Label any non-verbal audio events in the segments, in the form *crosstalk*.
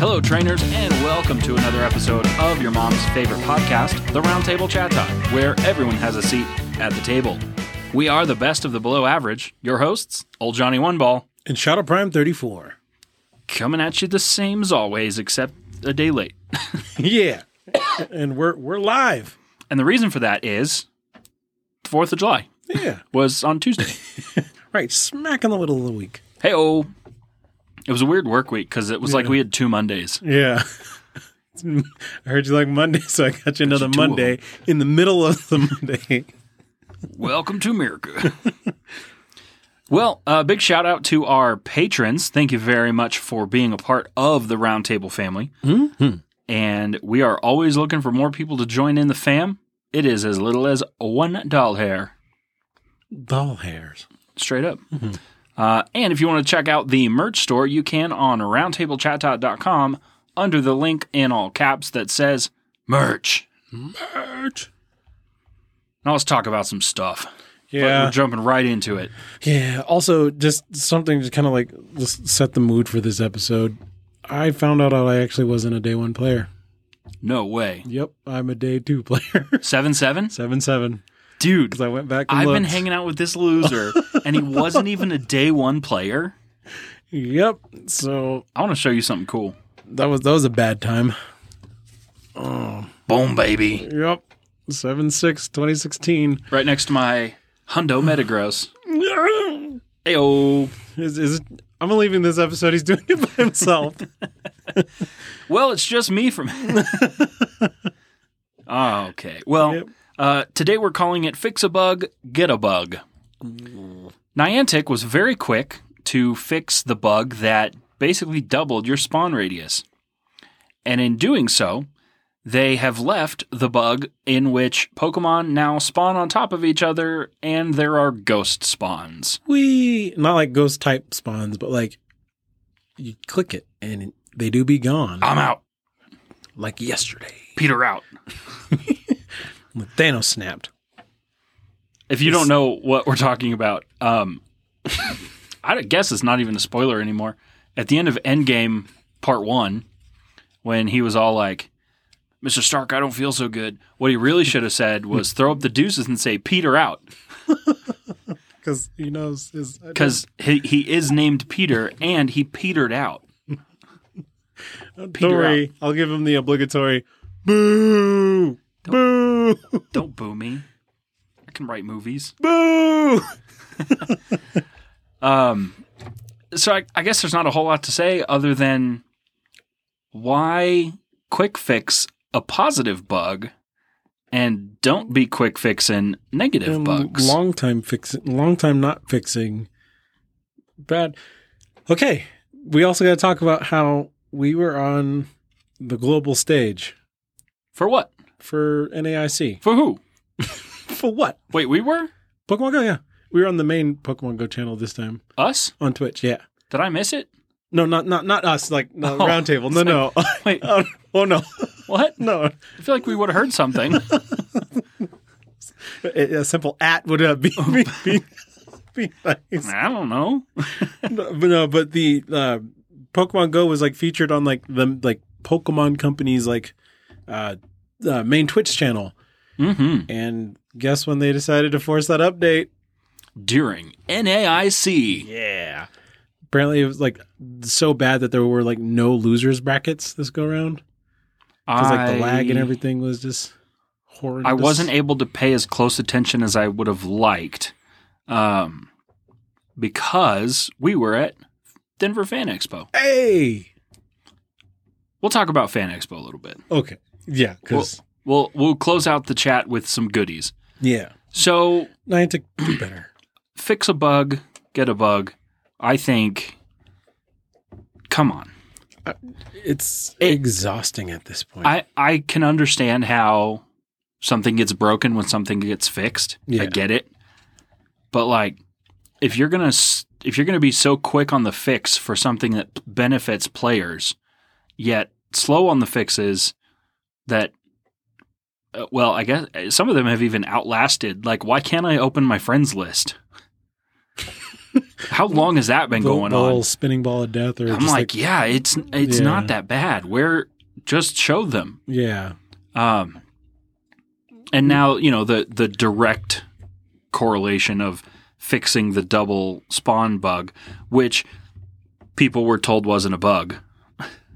Hello, trainers, and welcome to another episode of your mom's favorite podcast, The Roundtable Chat Talk, where everyone has a seat at the table. We are the best of the below average, your hosts, Old Johnny One Ball, and Shadow Prime 34. coming at you the same as always, except a day late. *laughs* yeah. *coughs* and we're we're live. And the reason for that is the 4th of July Yeah. was on Tuesday. Right, smack in the middle of the week. hey, oh. It was a weird work week because it was like we had two Mondays. Yeah. *laughs* I heard you like Monday, so I got you another two of Monday in the middle of the *laughs* Monday. Welcome to America. *laughs* well, uh, big shout out to our patrons. Thank you very much for being a part of the Roundtable family. Mm-hmm. And we are always looking for more people to join in the fam. It is as little as one doll hair, Doll hairs. straight up. Uh, and if you want to check out the merch store, you can on roundtablechattot.com under the link in all caps that says merch. Merch. Now let's talk about some stuff. But Yeah. We're jumping right into it. Yeah. Also, just something to kind of like just set the mood for this episode. I found out I actually wasn't a day one player. No way. Yep, I'm a day two *laughs* player. 7 7? seven seven. Dude, Because I went back. And I've been looked. hanging out with this *laughs* loser, and he wasn't even a day one player. Yep. So I want to show you something cool. that was that was a bad time. Boom, baby. Yep. 7 6, *laughs* 2016. Right next to my Hundo Metagross. Ayo. Is, is, I'm leaving this episode. He's doing it by himself. Well, it's just me from. *laughs* oh, okay. Well, Yep. uh, today we're calling it Fix a Bug, Get a Bug. Niantic was very quick to fix the bug that basically doubled your spawn radius. And in doing so, they have left the bug in which Pokemon now spawn on top of each other and there are ghost spawns. *laughs* we, not like ghost type spawns, but like you click it and they do be gone. I'm out. Like yesterday. Peter out. When Thanos snapped. If you don't know what we're talking about, um, *laughs* I guess it's not even a spoiler anymore. At the end of Endgame Part One, when he was all like, "Mr. Stark, I don't feel so good," what he really should have said was throw up the deuces and say "Peter out," Because he knows his. because he, he is named Peter and he petered out. Don't worry. uh, I'll give him the obligatory boo. Boo. *laughs* Don't boo me. I can write movies. Boo. so I, I guess there's not a whole lot to say other than why quick fix a positive bug and don't be quick fixing negative bugs. Um, Long time fixing, long time not fixing. Bad. Okay, we also got to talk about how we were on the global stage For what? for NAIC. For who? For what? Wait, we were? Pokemon Go. Yeah, we were on the main Pokemon Go channel this time Us? on Twitch. Yeah. Did I miss it? No, not not not us. Like no, Oh, roundtable. No, no. *laughs* Wait, oh, oh, no, *laughs* what? no. I feel like we would have heard *laughs* something. A, a simple at would uh, be, be, be, be nice. I don't know. No, but no, but the uh, Pokemon Go was like featured on like the like Pokemon company's like uh, uh, main Twitch channel, hmm and guess when they decided to force that update? During NAIC. Yeah. Apparently, it was like so bad that there were like no losers brackets this go round because like the lag and everything was just horrendous. I wasn't able to pay as close attention as I would have liked um, because we were at Denver Fan Expo. Hey. We'll talk about Fan Expo a little bit. Okay. Yeah. We'll, Because we'll we'll close out the chat with some goodies. yeah, So Niantic do better. fix a bug, get a bug. I think. Come on, It's exhausting at this point. I I can understand how something gets broken when something gets fixed. Yeah. I get it, but like if you're gonna s- if you're gonna be so quick on the fix for something that benefits players, yet slow on the fixes that. Uh, well, I guess uh, some of them have even outlasted. Like, why can't I open my friends list? *laughs* how long has that been the, going the on? little spinning ball of death, or I'm just like, like, yeah, it's it's Yeah. not that bad. Where just show them. yeah, Um, and now you know the the direct correlation of fixing the double spawn bug, which people were told wasn't a bug.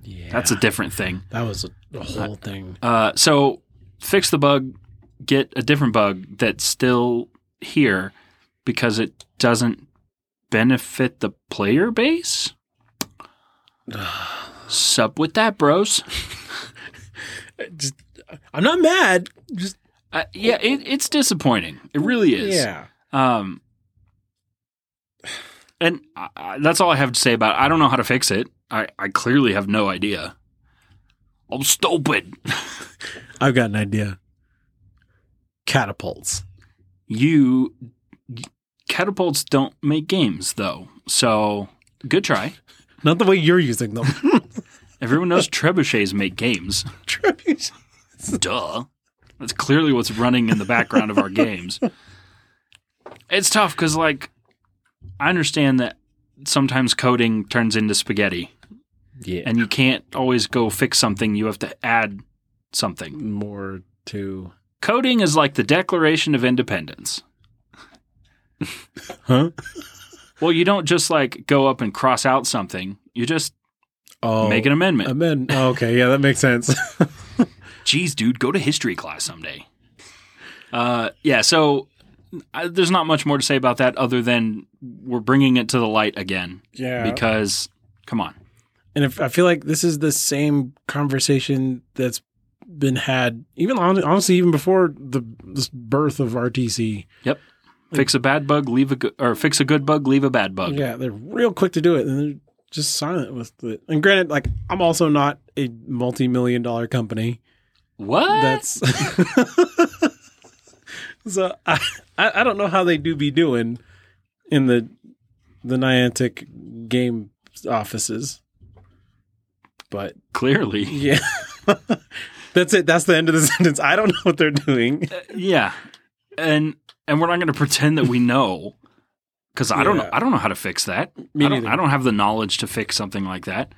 yeah. That's a different thing. that was a, a whole thing. Uh, so fix the bug, get a different bug that's still here because it doesn't benefit the player base. Sup with that, bros? Just, I'm not mad. Just Uh, yeah, it, it's disappointing. It really is. yeah, Um, and I, I, that's all I have to say about it. I don't know how to fix it. I, I clearly have no idea. I'm stupid. I've got an idea. Catapults. You catapults don't make games though, so good try. Not the way you're using *laughs* them. Everyone knows trebuchets make games. Trebuchets. Duh. That's clearly what's running in the background of our games. It's tough because, like, I understand that sometimes coding turns into spaghetti, Yeah. and you can't always go fix something. You have to add something. more to Coding is like the Declaration of Independence. huh? Well, you don't just like go up and cross out something. You just Oh, make an amendment. amend. Oh, okay, yeah, that makes sense. *laughs* Jeez, dude, go to history class someday. Uh, yeah, so I, there's not much more to say about that other than we're bringing it to the light again yeah, because, come on. and if, I feel like this is the same conversation that's been had, even hon- honestly, even before the this birth of RTC. Fix a bad bug, leave a good, or fix a good bug, leave a bad bug. Yeah, they're real quick to do it, and they're just silent with it. And granted, like I'm also not a multi-million dollar company. What? That's *laughs* so I, I I don't know how they do be doing in the the Niantic game offices, but clearly. yeah, *laughs* that's it. That's the *laughs* end of the sentence. I don't know what they're doing. Eh, Yeah. And and we're not going to pretend that we know cuz I don't know Yeah. I don't know how to fix that. Me I don't neither. I don't have the knowledge to fix something like that.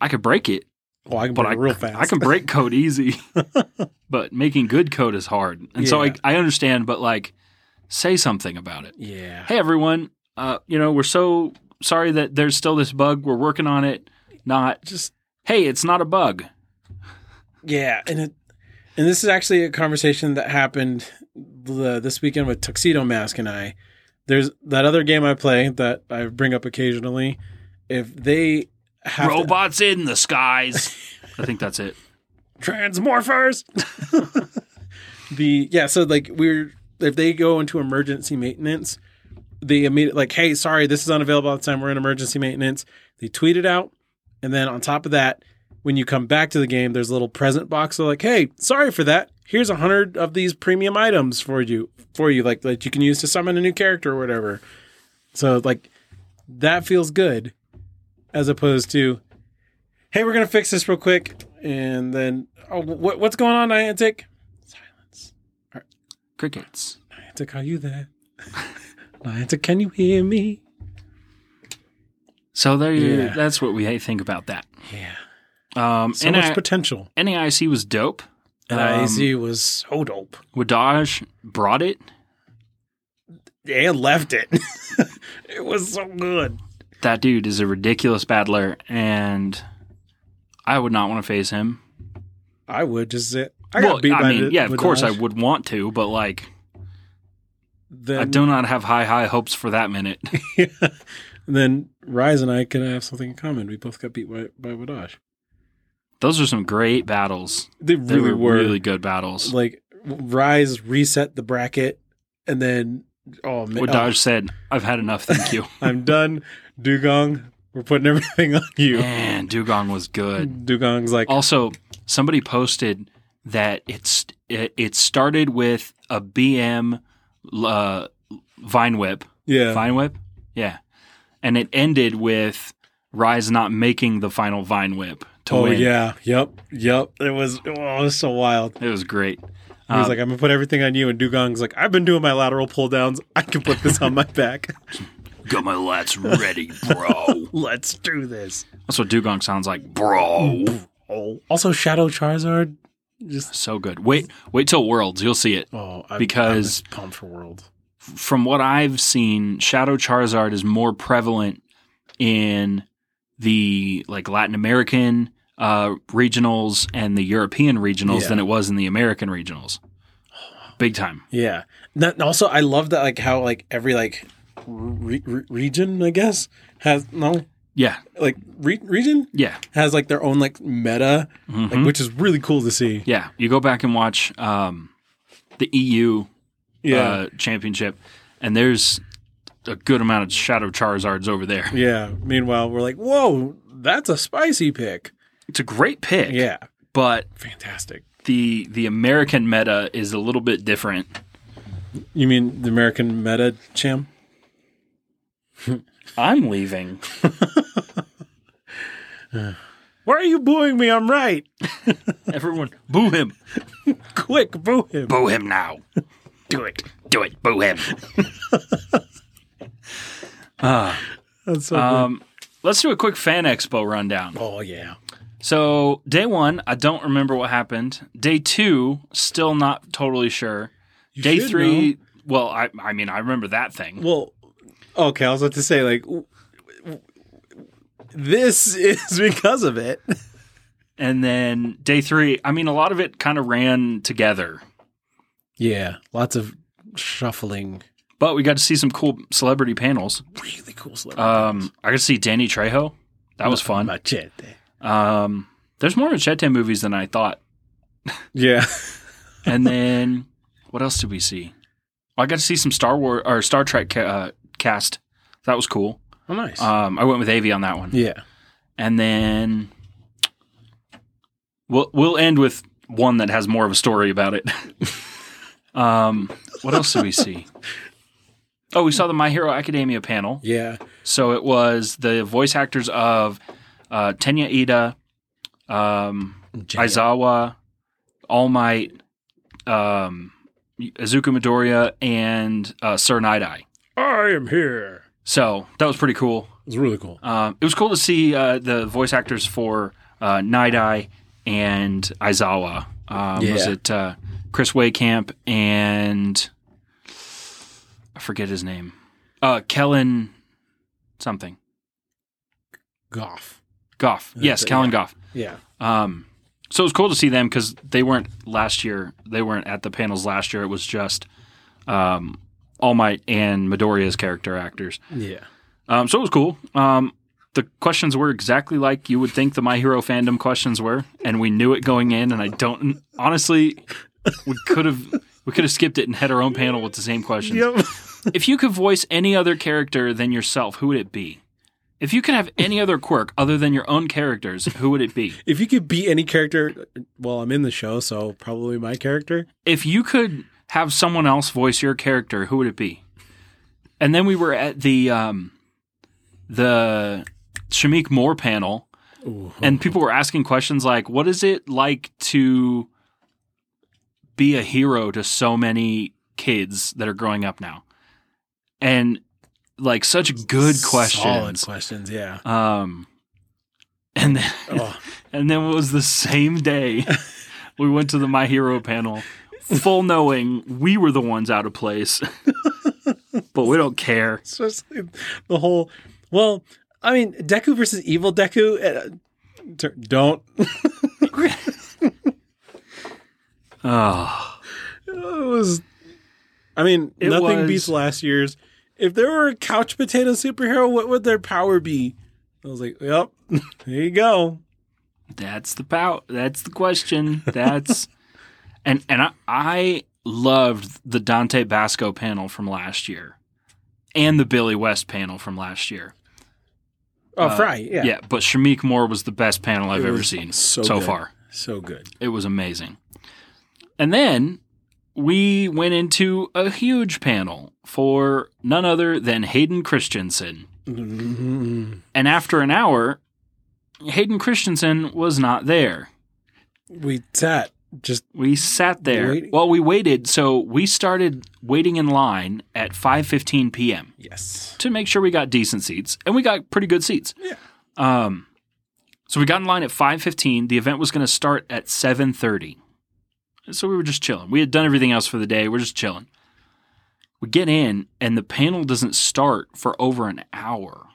I could break it, Oh, I can but put I it real fast. I can break code *laughs* easy, but making good code is hard. And so I, Yeah. I understand, but like, say something about it. Yeah, Hey everyone, uh, you know we're so sorry that there's still this bug. We're working on it. Not just hey, it's not a bug. yeah, and it and this is actually a conversation that happened the, this weekend with Tuxedo Mask and I. There's that other game I play that I bring up occasionally. If they have to- Robots in the skies. I think that's it. Transmorphers. *laughs* the yeah, so like we're if they go into emergency maintenance, they immediately like, hey, sorry, this is unavailable at the time. We're in emergency maintenance. They tweet it out, and then on top of that, when you come back to the game, there's a little present box. So like, hey, sorry for that. Here's a hundred of these premium items for you for you, like that you can use to summon a new character or whatever. So like that feels good as opposed to hey we're gonna fix this real quick and then oh what, what's going on niantic Crickets. niantic are you there *laughs* niantic can you hear me So there you. Yeah. That's what we think about that. yeah Um, so NI- much potential NAIC was dope. Um, niantic was so dope Wadaj brought it. and left it *laughs* it was so good that dude is a ridiculous battler, and I would not want to face him. i would just sit i got well, beat I by mean, the- yeah, of with course I Dodge. would want to, but like, I then, *laughs* do not have high, high hopes for that minute. then rise and i can have something in common we both got beat by, by Wadaj. Those are some great battles. they They really were, were really good battles. like rise reset the bracket and then oh man What Dodge said, "I've had enough, *laughs* thank you." oh, i'm done dugong we're putting everything on you Man, Dugong was good. dugong's like Also, somebody posted that it's it, it started with a BM uh, Vine Whip, yeah Vine Whip? Yeah. And it ended with Rise not making the final Vine Whip to oh win. yeah yep yep it was oh it was so wild It was great. he was Um, like i'm gonna put everything on you and dugong's like i've been doing my lateral pull downs i can put this on my back *laughs* Got my lats ready, bro. Let's do this. *laughs* That's what dugong sounds like, bro. Oh, *laughs* also Shadow Charizard. Just So good. Wait, wait till Worlds. You'll see it. oh, I'm, I'm Because- just pumped for World. From what I've seen, Shadow Charizard is more prevalent in the like Latin American uh, regionals and the European regionals Yeah. than it was in the American regionals. Big time. Yeah. That, and also, I love that like how like every like re- re- region, I guess, has no Yeah, like re- region yeah, has like their own like meta, Mhm. like, which is really cool to see. yeah. You go back and watch um, the EU Yeah. uh, championship, and there's a good amount of Shadow Charizards over there. yeah. Meanwhile, we're like, whoa, that's a spicy pick. It's a great pick. Yeah. but Fantastic. the the American meta is a little bit different. You mean the American meta champ? I'm leaving. Why are you booing me? I'm right. *laughs* Everyone, boo him. Quick, boo him. Boo him now. Do it. Do it. Boo him. That's so Um, let's do a quick fan expo rundown. cool. Oh yeah. So day one, I don't remember what happened. Day two, still not totally sure. day should three, well, I I mean I remember that thing. Well, okay. I was about to say like. w- w- This *laughs* is because of it. And then day three, I mean a lot of it kind of ran together. Yeah, lots of shuffling. But we got to see some cool celebrity panels. Really cool celebrity. Um, I got to see Danny Trejo. That was Uh, fun. Machete. Um, there's more Machete movies than I thought. Yeah. And then what else did we see? I got to see some Star War or Star Trek ca- uh, cast. That was cool. Oh, nice. Um, I went with Avi on that one. yeah. And then we'll we'll end with one that has more of a story about it. *laughs* um, what else did we see? Oh, we saw the My Hero Academia panel. Yeah. So it was the voice actors of uh, Tenya Ida, um, Izawa, All Might, um, Izuku Midoriya, and uh, Sir Night Eye. I am here. So that was pretty cool. It's really cool. Um, it was cool to see uh, the voice actors for uh, Night Eye and Izawa. Um, Was Yeah. it uh, Chris Waycamp and I forget his name? Uh, Kellen something. Goff. Goff. Yes, it, Kellen Goff. Uh, Yeah. Um, so it was cool to see them because they weren't last year. They weren't at the panels last year. It was just um, All Might and Midoriya's character actors. Yeah. Um, so it was cool. Um, the questions were exactly like you would think the My Hero fandom questions were, and we knew it going in. And I don't honestly, we could have we could have skipped it and had our own panel with the same questions. Yep. If you could voice any other character than yourself, who would it be? If you could have any other quirk other than your own characters, who would it be? *laughs* If you could be any character, uh, well, I'm in the show, so probably my character. if you could have someone else voice your character, who would it be? And then we were at the um, the Shamik Moore panel, and people were asking questions like, "What is it like to be a hero to so many kids that are growing up now?" And like such good Solid questions. questions. Yeah. Um, and then, Oh. *laughs* and then it was the same *laughs* day we went to the My Hero panel, full knowing we were the ones out of *laughs* place, but we don't care. Especially the whole. Well, I mean, Deku versus evil Deku. Uh, ter- don't. *laughs* Oh, It was. I mean, It nothing was- beats last year's. If there were a couch potato superhero, what would their power be? I was like, yep, *laughs* there you go. *laughs* that's the pow. That's the question. *laughs* That's and and I, I loved the Dante Basco panel from last year, and the Billy West panel from last year. Oh, Fry, yeah. Uh, Yeah, but Shamik Moore was the best panel I've ever was seen so so good. far. So good. It was amazing. And then we went into a huge panel for none other than Hayden Christensen. Mm-hmm. And after an hour, Hayden Christensen was not there. We sat just We sat there. Waiting. Well, we waited, so we started waiting in line at 5:15 p.m. yes. to make sure we got decent seats, and we got pretty good seats. Yeah. Um, so we got in line at 5:15. The event was going to start at 7:30. So we were just chilling. We had done everything else for the day. We're just chilling. We get in, and the panel doesn't start for over an hour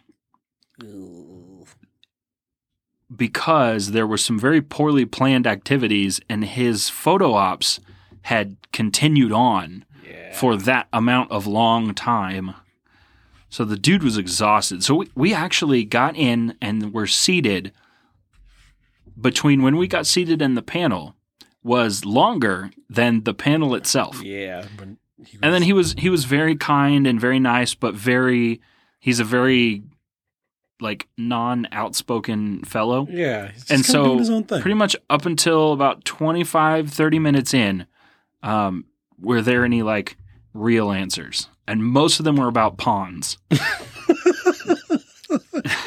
because there were some very poorly planned activities, and his photo ops had continued on Yeah. for that amount of long time. So the dude was exhausted. So we, we actually got in and were seated. Between when we got seated and the panel was longer than the panel itself. Yeah. When he And then was- he was he was very kind and very nice, but very he's a very like non outspoken fellow. yeah, he's just and kinda so doing his own thing. Pretty *laughs* much up until about 25, 30 minutes in, um, were there any like real answers? And most of them were about pawns. it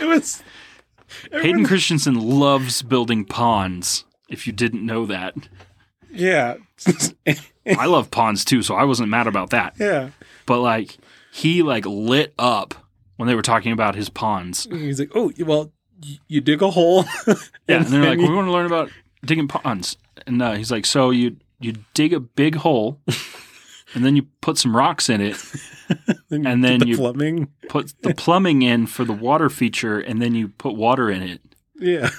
was. Hayden Christensen loves building pawns. If you didn't know that, Yeah, *laughs* I love pawns too, so I wasn't mad about that. yeah. But like, he like lit up when they were talking about his pawns. He's like, oh, well, y- you dig a hole. *laughs* Yeah, and they're then like, you- we want to learn about digging ponds. And uh, he's like, so you you dig a big *laughs* hole, and then you put some rocks in it, then and get then the you- plumbing. put *laughs* the plumbing in for the water feature, and then you put water in it. Yeah,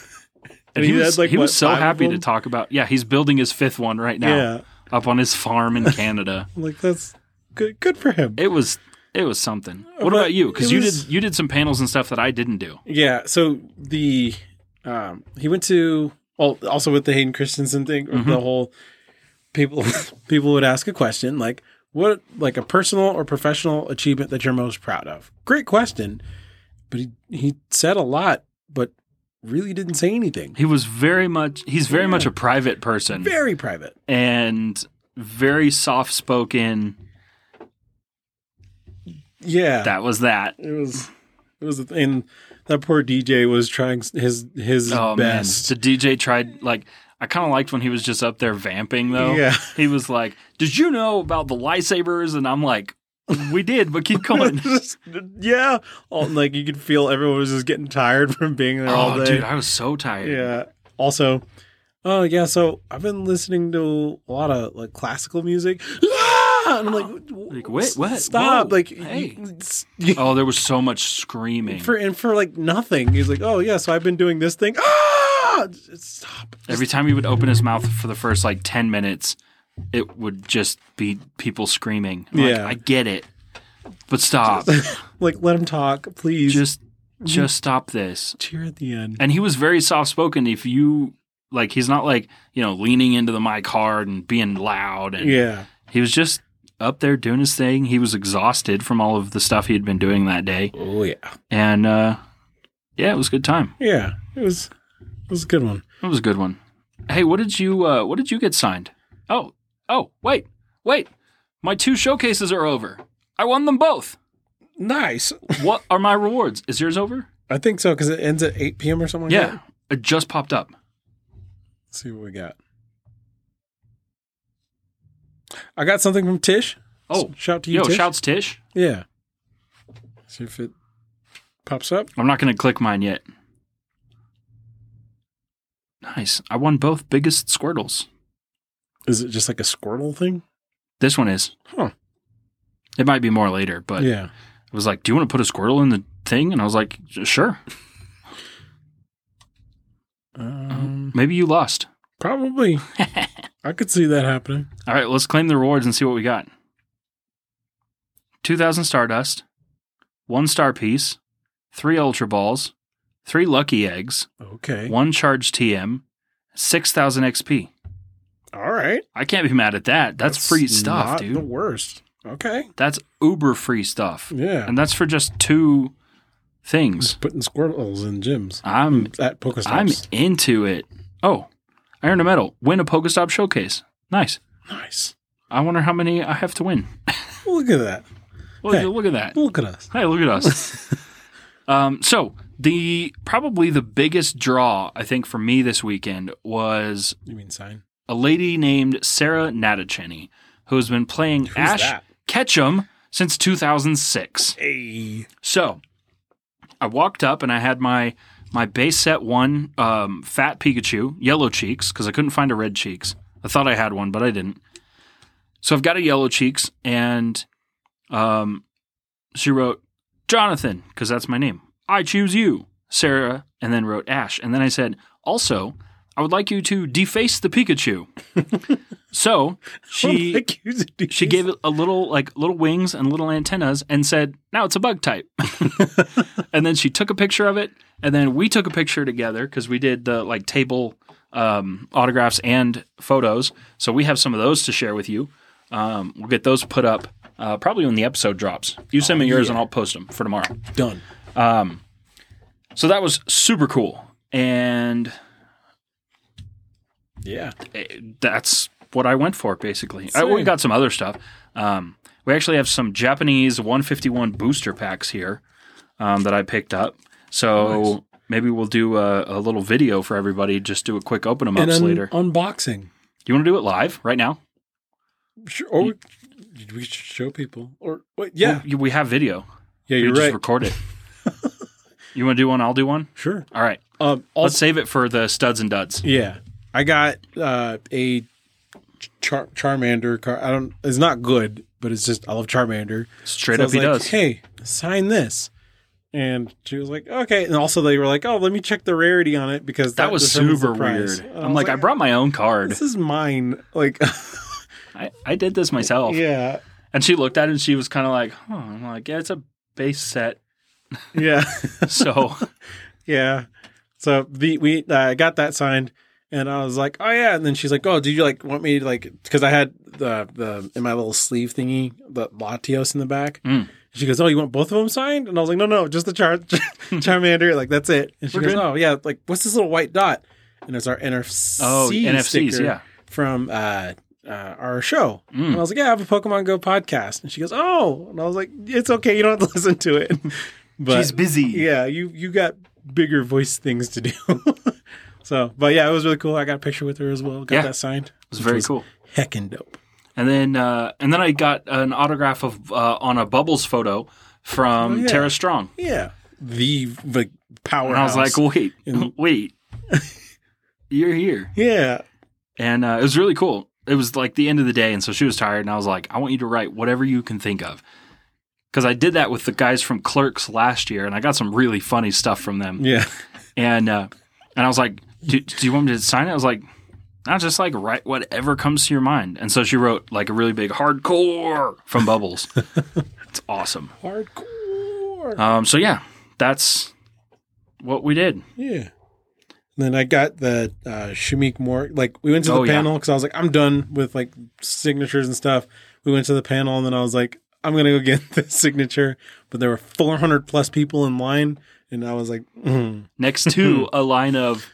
And he, he had, was, like, he what, was so five of happy to them? talk about. Yeah, he's building his fifth one right now yeah. up on his farm *laughs* in Canada. Like that's good. Good for him. it was it was something. What But about you? Because it you was- did you did some panels and stuff that I didn't do. Yeah. So the um he went to well also with the Hayden Christensen thing, Mm-hmm. the whole people *laughs* people would ask a question like what like a personal or professional achievement that you're most proud of? Great question. But he he said a lot, but really didn't say anything. He was very much he's very much a private person. Very private. and very soft spoken. Yeah. That was that. It was it was and that poor DJ was trying his his Oh best. *laughs* man, the DJ tried like I kind of liked when he was just up there vamping though. Yeah. he was like, "Did you know about the lightsabers?" And I'm like, "We did, but keep going." *laughs* Just- yeah, all, like you could feel everyone was just getting tired *laughs* from being there all oh, day. dude, I was so tired. Yeah. Also, oh yeah, so I've been listening to a lot of like classical music. Ah! And *gasps* I'm like, Like, wait, s- what? Stop! Whoa, like, hey. you- s- you- Oh, there was so much screaming. for and for like nothing. He's like, oh yeah, so I've been doing this thing. Ah! Just Stop! Every time he would open his mouth for the first like ten minutes, it would just be people screaming. I'm like, Yeah. I get it, but *laughs* stop. Like, let him talk, please. Just just, just stop this. cheer at the end. and he was very soft spoken. If you like, he's not like you know leaning into the mic hard and being loud, and Yeah. he was just up there doing his thing. He was exhausted from all of the stuff he had been doing that day, Oh yeah. and uh, yeah, it was a good time. Yeah. It was. It was a good one. It was a good one. Hey, what did you uh, what did you get signed? Oh, oh, wait, wait, my two showcases are over. I won them both. Nice. What are my rewards? Is yours over? I think so because it ends at 8 p.m. or something. Like yeah, That. it just popped up. Let's see what we got. I got something from Tish. Oh, shout to you, yo, Tish. shouts Tish. Yeah. See if it pops up. I'm not going to click mine yet. Nice. I won both biggest squirtles. Is it just like a Squirtle thing? This one is. Huh. It might be more later, but yeah. it was like, "Do you want to put a squirtle in the thing?" And I was like, "Sure." Um, Maybe you lost. *laughs* probably. I could see that happening. All right, let's claim the rewards and see what we got. 2000 Stardust, 1 star piece, 3 ultra balls, 3 lucky eggs, Okay. 1 charge TM, 6000 XP. All right. I can't be mad at that. That's, free stuff, not dude. The worst. Okay. That's uber free stuff. Yeah. And that's for just two things. Just putting Squirtles in gyms I'm at Pokestops. I'm into it. Oh, I earned a medal. Win a Pokestop showcase. Nice. nice. I wonder how many I have to win. Look at that. Look, Hey. look at that. Look at us. Hey, look at us. *laughs* um, so the probably the biggest draw I think for me this weekend was You mean sign? a lady named Sarah Natacheni, who has been playing Ash that? Ketchum since 2006. Hey. So I walked up and I had my my base set one um, fat Pikachu, yellow cheeks, because I couldn't find a red cheeks. I thought I had one, but I didn't. So I've got a yellow cheeks, and um, she wrote Jonathan because that's my name. I choose you, Sarah, and then wrote Ash, and then I said also. I would like you to deface the Pikachu. so Oh *laughs* she she gave it a little like little wings and little antennas and said, "Now it's a bug type." *laughs* and then she took a picture of it, and then we took a picture together because we did the like table um, autographs and photos. So we have some of those to share with you. Um, we'll get those put up uh, probably when the episode drops. You send me yours, and I'll post them for tomorrow. done. So that was super cool, and Yeah. that's what I went for basically. I, we Same. got some other stuff. Um, we actually have some Japanese 151 booster packs here um, that I picked up. So maybe we'll do a, a little video for everybody. Just do a quick open them And ups un- later. unboxing. You want to do it live right now? Sure, or we, we should show people. Or wait, yeah, We, Oh, we have video. yeah, We you're just right. record *laughs* it. you want to do one? I'll do one. sure. All right. Um, Let's also, save it for the studs and duds. yeah, I got uh, a Char- Charmander card. I don't. It's not good, but it's just I love Charmander. Straight So I up, was he like, does. Hey, sign this. And she was like, okay. And also, they were like, oh, let me check the rarity on it because that, that was determines the super price. weird. And I'm was like, I brought my own card. this is mine. Like, *laughs* I, I did this *laughs* myself. yeah, And she looked at it and she was kind of like, huh. I'm like, yeah, it's a base set. yeah. So Yeah. So the we I got that signed, and I was like, oh yeah. And then she's like, oh, did you like want me to like because I had the the in my little sleeve thingy the Latios in the back. Mm. She goes, oh, you want both of them signed? And I was like, no, no, just the Char- *laughs* Charmander. Like that's it. And she We're goes, good. oh yeah, like what's this little white dot? And it's our NFC Oh, NFCs, sticker yeah. Mm. from uh, uh, our show. And I was like, yeah, I have a Pokemon Go podcast. And she goes, oh, and I was like, it's okay, you don't have to *laughs* listen to it. But busy. yeah, you you got bigger voice things to do. *laughs* so, but yeah, it was really cool. I got a picture with her as well. Got Yeah. that signed. It It was very cool. Heckin' dope. And then uh, and then I got an autograph of uh, on a Bubbles photo from yeah. Tara Strong. Yeah, the the power. And I was like, wait, And- wait, you're here. yeah, And uh, it was really cool. It was like the end of the day. And so she was tired. And I was like, I want you to write whatever you can think of. Because I did that with the guys from Clerks last year. And I got some really funny stuff from them. yeah, and uh, and I was like, do, "Do you want me to sign it?" I was like, "No, just like write whatever comes to your mind." And so she wrote like a really big hardcore from Bubbles. *laughs* it's awesome. hardcore. Um, so yeah, that's what we did. yeah. And then I got the uh, Shamik Moore. Like we went to the Oh, yeah. panel because I was like, I'm done with like signatures and stuff. We went to the panel and then I was like, I'm gonna go get *laughs* the signature. But there were 400 plus people in line, and I was like, mm, Next to *laughs* a line of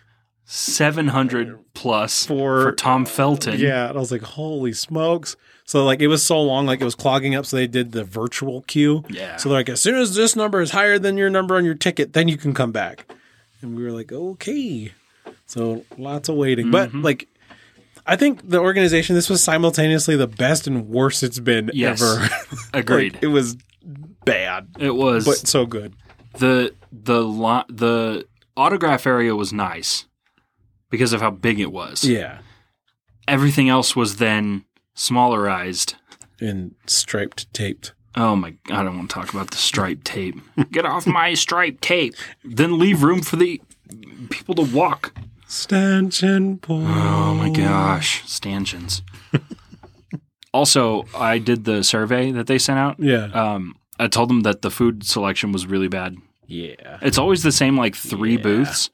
seven hundred plus For- Tom Felton. Yeah, and I was like, holy smokes. So like it was so long, like it was clogging up, so they did the virtual queue. Yeah. So they're like, as soon as this number is higher than your number on your ticket, then you can come back. And we were like, okay. So lots of waiting. But Mm-hmm. like I think the organization, this was simultaneously the best and worst it's been Yes. ever. *laughs* Agreed. Like, it was bad. it was But so good. the the lo- the autograph area was nice because of how big it was. Yeah. Everything else was then smallerized. And striped taped. Oh my! I don't want to talk about the stripe tape. Get off my stripe tape. Then leave room for the people to walk. Stanchion pull. *gasps* Oh my gosh, stanchions. also, I did the survey that they sent out. Yeah. Um, I told them that the food selection was really bad. yeah. It's always the same, like three booths,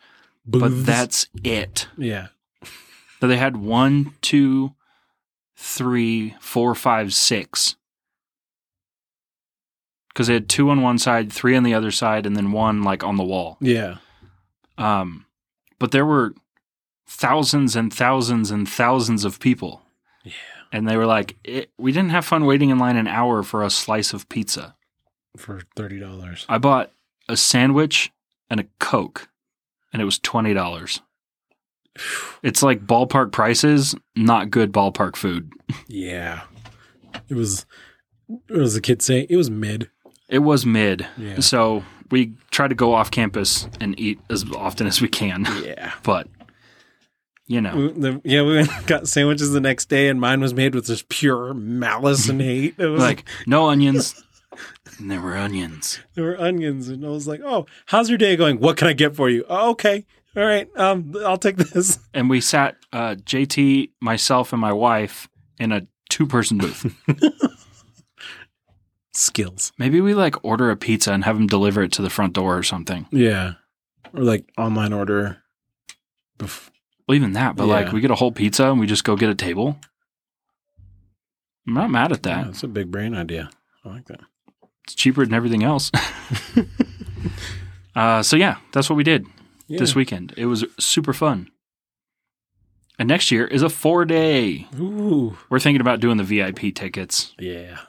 but Booths. that's it. Yeah. So they had one, two, three, four, five, six. Because they had two on one side, three on the other side, and then one like on the wall. Yeah. Um, but there were thousands and thousands and thousands of people. Yeah. And they were like, it, we didn't have fun waiting in line an hour for a slice of pizza. for thirty dollars. I bought a sandwich and a Coke, and it was $20. It's like ballpark prices, not good ballpark food. Yeah. It was, it was the kids say, it was mid. It was mid. Yeah. So we try to go off campus and eat as often as we can. *laughs* Yeah. But, you know, *laughs* We- the- yeah, we went- *laughs* got sandwiches the next day, and mine was made with just pure malice and hate. It was like, like no onions. *laughs* and there were onions. there were onions, and I was like, "Oh, how's your day going? What can I get for you? Oh, okay, all right, um, I'll take this." *laughs* and we sat uh, JT, myself, and my wife in a two-person *laughs* booth. Skills, Maybe we like order a pizza and have them deliver it to the front door or something. yeah, or like online order. Bef- Well, even that, but like Yeah. we get a whole pizza and we just go get a table. I'm not mad at Yeah, that. that's a big brain idea. I like that. It's cheaper than everything *laughs* else. uh, so yeah, that's what we did Yeah. this weekend. It was super fun. And next year is a four day. Ooh, We're thinking about doing the VIP tickets. yeah.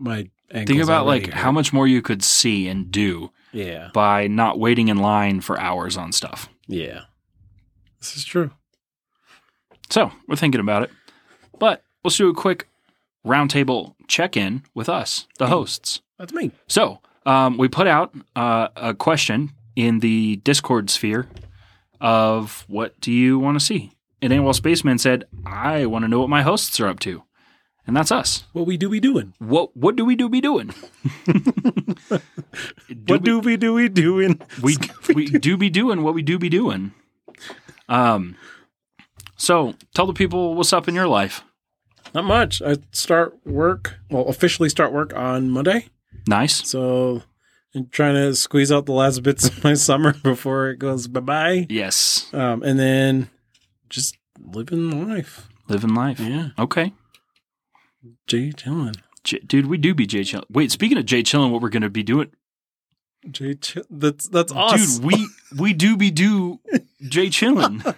My ankles Think about already like hurt. how much more you could see and do Yeah, by not waiting in line for hours on stuff. yeah. This is true. So we're thinking about it. But let's do a quick roundtable check in with us, the hosts. That's me. So um, we put out uh, a question in the Discord sphere of what do you want to see? And Anwell Spaceman said, I want to know what my hosts are up to. And that's us. What we do, we doing. What what do we do be *laughs* doing? Do we- what do we do, we doing? we *laughs* we do be doing what we do be doing. Um, so tell the people what's up in your life. Not much. I start work, well, officially start work on Monday. Nice. So I'm trying to squeeze out the last bits of my *laughs* summer before it goes bye bye. Yes, Um, and then just living life. living life. Yeah. Okay, Jay chilling. J- dude, we do be Jay Chillin. Wait, speaking of Jay Chillin, what we're gonna be doing, Jay chill. That's, that's us. dude? We we do be do Jay *laughs* Chillin,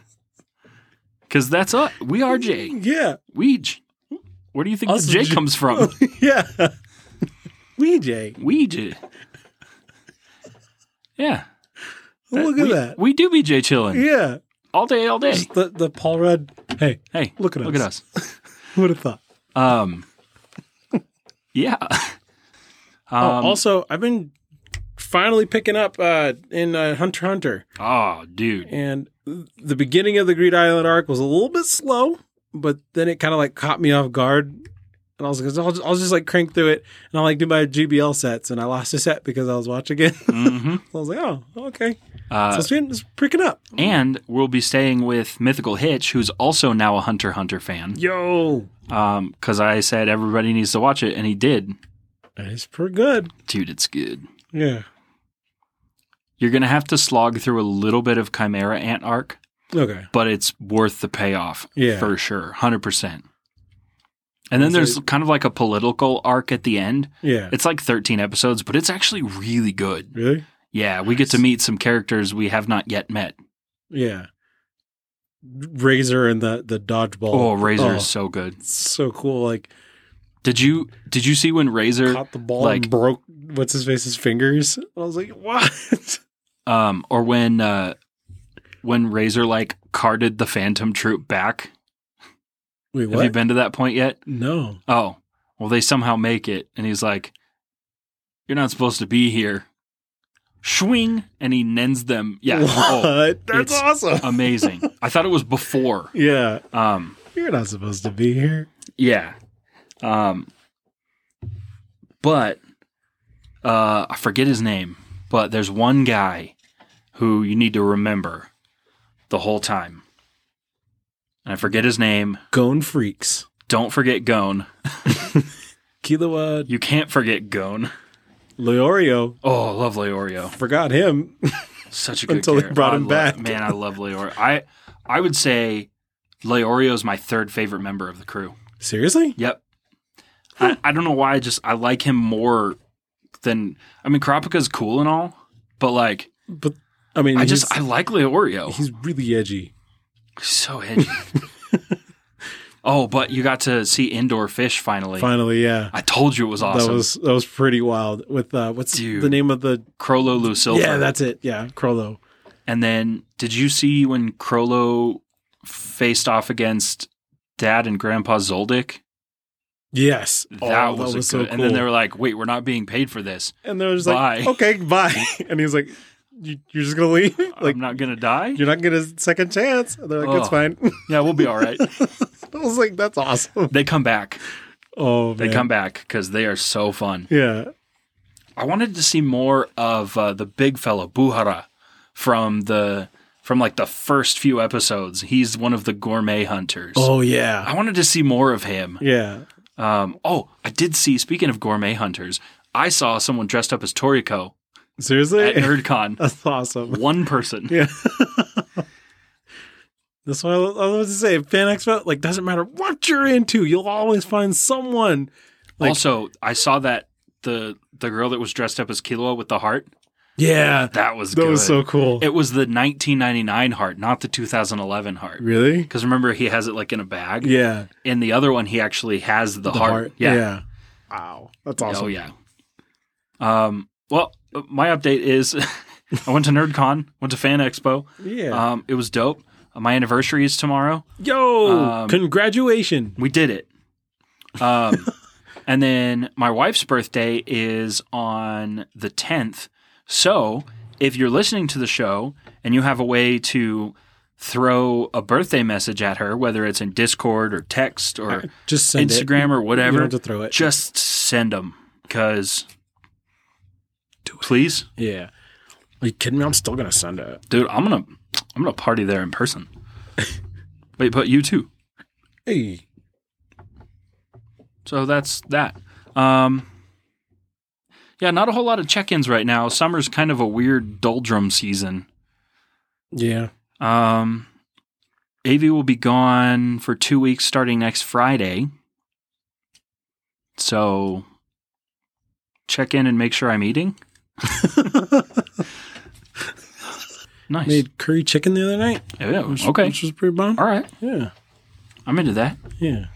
because that's us. We are Jay. Yeah. *laughs* We. J- Where do you think the Us Jay J- Oh. comes from? yeah. we Jay. We Jay. Yeah, Look at we, that. We do be Jay Chillin Yeah. all day, all day. Just the, the Paul Rudd. Hey, Hey, Look at look us. at us. who would have thought? Um, yeah. *laughs* Um, oh, also, I've been finally picking up uh, in uh, Hunter x Hunter. oh, dude. And the beginning of the Greed Island arc was a little bit slow, but then it kind of like caught me off guard. And I was like, I'll just, I'll just like crank through it. And I like do my GBL sets. And I lost a set because I was watching it. *laughs* so hmm I was like, oh, okay. So Uh, it's, been, it's picking up. and we'll be staying with Mythical Hitch, who's also now a Hunter x Hunter fan, Yo. because I said everybody needs to watch it, and he did. It's pretty good. Dude, it's good. Yeah. You're gonna have to slog through a little bit of Chimera Ant arc, Okay. but it's worth the payoff Yeah. for sure, hundred percent. And then So- there's kind of like a political arc at the end. Yeah. It's like 13 episodes, but it's actually really good. Really? Yeah, we get to meet some characters we have not yet met. Yeah. Razor and the, the dodgeball. Oh, Razor Oh, is so good. it's so cool. Like, Did you did you see when Razor caught the ball like- and broke what's his face's fingers. I was like, what? um or when uh when Razor like carted the Phantom troop back? Wait, Have you been to that point yet? No. Oh. Well, they somehow make it and he's like you're not supposed to be here. Swing and he nends them. Yeah. Oh, What? That's it's- awesome. amazing. I thought it was before. yeah. Um You're not supposed to be here. Yeah. Um but uh I forget his name, but there's one guy who you need to remember the whole time. And I forget his name. Gone freaks. Don't forget Gone. Kilua You can't forget Gone. Leorio. Oh, love Leorio. Forgot him. *laughs* Such a good Until they character. brought I him lo- back. man, I love Leorio. I I would say Leorio's my third favorite member of the crew. Seriously? Yep. I, I don't know why. I just I like him more than I mean. Karapika's cool and all, but like But I mean, I he's, just I like Leorio. He's he's really edgy. so *laughs* edgy. oh, but you got to see indoor fish finally. Finally, yeah. I told you it was awesome. That was that was pretty wild. With uh, what's Dude. the name of the? Crollo Lucilfer. Yeah, that's it. Yeah, Crollo. And then did you see when Crollo faced off against Dad and Grandpa Zoldyck. Yes. That, Oh, was, a so good. And then they cool. were like, "Wait, we're not being paid for this. and they were just like, "Bye." okay, bye. *laughs* And he was like, you, you're just *laughs* gonna leave? Like, I'm not gonna die. you're not gonna get a second chance. And they're like, it's Oh. fine. *laughs* Yeah, we'll be all right." I was like, that's awesome. they come back. Oh, They come back because they are so fun. Yeah. I wanted to see more of uh, the big fellow Buhara from the from like the first few episodes. He's one of the gourmet hunters. Oh yeah. I wanted to see more of him. Yeah. Um, oh, I did see. Speaking of gourmet hunters, I saw someone dressed up as Toriko at Seriously, NerdCon. *laughs* that's awesome. one person. Yeah. That's why I was about to say. Fan Expo, like, doesn't matter what you're into, you'll always find someone. Like- also, I saw that the the girl that was dressed up as Killua with the heart. Yeah. That That was good. was so cool. It was the 1999 heart, not the 2011 heart. really? Because remember, he has it like in a bag. Yeah. In the other one, he actually has the, heart. Yeah. Yeah. Wow. That's awesome. Oh yeah. Um. Well, my update is, *laughs* I went to NerdCon, went to Fan Expo. Yeah. Um. It was dope. My anniversary is tomorrow. Yo, um, congratulations. We did it. *laughs* Um, and then my wife's birthday is on the 10th. So if you're listening to the show and you have a way to throw a birthday message at her, whether it's in Discord or text *laughs* or Just send it. Instagram or You don't whatever, have to throw it. just send them because. Please, yeah. Are you kidding me? I'm still gonna send it. dude, I'm gonna I'm gonna party there in *laughs* person. Wait, but you too. Hey. So that's that. Um, yeah, not a whole lot of check-ins right now. Summer's kind of a weird doldrum season. Yeah. Um, Avi will be gone for two weeks starting next Friday. So check in and make sure I'm eating. nice. Made curry chicken the other night. Yeah, Which, okay. Which was pretty bomb. All right. Yeah. I'm into that. Yeah.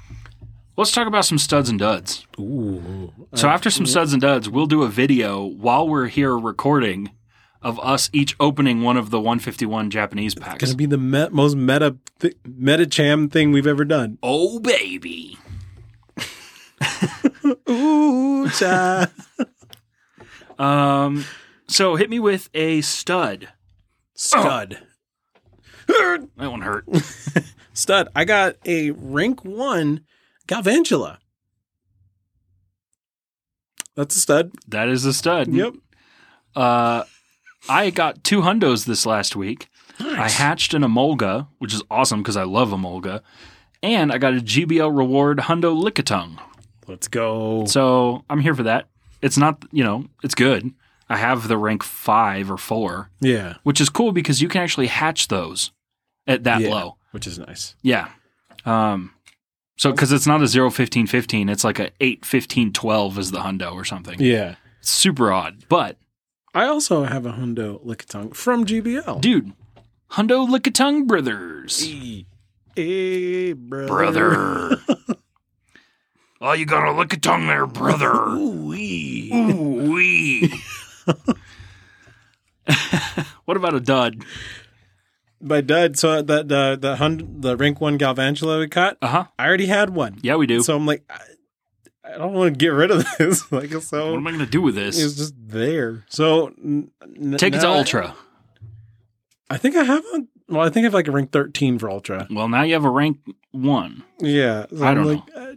Let's talk about some studs and duds. Ooh. So after some suds and duds, we'll do a video while we're here recording of us each opening one of the 151 Japanese It's packs. gonna be the me- most meta th- meta cham thing we've ever done. Oh baby. Ooh, cha. Um so hit me with a stud. *laughs* stud, That one *laughs* hurt. stud. I got a rank one Galvantula. That's a stud. that is a stud. Yep. Uh I got two hundos this last week. I hatched an Emolga, which is awesome because I love Emolga, and I got a GBL reward hundo Lickitung. Let's go. So I'm here for that. It's not, you know, it's good. I have the rank five or four, Yeah, which is cool because you can actually hatch those at that Yeah. low. which is nice. Yeah. Um, so because it's not a 0, 15, 15, it's like a 8, 15, 12 is the hundo or something. Yeah. It's super odd. But I also have a Hundo Lickitung from GBL. dude, hundo lickitung brothers. hey, hey, brother. *laughs* Brother. oh, you got a lickitung there, brother. Ooh-wee. Ooh wee. *laughs* what about a dud? By dud, so that the the hun- the rank one Galvantula we caught, Uh huh. I already had one. Yeah, we do. So I'm like, I, I don't want to get rid of *laughs* this. like what so, am I going to do with this? it's just there. So n- n- Take it to now I- ultra. I, think I have a. Well, I think I have like a rank thirteen for ultra. Well, now you have a rank one. Yeah, so I I'm don't like, I,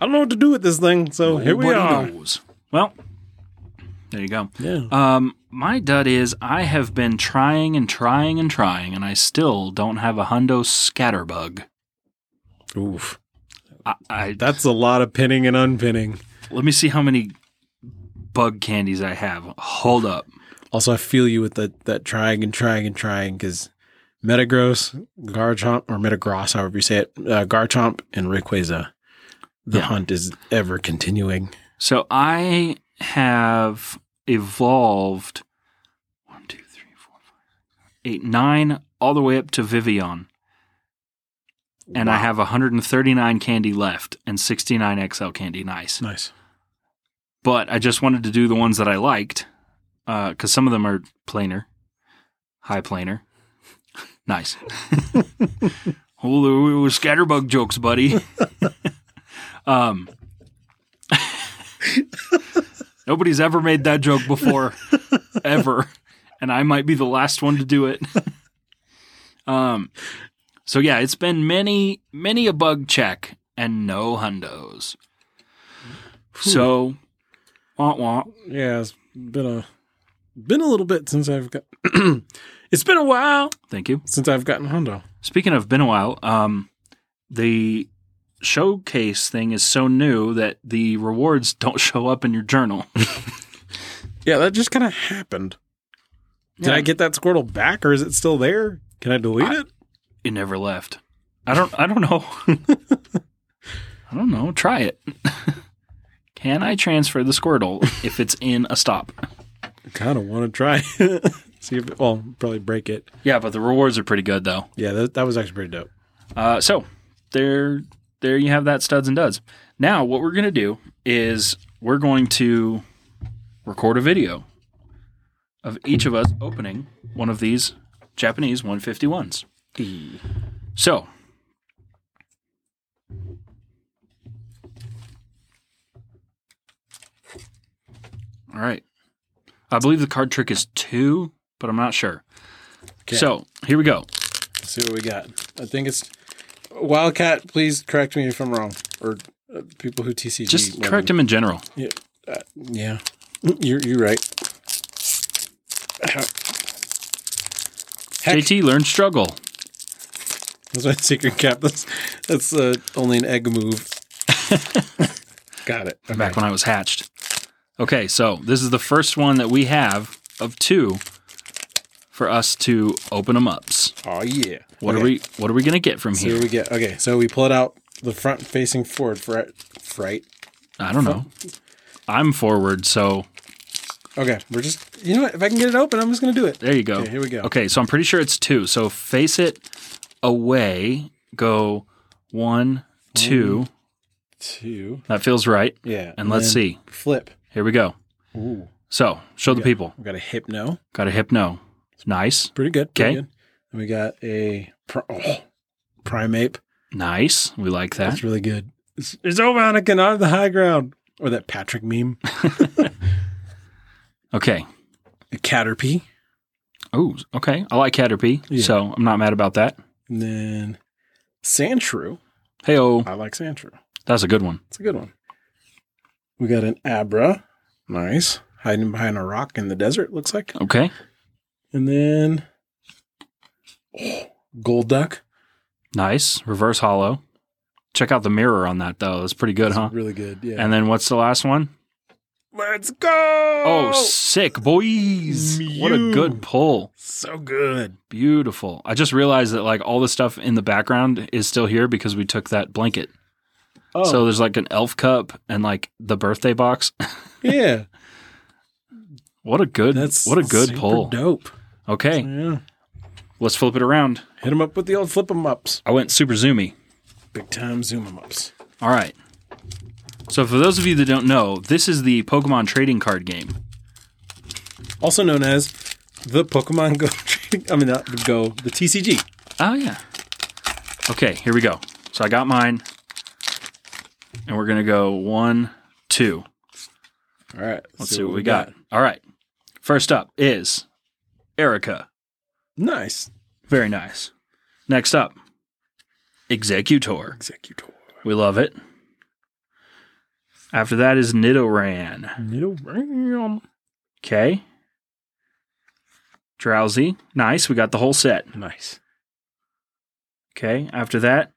I don't know what to do with this thing. So here we Nobody are. knows. Well, there you go. Yeah. Um, my dud is I have been trying and trying and trying, and I still don't have a hundo scatterbug. Oof. I, I That's a lot of pinning and unpinning. let me see how many bug candies I have. Hold up. Also, I feel you with that that trying and trying and trying because Metagross, Garchomp, or Metagross, however you say it, uh, Garchomp and Rayquaza. The Yeah. hunt is ever continuing. So I have evolved one, two, three, four, five, six, seven, eight, nine, all the way up to Vivian. And I Wow. have 139 candy left and 69 XL candy. Nice. nice. But I just wanted to do the ones that I liked because some of them are *laughs* planar, high planar. nice. Well, there were scatterbug jokes, buddy. um, nobody's ever made that joke before, ever, and I might be the last one to do it. um, so yeah, it's been many, many a bug check and no hundos. So, wah wah. Yeah, it's been a been a little bit since I've got. *clears throat* it's been a while Thank you. since I've gotten Hondo. Speaking of been a while, um, the showcase thing is so new that the rewards *laughs* don't show up in your journal. Yeah, that just kind of happened. Did Yeah. I get that Squirtle back, or is it still there? Can I delete I- it? It never left. I don't. I don't know. *laughs* I don't know. Try it. *laughs* Can I transfer the Squirtle if it's in a stop? Kind of want to try. *laughs* See if it, well, probably break it. Yeah, but the rewards are pretty good though. Yeah, that, that was actually pretty dope. Uh, so there, there you have that studs and duds. Now what we're gonna do is we're going to record a video of each of us opening one of these Japanese 151s. So all right. I believe the card trick is two, but I'm not sure. Okay. So here we go. Let's see what we got. I think it's Wildcat. Please correct me if I'm wrong, or uh, people who TCG. Just correct him in general. Yeah, uh, yeah. *laughs* you're you're right. Heck. JT learned struggle. That's my secret cap. That's that's uh, only an *laughs* egg move. got it. Okay. back when I was hatched. Okay, so this is the first one that we have of two for us to open them ups. Oh yeah. What Okay, are we what are we gonna get from So here here? we get. Okay, so we pull it out the front facing forward. Fright. Fright. I don't know. I'm forward, so Okay, we're just. You know what? If I can get it open, I'm just gonna do it. there you go. Okay, here we go. Okay, so I'm pretty sure it's two. So face it away. Go one, two. Two. That feels right. Yeah. And let's then see. Flip. Here we go. Oow. So show the people. We got a hypno. Got a hypno. Nice. Pretty good. pretty Okay. good. And we got a pri- oh, primate. Nice. We like that. That's really good. It's, it's over Anakin on the high ground. Or that Patrick meme. Okay. A Caterpie. Oh, okay. I like Caterpie, Yeah. so I'm not mad about that. And then Sandshrew. Hey, oh, I like Sandshrew. that's a good one. It's a good one. We got an Abra. Nice. Hiding behind a rock in the desert, looks like. Okay, And then oh, Gold Duck. nice. Reverse hollow. Check out the mirror on that though. That's pretty good, huh? Really good. Yeah. And then what's the last one? Let's go. Oh, sick boys! What a Mew. good pull. so good. Beautiful. I just realized that like all the stuff in the background is still here because we took that blanket. Oh, So there's like an elf cup and like the birthday box. *laughs* yeah. what a good That's what a good super pull. Dope. Okay, Yeah. let's flip it around. Hit them up with the old flip 'em ups. I went super zoomy. Big time zoom 'em ups. All right. So for those of you that don't know, this is the Pokemon trading card game. Also known as the Pokemon *laughs* Go. trading- I mean, not the Go, the TCG. Oh yeah. Okay, here we go. So I got mine, and we're gonna go one, two. All right. Let's see, what we got. All right. First up is Erica. Nice. Very nice. Next up, Executor. Executor. We love it. After that is Nidoran. Little ram. Okay. Drowsy. Nice. We got the whole set. Nice. Okay. After that,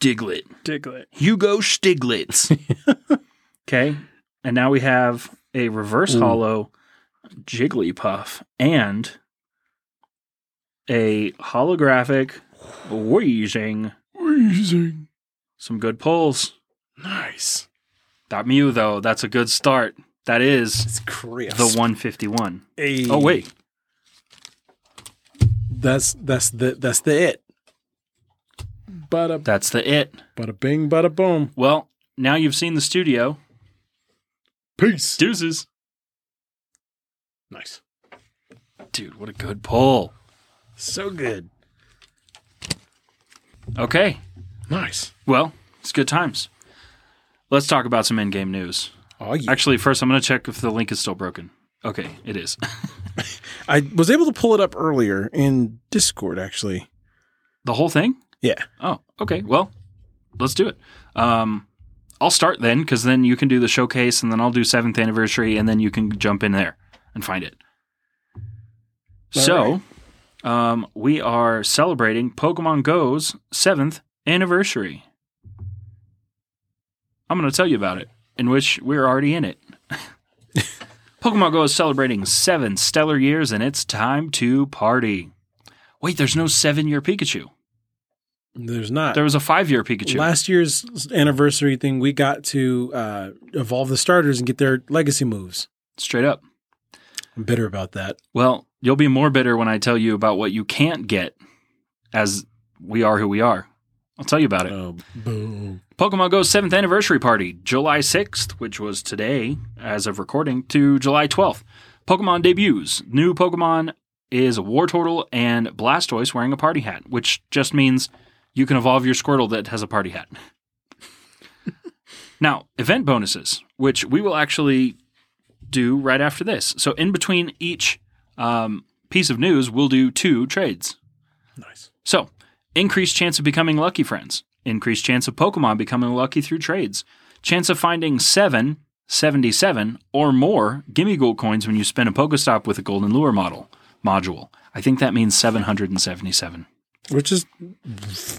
Diglett. Diglett. Hugo *laughs* Stiglitz. okay. And now we have a reverse Ooh. hollow Jigglypuff and a holographic wheezing. Amazing. Some good pulls. Nice. That Mew, though, that's a good start. That is It's crisp. the 151. Hey. Oh, wait. That's that's the that's the it. Bada That's the it. bada bing bada boom. Well, now you've seen the studio. Peace. Deuces. Nice. Dude, what a good pull. So good. Okay. Nice. Well, it's good times. Let's talk about some in-game news. Oh yeah. Actually, first I'm going to check if the link is still broken. Okay, it is. *laughs* I was able to pull it up earlier in Discord actually. the whole thing? Yeah. Oh, okay. Well, let's do it. Um, I'll start then because then you can do the showcase, and then I'll do seventh anniversary, and then you can jump in there and find it. All so, um, we are celebrating Pokemon Go's seventh anniversary. I'm going to tell you about it, in which we're already in it. *laughs* Pokemon Go is celebrating seven stellar years, and it's time to party. Wait, there's no seven year Pikachu. There's not. There was a five year Pikachu. Last year's anniversary thing, we got to uh, evolve the starters and get their legacy moves. Straight up. I'm bitter about that. Well, you'll be more bitter when I tell you about what you can't get as we are who we are. I'll tell you about it. Oh, boo. Pokemon Go's 7th anniversary party, July 6th, which was today as of recording, to July 12th. Pokemon debuts. New Pokemon is Wartortle and Blastoise wearing a party hat, which just means you can evolve your Squirtle that has a party hat. *laughs* now, event bonuses, which we will actually do right after this. So, in between each um, piece of news, we'll do two trades. Nice. So, increased chance of becoming lucky friends, increased chance of Pokemon becoming lucky through trades, chance of finding seven, 77, or more Gimme Gold coins when you spin a Pokestop with a Golden Lure model module. I think that means 777. Which is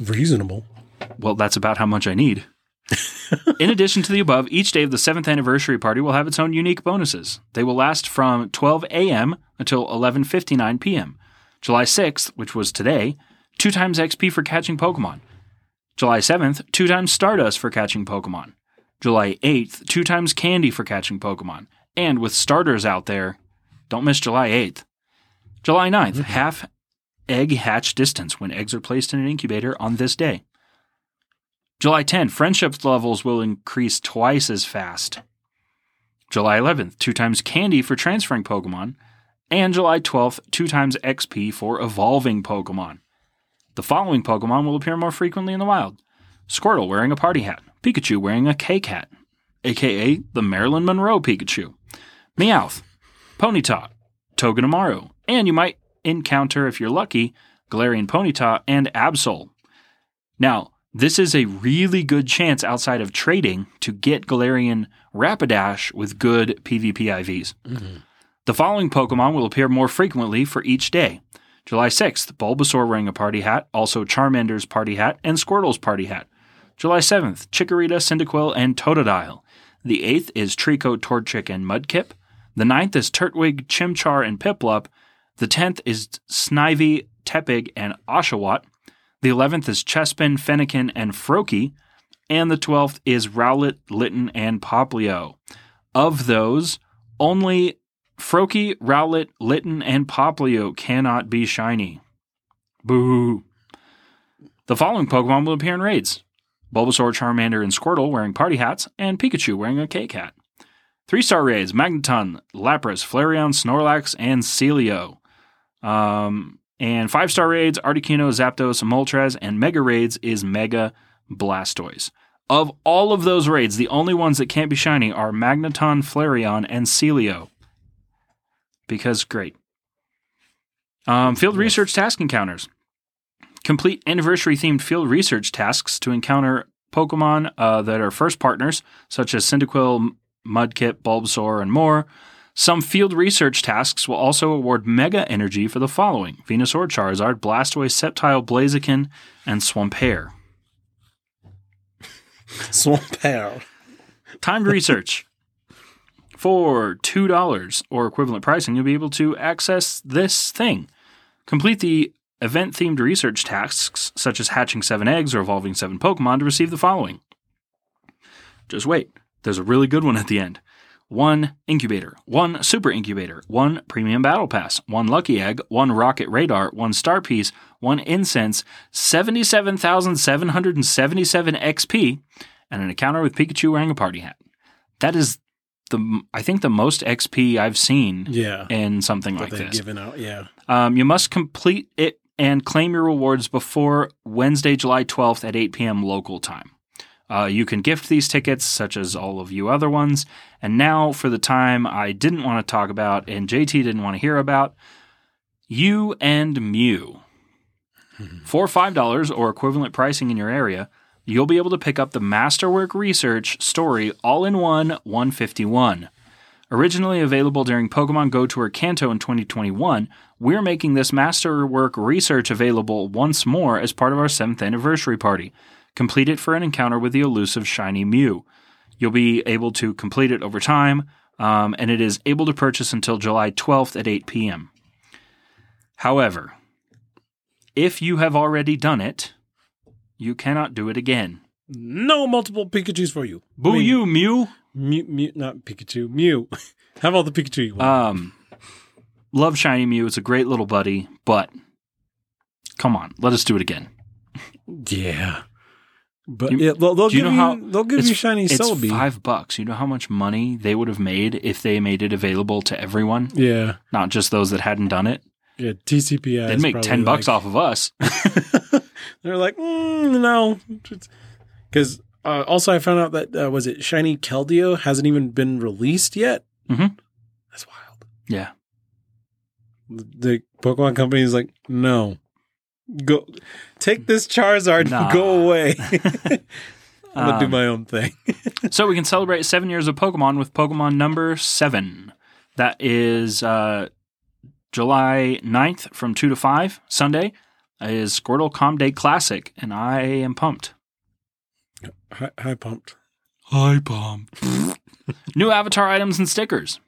reasonable. *laughs* Well, that's about how much I need. In addition to the above, each day of the 7th anniversary party will have its own unique bonuses. They will last from 12 a.m. until 11:59 p.m. July 6th, which was today, 2 times XP for catching Pokemon. July 7th, 2 times Stardust for catching Pokemon. July 8th, 2 times Candy for catching Pokemon. And with starters out there, don't miss July 8th. July 9th, half egg hatch distance when eggs are placed in an incubator on this day. July 10, friendship levels will increase twice as fast. July 11th, two times candy for transferring Pokemon. And July 12th, two times XP for evolving Pokemon. The following Pokemon will appear more frequently in the wild Squirtle wearing a party hat, Pikachu wearing a cake hat, aka the Marilyn Monroe Pikachu, Meowth, Ponyta, Togedemaru, and you might encounter, if you're lucky, Galarian Ponyta and Absol. Now, this is a really good chance outside of trading to get Galarian Rapidash with good PvP IVs. The following Pokemon will appear more frequently for each day. July 6th, Bulbasaur wearing a party hat, also Charmander's party hat, and Squirtle's party hat. July 7th, Chikorita, Cyndaquil, and Totodile. The 8th is Trico, Torchic, and Mudkip. The ninth is Turtwig, Chimchar, and Piplup. The 10th is Snivy, Tepig, and Oshawott. The 11th is Chespin, Fennekin, and Froakie. And the 12th is Rowlet, Litten, and Poplio. Of those, only Froakie, Rowlet, Litten, and Poplio cannot be shiny. Boo. The following Pokemon will appear in raids Bulbasaur, Charmander, and Squirtle wearing party hats, and Pikachu wearing a cake hat. Three star raids Magneton, Lapras, Flareon, Snorlax, and Celio. Um, and five star raids, Articuno, Zapdos, Moltres, and Mega raids is Mega Blastoise. Of all of those raids, the only ones that can't be shiny are Magneton, Flareon, and Celio. Because great. Um, field research task encounters. Complete anniversary themed field research tasks to encounter Pokemon uh, that are first partners, such as Cyndaquil, Mudkip, Bulbasaur, and more. Some field research tasks will also award mega energy for the following Venusaur, Charizard, Blastoise, Sceptile, Blaziken, and Swampair. Swampert. Timed research. For $2 or equivalent pricing, you'll be able to access this thing. Complete the event themed research tasks, such as hatching seven eggs or evolving seven Pokemon, to receive the following. Just wait, there's a really good one at the end one incubator, one super incubator, one premium battle pass, one lucky egg, one rocket radar, one star piece, one incense, 77,777 XP, and an encounter with Pikachu wearing a party hat. That is the I think the most XP I've seen Yeah. in something That like they've this. given out. Yeah. Um, you must complete it and claim your rewards before Wednesday, July 12th at 8 p.m. local time. Uh, you can gift these tickets, such as all of you other ones. And now for the time I didn't want to talk about and JT didn't want to hear about You and Mew. For $5 or equivalent pricing in your area, you'll be able to pick up the Masterwork Research story all in one 151. Originally available during Pokemon Go Tour Kanto in 2021, we're making this Masterwork research available once more as part of our 7th anniversary party. Complete it for an encounter with the elusive Shiny Mew. You'll be able to complete it over time, um, and it is able to purchase until July 12th at 8 p.m. However, if you have already done it, you cannot do it again. No multiple Pikachu's for you. Boo I mean, you, Mew! Mew, Mew, not Pikachu. Mew. *laughs* Have all the Pikachu you want. Um, love Shiny Mew. It's a great little buddy, but come on, let us do it again. yeah. Uh, But you- yeah, they'll, they'll do you give know you, how- they'll give you shiny it's Celebi. five bucks. You know how much money they would have made if they made it available to everyone, Yeah. not just those that hadn't done it. Yeah. TCPI. They'd make ten bucks off of us. *laughs* *laughs* They're like, mm, no, because uh, also I found out that uh, was it Shiny Keldeo hasn't even been released yet. Mhm. That's wild. Yeah. The Pokemon company is like, no, go take this Charizard, Nah. and *laughs* go away. *laughs* I'm gonna do Um, my own thing. *laughs* so we can celebrate seven years of Pokemon with Pokemon number seven. That is uh, July 9th from 2 to 5, Sunday, is Squirtle Calm Day Classic, and I am pumped. High, high pumped. Hi, Bomb. New avatar items and stickers.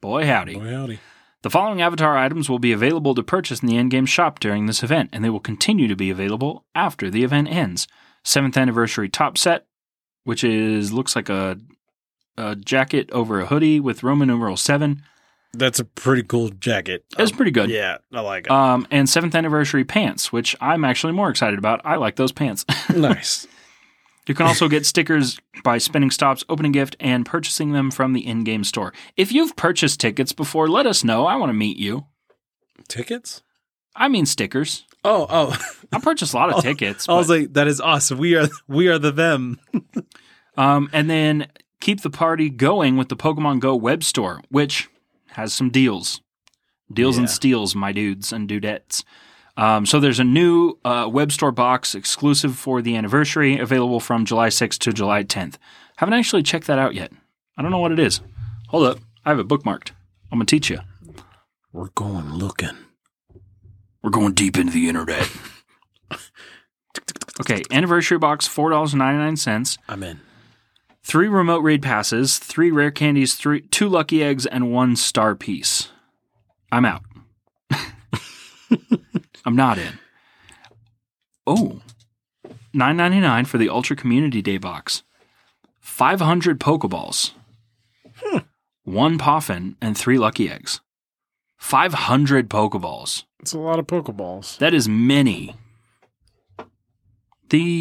Boy, howdy. Boy, howdy. The following avatar items will be available to purchase in the endgame shop during this event, and they will continue to be available after the event ends. Seventh anniversary top set, which is looks like a, a jacket over a hoodie with Roman numeral seven. That's a pretty cool jacket. Um, That's pretty good. Oh, Yeah, I like it. Um, and seventh anniversary pants, which I'm actually more excited about. I like those pants. *laughs* nice. you can also get stickers by spinning stops, opening gift, and purchasing them from the in-game store. If you've purchased tickets before, let us know. I want to meet you. Tickets? I mean stickers. Oh, oh. *laughs* I purchased a lot *laughs* of tickets. I but- was like, that is us. We are we are the them. Um, and then keep the party going with the Pokemon Go web store, which has some deals. Deals and Yeah. steals, my dudes and dudettes. Um, so there's a new uh, web store box exclusive for the anniversary available from July 6th to July 10th. Haven't actually checked that out yet. I don't know what it is. Hold up. I have it bookmarked. I'm going to teach you. We're going looking. We're going deep into the internet. *laughs* okay, anniversary box $4.99. I'm in. three remote raid passes, three rare candies, three two lucky eggs, and one star piece. I'm out. I'm not in. Oh. 9.99 for the Ultra Community Day box. 500 Pokeballs. One Poffin and three Lucky Eggs. 500 Pokeballs. It's a lot of Pokeballs. That is many.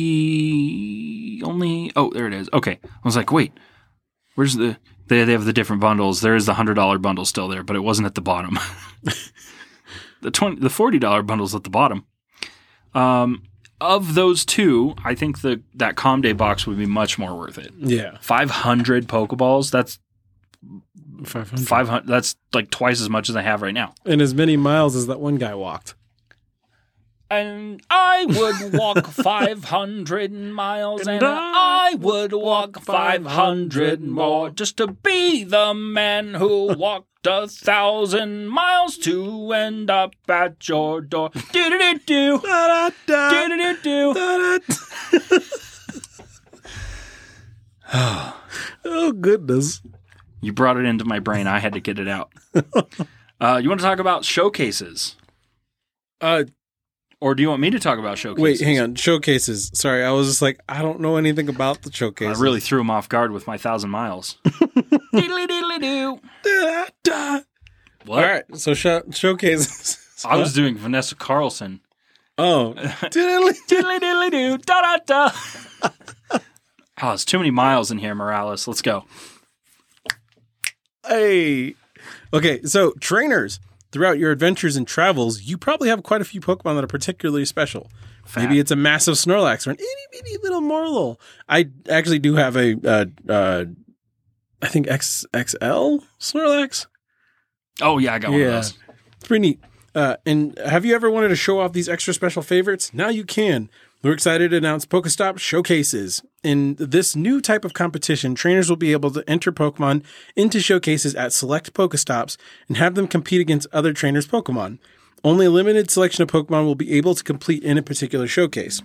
The only oh there it is. Okay, I was like, wait, where's the they they have the different bundles. There is the hundred dollar bundle still there, but it wasn't at the bottom. *laughs* the twenty the forty dollar bundle's at the bottom. Um, of those two, I think the that Calm Day box would be much more worth it. Yeah, Five hundred Pokeballs. That's five hundred. five hundred. That's like twice as much as I have right now. and as many miles as that one guy walked. And I would *laughs* walk 500 miles and, I I, would walk 500 500 more more just to be the man who walked a thousand miles to end up at your door. Do do do do. Do do do do. *laughs* oh goodness! You brought it into my brain. I had to get it *laughs* out. Uh, you want to talk about showcases? Uh, Or do you want me to talk about showcases? wait, hang on. Showcases. Sorry, I was just like, I don't know anything about the I showcase. really threw him off guard with my thousand *laughs* miles. Diddly diddly do. All What? right, so sho- showcases. I was doing Vanessa Carlson. oh, *laughs* Diddly- diddly diddly doo, da da da. *laughs* Oh, it's too many miles in here, Morales. Let's go. hey. Okay, so trainers. Throughout your adventures and travels, you probably have quite a few Pokemon that are particularly special. Maybe it's a massive Snorlax or an itty bitty little Morlul. I actually do have a, uh, uh, I think XXL Snorlax. Oh yeah, I got one of Yeah. those. It's pretty neat. Uh, and have you ever wanted to show off these extra special favorites? Now you can. We're excited to announce Pokestop Showcases. In this new type of competition, trainers will be able to enter Pokemon into showcases at select Pokestops and have them compete against other trainers' Pokemon. Only a limited selection of Pokemon will be able to complete in a particular showcase.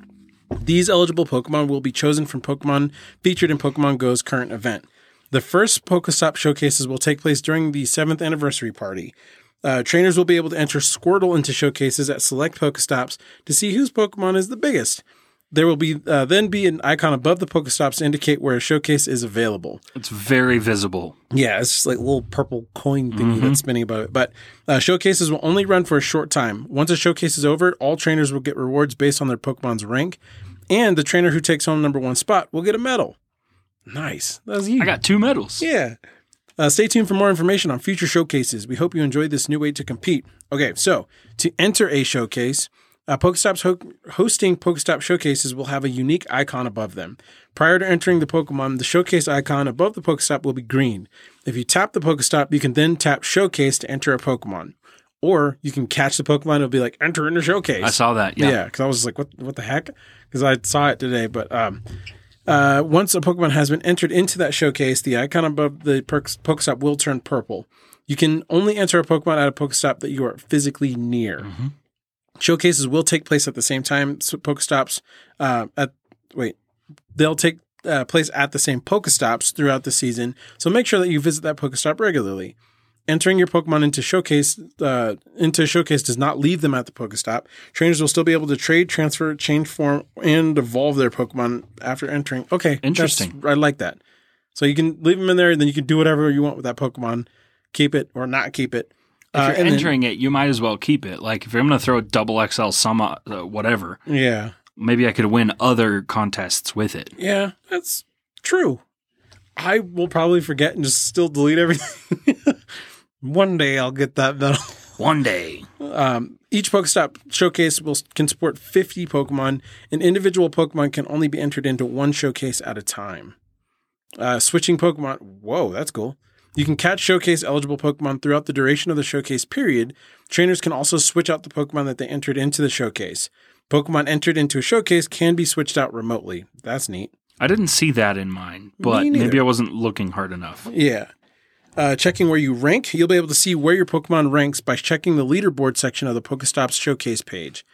These eligible Pokemon will be chosen from Pokemon featured in Pokemon Go's current event. The first Pokestop showcases will take place during the 7th anniversary party. Uh, trainers will be able to enter Squirtle into showcases at select Pokestops to see whose Pokemon is the biggest. There will be uh, then be an icon above the Pokestops to indicate where a showcase is available. It's very visible. Yeah, it's just like a little purple coin thingy that's spinning above it. But uh, showcases will only run for a short time. Once a showcase is over, all trainers will get rewards based on their Pokemon's rank, and the trainer who takes home number one spot will get a medal. Nice. That was you. I got two medals. Yeah. Uh, stay tuned for more information on future showcases. We hope you enjoyed this new way to compete. Okay, so to enter a showcase, uh, Pokestops ho- hosting Pokestop showcases will have a unique icon above them. Prior to entering the Pokemon, the showcase icon above the Pokestop will be green. If you tap the Pokestop, you can then tap Showcase to enter a Pokemon. Or you can catch the Pokemon, it'll be like, enter in a showcase. I saw that. Yeah. Yeah, because I was just like, what what the heck? Because I saw it today. But um, uh, once a Pokemon has been entered into that showcase, the icon above the perks, Pokestop will turn purple. You can only enter a Pokemon at a Pokestop that you are physically near. Showcases will take place at the same time. So Pokestops uh, at wait, they'll take uh, place at the same Pokestops throughout the season. So make sure that you visit that Pokestop regularly. Entering your Pokemon into showcase uh, into showcase does not leave them at the Pokestop. Trainers will still be able to trade, transfer, change form, and evolve their Pokemon after entering. Okay, that's- Interesting. I like that. So you can leave them in there, and then you can do whatever you want with that Pokemon, keep it or not keep it. If Uh, you're and then- entering it, you might as well keep it. Like if you're going to throw a double XL summa, uh, whatever, yeah, maybe I could win other contests with it. Yeah, that's true. I will probably forget and just still delete everything. *laughs* One day I'll get that medal. One day. Um, each Pokestop showcase will can support 50 Pokemon, and individual Pokemon can only be entered into one showcase at a time. Uh, switching Pokemon. Whoa, that's cool. You can catch showcase eligible Pokemon throughout the duration of the showcase period. Trainers can also switch out the Pokemon that they entered into the showcase. Pokemon entered into a showcase can be switched out remotely. That's neat. I didn't see that in mine, but neither. maybe I wasn't looking hard enough. Yeah. Uh, checking where you rank, you'll be able to see where your Pokemon ranks by checking the leaderboard section of the Pokestops showcase page.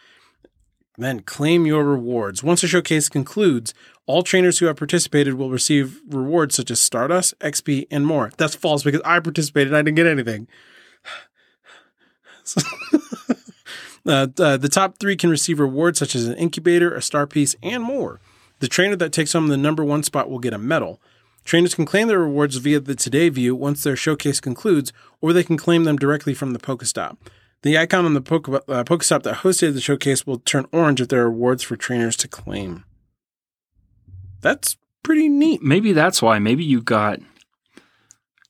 Then claim your rewards. Once the showcase concludes, all trainers who have participated will receive rewards such as Stardust, XP, and more. That's false because I participated and I didn't get anything. Uh, uh, the top three can receive rewards such as an incubator, a star piece, and more. The trainer that takes home the number one spot will get a medal. Trainers can claim their rewards via the Today view once their showcase concludes, or they can claim them directly from the Pokestop. The icon on the Poke, uh, Pokestop that hosted the showcase will turn orange if there are rewards for trainers to claim. That's pretty neat. Maybe that's why. Maybe you got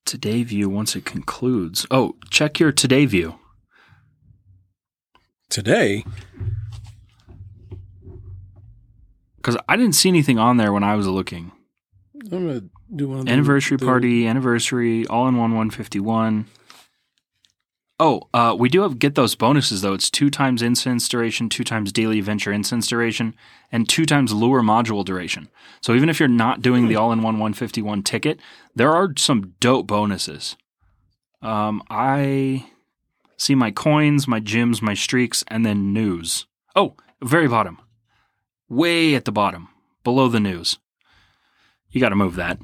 today view once it concludes. Oh, check your today view. Today, Because I didn't see anything on there when I was looking. I'm gonna do one of the- Anniversary the- party, anniversary, all in one, 151. Oh, uh, we do have get those bonuses though. It's two times instance duration, two times daily adventure instance duration, and two times lure module duration. So even if you're not doing the all in one 151 ticket, there are some dope bonuses. Um, I see my coins, my gems, my streaks, and then news. Oh, very bottom. Way at the bottom, below the news. You got to move that.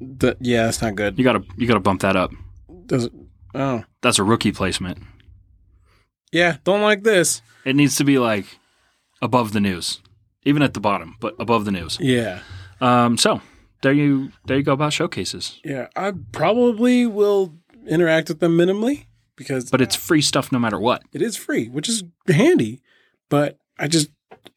the- yeah, that's not good. You gotta you gotta bump that up. Does it, oh, That's a rookie placement. yeah, don't like this. It needs to be like above the news, even at the bottom, but above the news. Yeah. Um, so there you there you go about showcases. Yeah, I probably will interact with them minimally because But it's free stuff no matter what. it is free, which is handy. But I just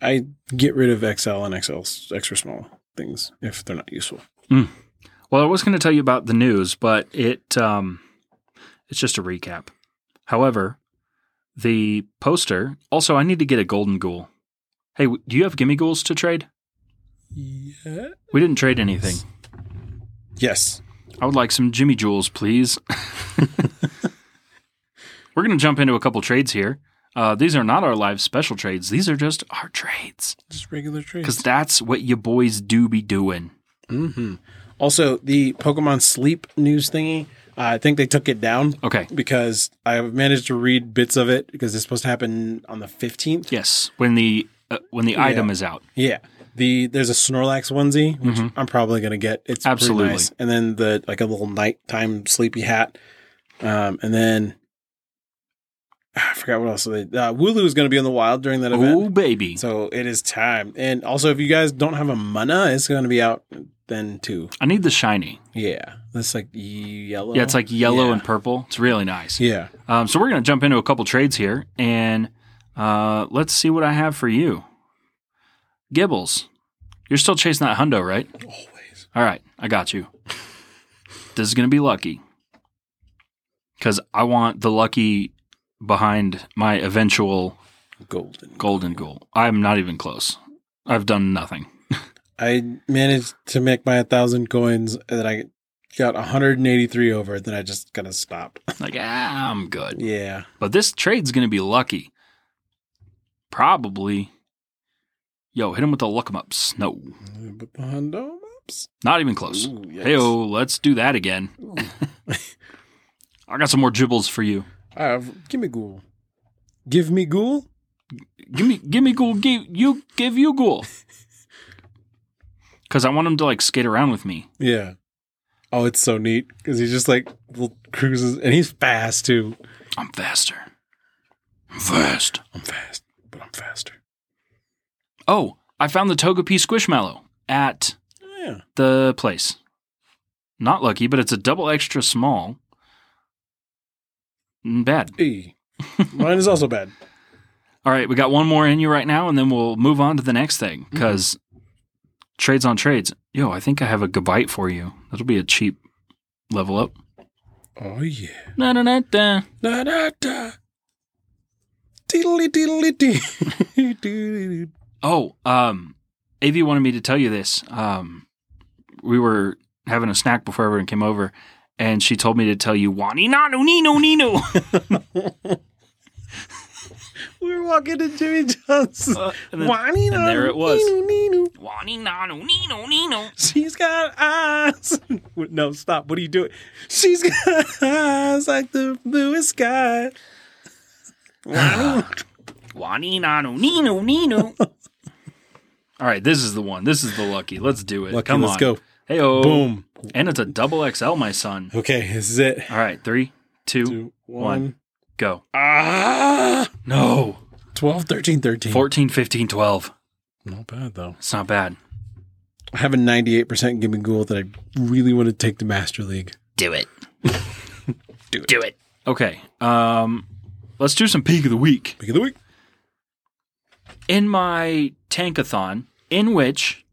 I get rid of XL and XL extra small things if they're not useful. Well, I was going to tell you about the news, but it um, it's just a recap. However, the poster also I need to get a golden ghoul. Hey, w- do you have gimme ghouls to trade? Yeah. We didn't trade anything. Yes. I would like some Jimmy Jewels, please. *laughs* We're going to jump into a couple trades here. Uh, these are not our live special trades. These are just our trades Just regular trees. because that's what you boys do be doing. Mm-hmm. Also, the Pokemon Sleep news thingy. I think they took it down Okay. because I've managed to read bits of it because it's supposed to happen on the fifteenth. Yes, when the uh, when the item is out. Mm-hmm. Yeah. The there's a Snorlax onesie, which I'm probably gonna get. It's pretty Absolutely. nice. And then the like a little nighttime sleepy hat. Um, and then ah, I forgot what else they uh Wooloo is gonna be in the wild during that event. Oh baby. So it is time. And also if you guys don't have a mana, it's gonna be out then too. I need the shiny. Yeah. That's like yellow. Yeah, it's like yellow Yeah. and purple. It's really nice. Yeah. Um, so we're going to jump into a couple trades here, and uh, let's see what I have for you. Gibbles, you're still chasing that hundo, right? Always. All right, I got you. this is going to be lucky because I want the lucky behind my eventual Golden. golden goal. I'm not even close. I've done nothing. I managed to make my thousand coins and then I got 183 over it, then I just kinda stopped. Like ah, I'm good. yeah. But this trade's going to be lucky. Probably. Yo, hit him with the luck 'em ups. No, But the Hondo maps? not even close. Ooh, yes. Hey, oh, let's do that again. Ooh. I got some more gibbles for you. Uh, give me ghoul. Give me ghoul? Give me, give me ghoul. Give you, give you *laughs* ghoul. Because I want him to like skate around with me. Yeah. Oh, it's so neat because he's just like little cruises and he's fast too. I'm faster. I'm fast. I'm fast, but I'm faster. Oh, I found the Togepi Squishmallow at Yeah. the place. Not lucky, but it's a double extra small. Mm, Bad. E. Mine is also bad. All right, we got one more in you right now, and then we'll move on to the next thing because trades on trades. Yo, I think I have a Gabite for you. That'll be a cheap level up. Oh, yeah. Na na na da. Da da da. Diddly diddly dee. *laughs* Doo-doo-doo. Oh, um, Av wanted me to tell you this. Um, we were having a snack before everyone came over, and she told me to tell you Wani na no ni no ni *laughs* no. we were walking to Jimmy John's. Uh, and then- Wani and there na- it was. Neenu, neenu. Wani na no ni no ni no. She's got eyes. *laughs* no, stop. What are you doing? She's got eyes like the bluest *sighs* sky. Wani na no ni no ni no. *laughs* All right, this is the one. This is the lucky. Let's do it. Lucky, Come let's on. go. Hey oh. Boom. And it's a double XL, my son. Okay, this is it. All right, three, two, Two, one. go. Ah! No. 12, 13, 13. 14, 15, 12. Not bad, though. It's not bad. I have a 98% Gimme Ghoul that I really want to take to Master League. Do it. *laughs* Do it. Do it. Okay. Um, let's do some peak of the week. Pick of the week. In my tankathon, in which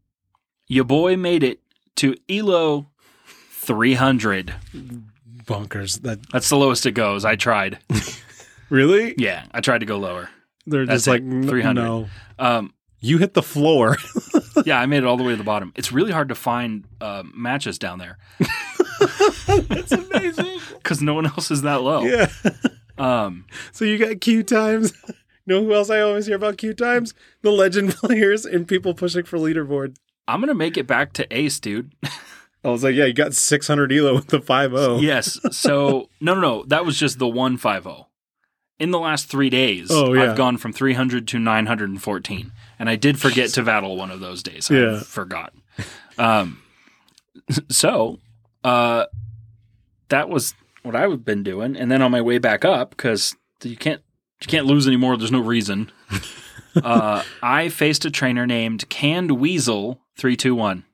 your boy made it to ELO 300. Bonkers. That That's the lowest it goes. I *laughs* tried. Really? Yeah, I tried to go lower. They're That's just like, it. n- 300. no. Um, You hit the floor. yeah, I made it all the way to the bottom. It's really hard to find uh, matches down there. That's amazing. Because no one *laughs* else is that low. *laughs* yeah. Um, So you got queue times. *laughs* know who else I always hear about queue times? The legend *laughs* players and people pushing for leaderboard. I'm gonna make it back to ace, dude. I was like, yeah, you got 600 elo with the oh. 5 0. *laughs* yes. So no, no, no. That was just the one five zero. In the last three days, Oh, yeah. I've gone from 300 to 914, and I did forget to battle one of those days. Yeah. I forgot. Um, *laughs* so uh, that was what I've been doing, and then on my way back up, because you can't you can't lose anymore. There's no *laughs* reason. uh, I faced a trainer named Canned Weasel three two one. *laughs*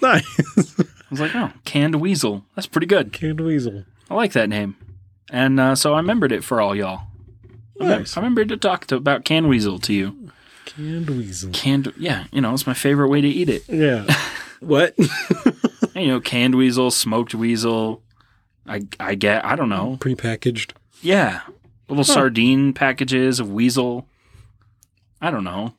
Nice. I was like, oh, Canned Weasel. That's pretty good. Canned Weasel. I like that name. And uh, so I remembered it for all y'all. I mem- Nice. I remembered to talk to, about Can Weasel to you. Canned Weasel. Canned, yeah, you know, it's my favorite way to eat *laughs* it. Yeah. *laughs* what? And, you know, canned weasel, smoked weasel. I, I get, I don't know. Prepackaged. Yeah. little sardine packages of weasel. I don't *laughs* know.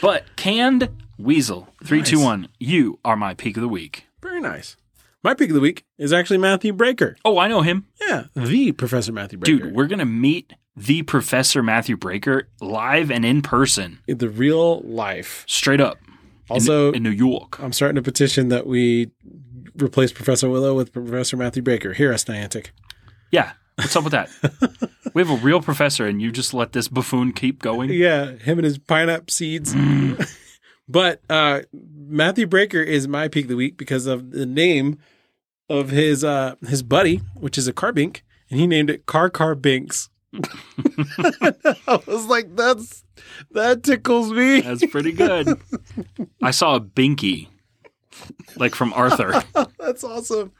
but canned weasel. Three, two, one. You are my peak of the week. Very nice. My pick of the week is actually Matthew Breaker. Oh, I know him. Yeah, the Professor Matthew Breaker. Dude, we're going to meet the Professor Matthew Breaker live and in person, the real life. straight up. in- Also- in, New York. I'm starting a petition that we replace Professor Willow with Professor Matthew Breaker. Hear us, Niantic. Yeah. What's up with *laughs* that? we have a real professor, and you just let this buffoon keep going. Yeah, him and his pineapple seeds. *laughs* but uh, Matthew Breaker is my peak of the week because of the name of his uh, his buddy, which is a carbink, and he named it Car Car Binks. *laughs* I was like, that's that tickles me. That's pretty good. *laughs* I saw a binky, like from *laughs* Arthur. That's awesome.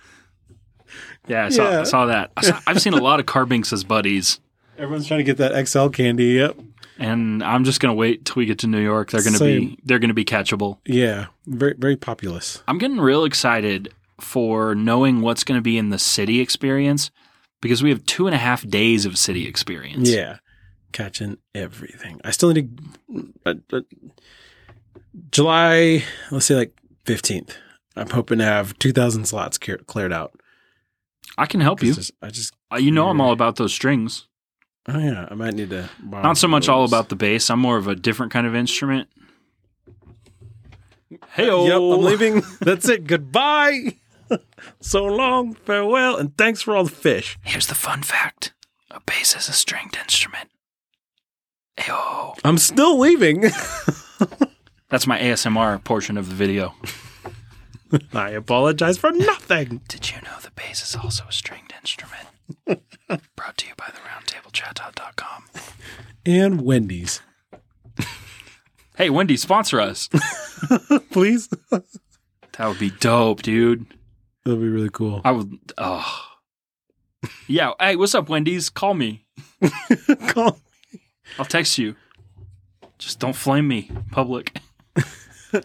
Yeah, I saw, Yeah. I saw that. I saw, I've seen a lot of Carbinks as buddies, Everyone's trying to get that XL candy. Yep. and I'm just gonna wait till we get to New York. They're gonna Same. be they're gonna be catchable. Yeah. Very very populous. I'm getting real excited for knowing what's gonna be in the city experience because we have two and a half days of city experience. Yeah. Catching everything. I still need to. Uh, uh, July, let's say like 15th. I'm hoping to have 2,000 slots clear, cleared out. I can help 'Cause you. there's- I just, Uh, You know, I'm all about those strings. oh yeah, I might need to. borrow Not so some much all rolls. about the bass. I'm more of a different kind of instrument. Hey, Yep, I'm *laughs* leaving. That's it. Goodbye. *laughs* so long, farewell, and thanks for all the fish. Here's the fun fact a bass is a stringed instrument. Ayo. I'm still leaving. *laughs* That's my ASMR portion of the video. I apologize for nothing. Did you know the bass is also a stringed *laughs* instrument? Brought to you by the roundtablechat.com. And Wendy's, Hey, Wendy, sponsor *laughs* us. please. that would be dope, dude. That'd be really cool. *laughs* I would. Oh. Yeah. Hey, what's up, Wendy's? Call me. Call I'll text you. Just don't flame me public.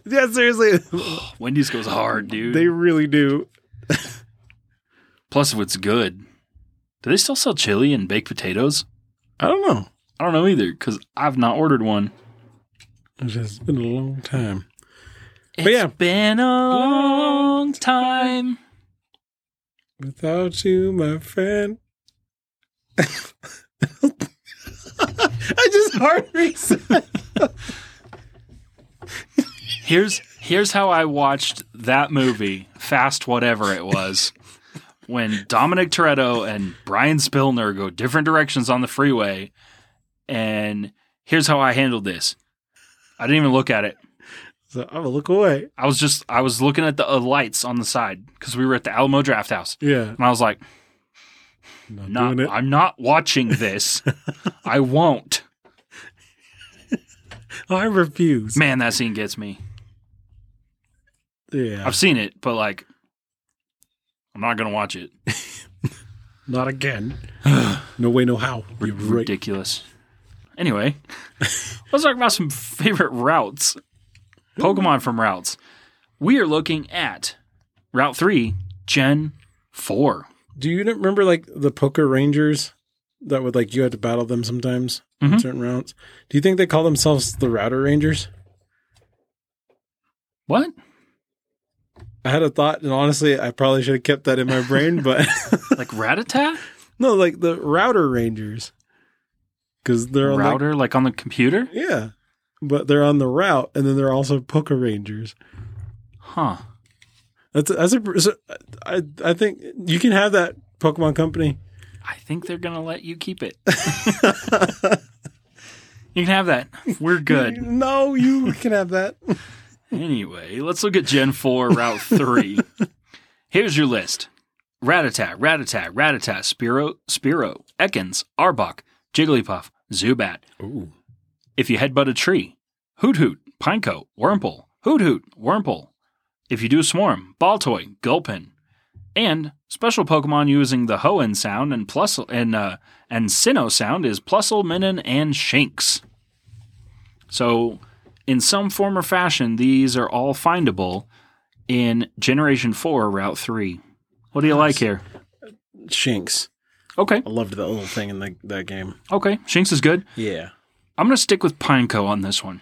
Yeah, seriously. *laughs* Wendy's goes hard, dude. They really do. Plus, if it's good. Do they still sell chili and baked potatoes? I don't know. I don't know either because I've not ordered one. It has been a long time. It's yeah. been a long time. Without you, my friend. *laughs* I just hard reset. Here's here's how I watched that movie, Fast Whatever It Was, when Dominic Toretto and Brian Spillner go different directions on the freeway. And here's how I handled this. I didn't even look at it. So I'm gonna look away. I was just I was looking at the uh, lights on the side because we were at the Alamo Draft House, Yeah. and I was like, Not, not, doing it. I'm not watching *laughs* this. I won't. Oh, I refuse. Man, that scene gets me. Yeah. I've seen it, but like, I'm not gonna watch it. *sighs* Not again. no way, no how. You're *laughs* right. Ridiculous. Anyway, let's talk about some favorite routes. Pokemon from routes. We are looking at Route Three, Gen Four. Do you not remember like the poker rangers that would like you had to battle them sometimes in Mhm. certain rounds? Do you think they call themselves the router rangers? What? I had a thought, and honestly, I probably should have kept that in my *laughs* brain, but *laughs* Like Ratatat? no, like the router rangers, because they're on Router, like on the computer? The, yeah, but they're on the route, and then they're also poker rangers. Huh. That's that's a so I I think you can have that Pokemon company. I think they're gonna let you keep *laughs* it. you can have that. We're good. No, you *laughs* can have that. Anyway, let's look at Gen 4 Route 3. Here's your list. Ratatat, Ratatat, Ratatat, Spiro, Spiro, Ekans, Arbok, Jigglypuff, Zubat. Ooh, If you headbutt a tree, Hoot Hoot, Pineco, Wurmple, Hoot Hoot, Wurmple. If you do Swarm, Baltoy, Gulpin. And special Pokemon using the Hoenn sound and plus and uh, and Sinnoh sound is Plusle, Minun, and Shinx. So, in some form or fashion, these are all findable in Generation Four, Route Three. What do you like here? Shinx. Okay. I loved that little thing in the, that game. Okay. Shinx is good. Yeah. I'm going to stick with Pineco on this one.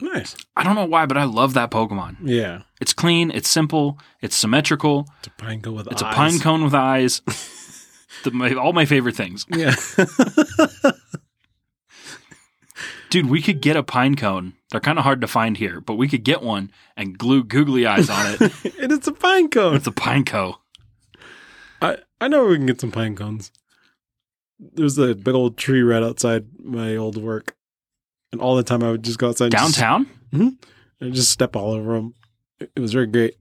Nice. I don't know why, but I love that Pokemon. Yeah. It's clean, it's simple, it's symmetrical, It's a pine cone with it's eyes. a pine cone with eyes. the, my, all my favorite things. Yeah. *laughs* Dude, we could get a pine cone. They're kind of hard to find here, but we could get one and glue googly eyes on *laughs* it. and it's a pine cone. it's a pineco. I, I know we can get some pine cones. There's a big old tree right outside my old work. And all the time I would just go outside and just- Downtown? and just step all over them. It it was very great.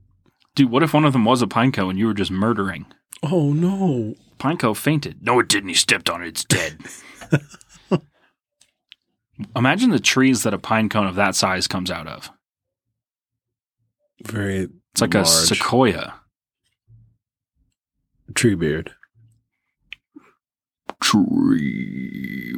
Dude, what if one of them was a pineco and you were just murdering? Oh no. Pineco fainted. No, it didn't. He stepped on it. It's *laughs* dead. Imagine the trees that a pine cone of that size comes out of. Very It's like a Large. sequoia. tree beard. Tree.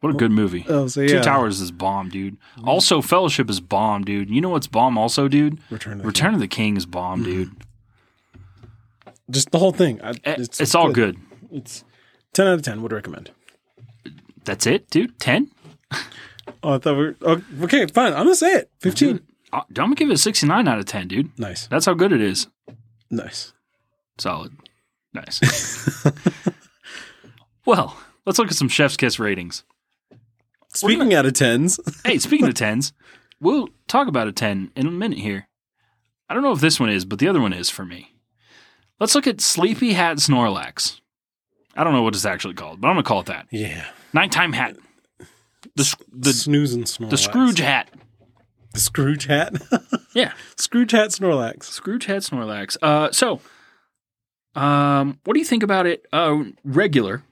What a good movie. Oh, so yeah. Two Towers is bomb, dude. Also, Fellowship is bomb, dude. You know what's bomb, also, dude? Return. To the Return of the King is bomb, dude. King. Just the whole thing. I, Eh, It's, all good. It's ten out of ten. Would recommend. That's it, dude. 10? Oh, I thought we were oh, okay. Fine. I'm gonna say it. Fifteen. Uh, I'm going to give it a 69 out of 10, dude. Nice. That's how good it is. Nice. Solid. Nice. *laughs* well, let's look at some Chef's Kiss ratings. Speaking out of tens, Hey, speaking of tens, we'll talk about a 10 in a minute here. I don't know if this one is, but the other one is for me. Let's look at Sleepy Hat Snorlax. I don't know what it's actually called, but I'm going to call it that. yeah. Nighttime hat. The, s- The the, snooze and Snorlax. the Scrooge hat. The Scrooge hat. *laughs* Yeah. Scrooge hat Snorlax. Scrooge had Snorlax. Uh, so, um, what do you think about it? Uh, regular,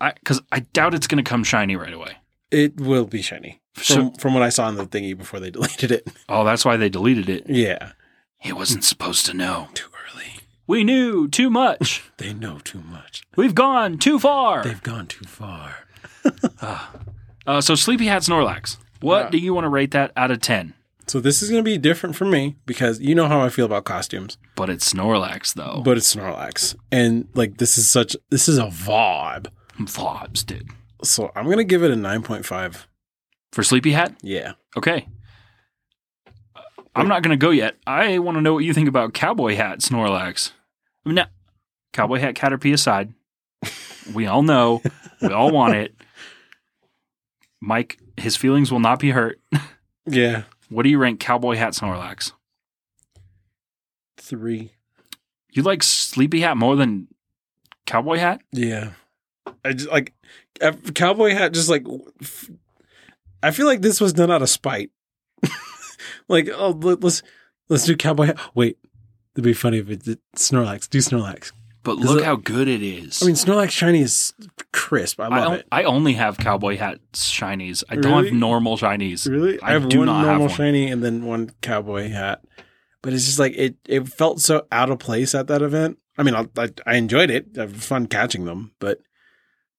because I, doubt it's going to come shiny right away. It will be shiny. From, So- from what I saw in the thingy before they *laughs* deleted it. Oh, that's why they deleted it. Yeah. He wasn't supposed to know. Too early. We knew too much. They know too much. We've gone too far. They've gone too far. Uh, so, Sleepy Hat Snorlax. What Yeah. do you want to rate that out of ten? So this is going to be different for me because you know how I feel about costumes, But it's Snorlax though. but it's Snorlax, and like this is such this is a vibe. Vobs, dude. So I'm going to give it a nine point five. For Sleepy Hat, Yeah, okay. I'm not going to go yet. I want to know what you think about Cowboy Hat Snorlax. Now, Cowboy Hat Caterpie aside, we all know, we all want it. Mike, his feelings will not be hurt. yeah, What do you rank Cowboy Hat Snorlax? three. You like Sleepy Hat more than Cowboy Hat? Yeah, I just like a cowboy hat. Just like f- I feel like this was done out of spite. *laughs* like oh, let, let's let's do cowboy hat. Wait, it'd be funny if it did Snorlax. Do Snorlax. But Does look it- how good it is. I mean, Snorlax shiny is crisp. I I, love on- it. I only have Cowboy Hat shinies. I don't Really? have normal shinies. Really? I I have do one not have normal one. shiny and then one cowboy hat. But it's just like it it felt so out of place at that event. I mean, I I, I enjoyed it. I had fun catching them, but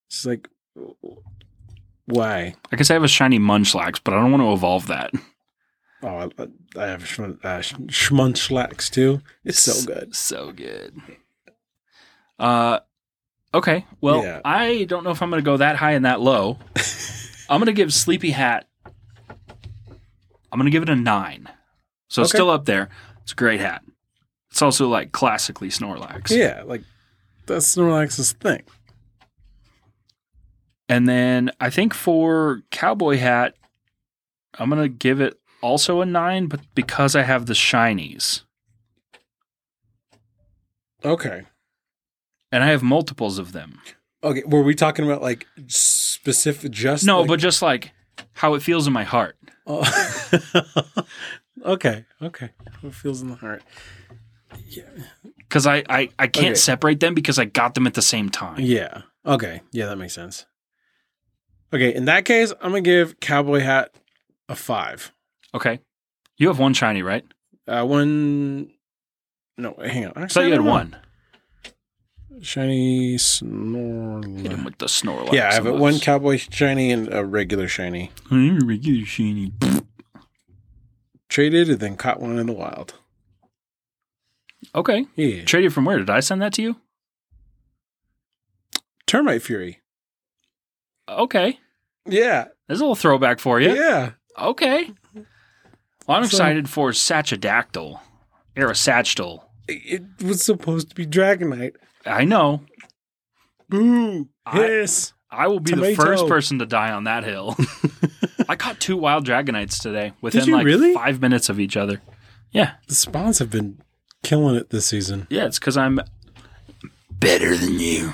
it's just like why? I guess I have a shiny Munchlax, but I don't want to evolve that. Oh, I, I have Schmun- uh, Schmunchlax too. It's so *laughs* good. So good. Uh okay. Well, Yeah. I don't know if I'm gonna go that high and that *laughs* low. I'm gonna give Sleepy Hat I'm gonna give it a nine. So it's Okay. still up there. It's a great hat. It's also like classically Snorlax. Yeah, like that's Snorlax's thing. And then I think for Cowboy Hat, I'm gonna give it also a nine, but because I have the shinies. Okay. And I have multiples of them. Okay. Were we talking about like specific just No, like- but just like how it feels in my heart. *laughs* Oh. *laughs* okay, okay. What feels in the heart? because I, I, I can't Okay. separate them because I got them at the same time. Yeah. Okay. Yeah, that makes sense. Okay, in that case, I'm gonna give Cowboy Hat a five. Okay. You have one shiny, right? Uh, one. No, wait, hang on. I thought Actually, you I had don't know. one. shiny Hit him Snorlax. with the Snorlax. Yeah, I have and one those- Cowboy Shiny and a regular Shiny. Hmm, regular shiny. Traded and then caught one in the wild. Okay. Yeah. Traded from where? Did I send that to you? Termite Fury. Okay. Yeah. There's a little throwback for you. Yeah. Okay. Well, I'm So- excited for Satchadactyl. Aerosatchel. It was supposed to be Dragonite. I know. Ooh. I- Yes. I will be the Tomato. first person to die on that hill. *laughs* I caught two wild dragonites today within you like really? five minutes of each other. Yeah. the spawns have been killing it this season. Yeah, it's because I'm better than you.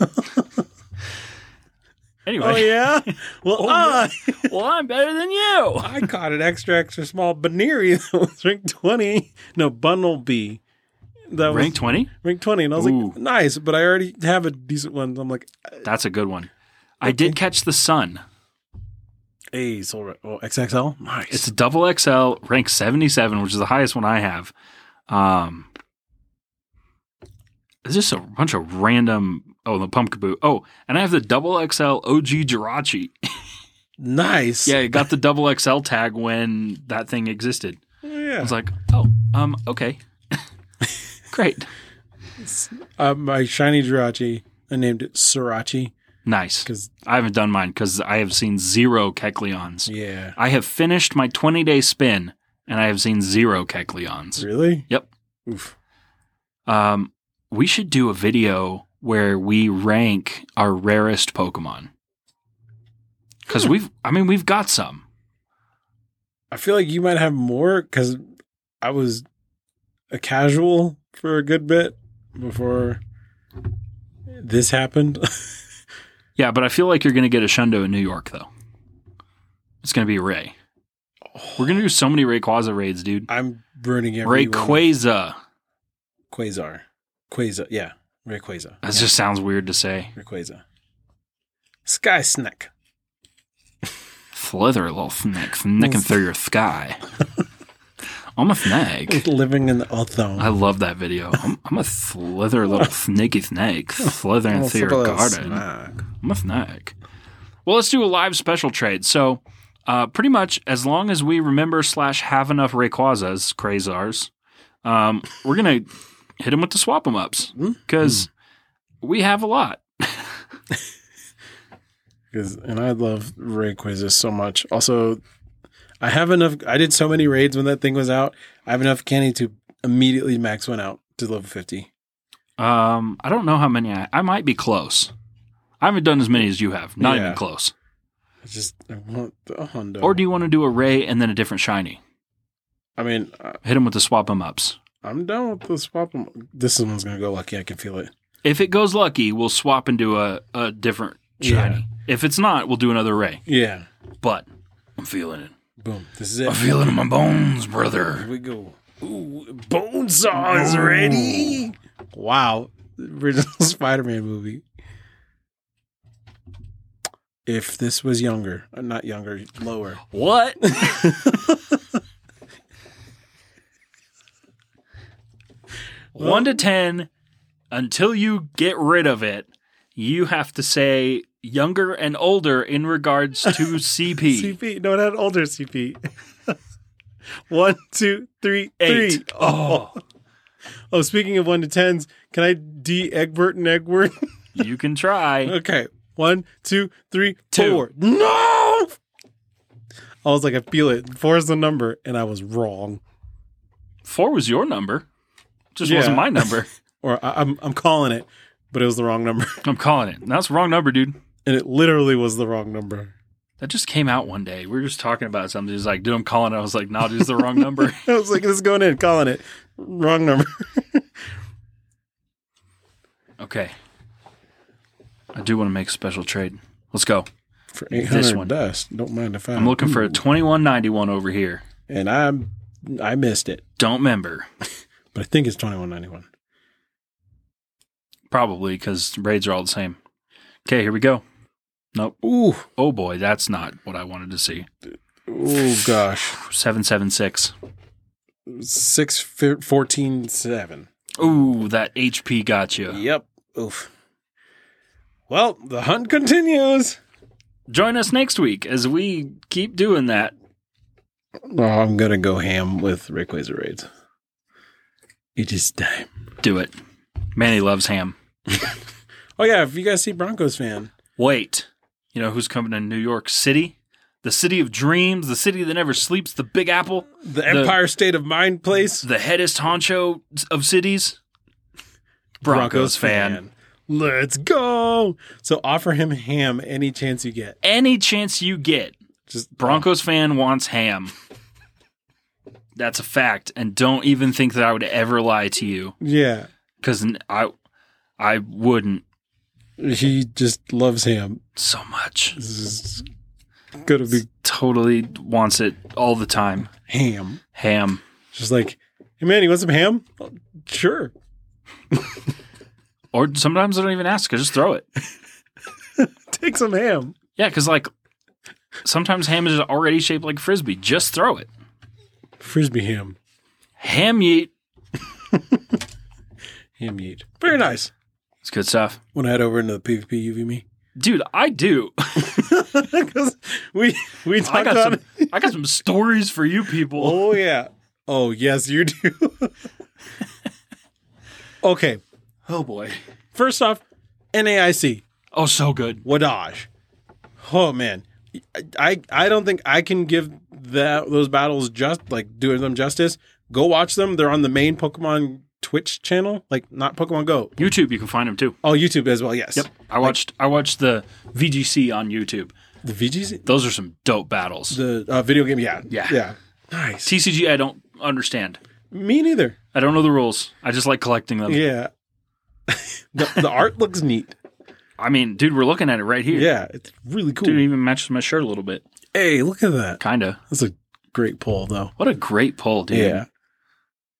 *laughs* Oh, anyway, *laughs* yeah? Well, uh, I, well, I'm better than you. I caught an extra, extra small Baneri *laughs* that was rank 20. No, Bundle B. That Rank was 20? rank 20. And I was Ooh. like, nice, but I already have a decent one. I'm like, That's a good one. I did catch the sun. hey, Soul Red. Oh, XXL? Nice. It's a double XL, rank 77, which is the highest one I have. Um, it's just a bunch of random. Oh, the pumpkaboo. Oh, and I have the double XL OG Jirachi. *laughs* nice. Yeah, I got the double XL tag when that thing existed. I yeah. was like, oh, um, okay. *laughs* Great. Uh, my shiny Jirachi, I named it Sirachi Nice. because, I haven't done mine because I have seen zero Kecleons. yeah. I have finished my 20 day spin and I have seen zero Kecleons. Really? Yep. Oof. Um, we should do a video where we rank our rarest Pokemon. Because we've, I mean, we've got some. I feel like you might have more because I was a casual for a good bit before this happened. *laughs* Yeah, but I feel like you're going to get a Shundo in New York, though. It's going to be Ray. We're going to do so many Rayquaza raids, dude. I'm burning every Rayquaza. Quasar, Quasar, yeah, Rayquaza, That just sounds weird to say. Rayquaza, Sky Snack. *laughs* Slither, little snake, snaking through your sky. I'm a snake. living in the ozone. I love that video. I'm, I'm a slither, little snaky snake, slithering Little through your little garden. snack. I'm a snack. Well, let's do a live special trade. So, uh, pretty much as long as we remember slash have enough Rayquazas, Quasars, um, we're gonna hit them with the swap 'em ups Mm-hmm. because we have a lot. 'Cause- and I love Rayquaza so much. Also, I have enough. I did so many raids when that thing was out. I have enough candy to immediately max one out to level fifty. Um, I don't know how many I, I might be close. I haven't done as many as you have. Not Yeah. even close. I just I want the Hondo. Or do you want to do a Ray and then a different shiny? I mean, I, Hit them with the swap 'em ups. I'm down with the swap. 'em. This one's gonna go lucky. I can feel it. If it goes lucky, we'll swap into a, a different shiny. Yeah. If it's not, we'll do another Ray. Yeah. But I'm feeling it. Boom. This is it. I feel it in my bones, Here brother. we go. Ooh, Bone Saw is ready. Wow. The original *laughs* Spider Man movie. If this was younger, uh, not younger, lower. What? One to ten. Until you get rid of it, you have to say younger and older in regards to CP. CP. No, not older CP. *laughs* one, two, three, Eight. three. Oh. *laughs* Oh, speaking of one to tens, can I de Egbert and Egbert? *laughs* You can try. Okay. One, two, three, Two. four. No! I was like, I feel it. Four is the number, and I was wrong. Four was your number. Just Yeah. wasn't my number. Or I, I'm, I'm calling it, but it was the wrong number. *laughs* I'm calling it. That's the wrong number, dude. And it literally was the wrong number. *laughs* That just came out one day. We were just talking about something. He's like, dude, I'm calling it. I was like, nah, dude, it's the wrong number. I was like, this is going in, calling it. Wrong number. *laughs* Okay. I do want to make a special trade. Let's go. For This 800 one. dust. Don't mind if I I'm looking for a 2191 over here. And I'm, I missed it, Don't member. but I think it's 2191. Probably because raids are all the same. Okay, here we go. Nope. Ooh. Oh boy, that's not what I wanted to see. Oh, gosh. 776. Six, fif- 14, 7. Ooh, that HP got you. Yep. Oof. Well, the hunt continues. Join us next week as we keep doing that. Oh, I'm gonna go ham with Rayquaza raids. It is time. Do it. Manny loves ham. Oh yeah, if you guys see Broncos fan, Wait. You know who's coming to New York City? The city of dreams, the city that never sleeps, the Big Apple, the Empire State of Mind place. the headest honcho of cities. Broncos, fan. Let's go. So offer him ham any chance you get. Any chance you get, Just Broncos fan wants ham. That's a fact, and don't even think that I would ever lie to you, yeah. because I, I wouldn't He just loves ham. so much. This is gonna be Totally wants it all the time. ham. Ham. Just like, hey man, you want some ham? "Oh, Sure. Or sometimes I don't even ask. I just throw it. Take some ham. Yeah, because like sometimes ham is already shaped like frisbee. Just throw it. Frisbee ham. Ham yeet. Ham meat. Very nice. It's good stuff, When I head over into the PvP UV me. *laughs* dude. I do. 'Cause we we I talked got about *laughs* some. I got some stories for you people. Oh yeah. Oh yes, you do. *laughs* okay. Oh boy. First off, NAIC Oh, so good. Wadage. Oh man, I I don't think I can give that those battles just like doing them justice. Go watch them. They're on the main Pokemon Twitch channel, like not Pokemon Go. YouTube, you can find them too. Oh, YouTube as well. Yes. Yep. I watched I watched the VGC on YouTube. The VGC, Those are some dope battles. the uh, video game. Yeah. Yeah. Yeah. Nice. TCG I don't understand. Me neither. I don't know the rules. I just like collecting them. Yeah. *laughs* the, the art looks *laughs* neat. I mean, dude, we're looking at it right here. Yeah, it's really cool. Dude, it even matches my shirt a little bit. Hey, look at that. Kinda. That's a great pull, though. What a great pull, dude.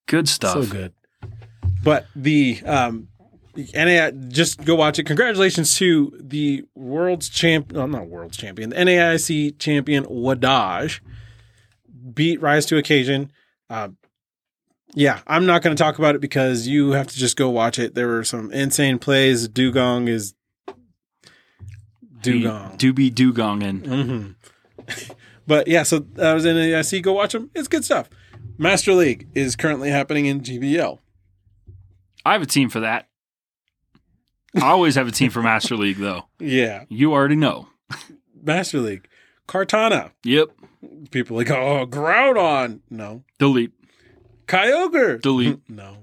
Good stuff. so good. But the um, NAI, just go watch it. Congratulations to the world's champ, no, not world's champion, the NAIC champion Wadaj beat Rise to Occasion. Um, yeah, I'm not going to talk about it because you have to just go watch it. There were some insane plays. Dugong is He- Dugong. Doobie Dugongin. hmm *laughs* but yeah, so I was in NAIC. Go watch them. It's good stuff. Master League is currently happening in GBL. I have a team for that. I always have a team for Master League though. Yeah, You already know. Master League. Cartana. Yep. People like, oh, Groudon. No. Delete. Kyogre. Delete. *laughs* no.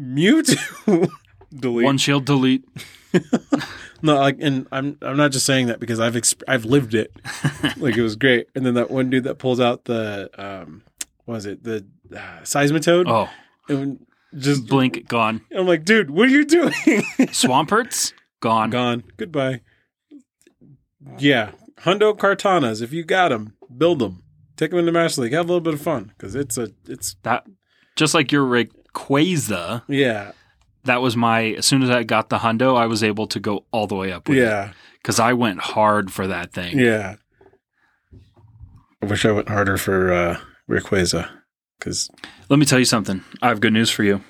Mewtwo. *laughs* Delete. One shield delete. No, like, and I'm I'm not just saying that because I've exp- I've *laughs* lived it. like it was great. And then that one dude that pulls out the um, what was it the uh, seismitoad Oh. and just Blink gone. I'm like, dude, what are you doing? *laughs* Swamperts? Gone. gone. Goodbye. Yeah, Hundo Cartanas. If you got them, build them. Take them into Master League. Have a little bit of fun because it's a it's That just like your Rayquaza, yeah that was my as soon as I got the hundo, I was able to go all the way up with yeah Because I went hard for that thing. yeah. I wish I went harder for uh, Rayquaza because Let me tell you something. I have good news for you.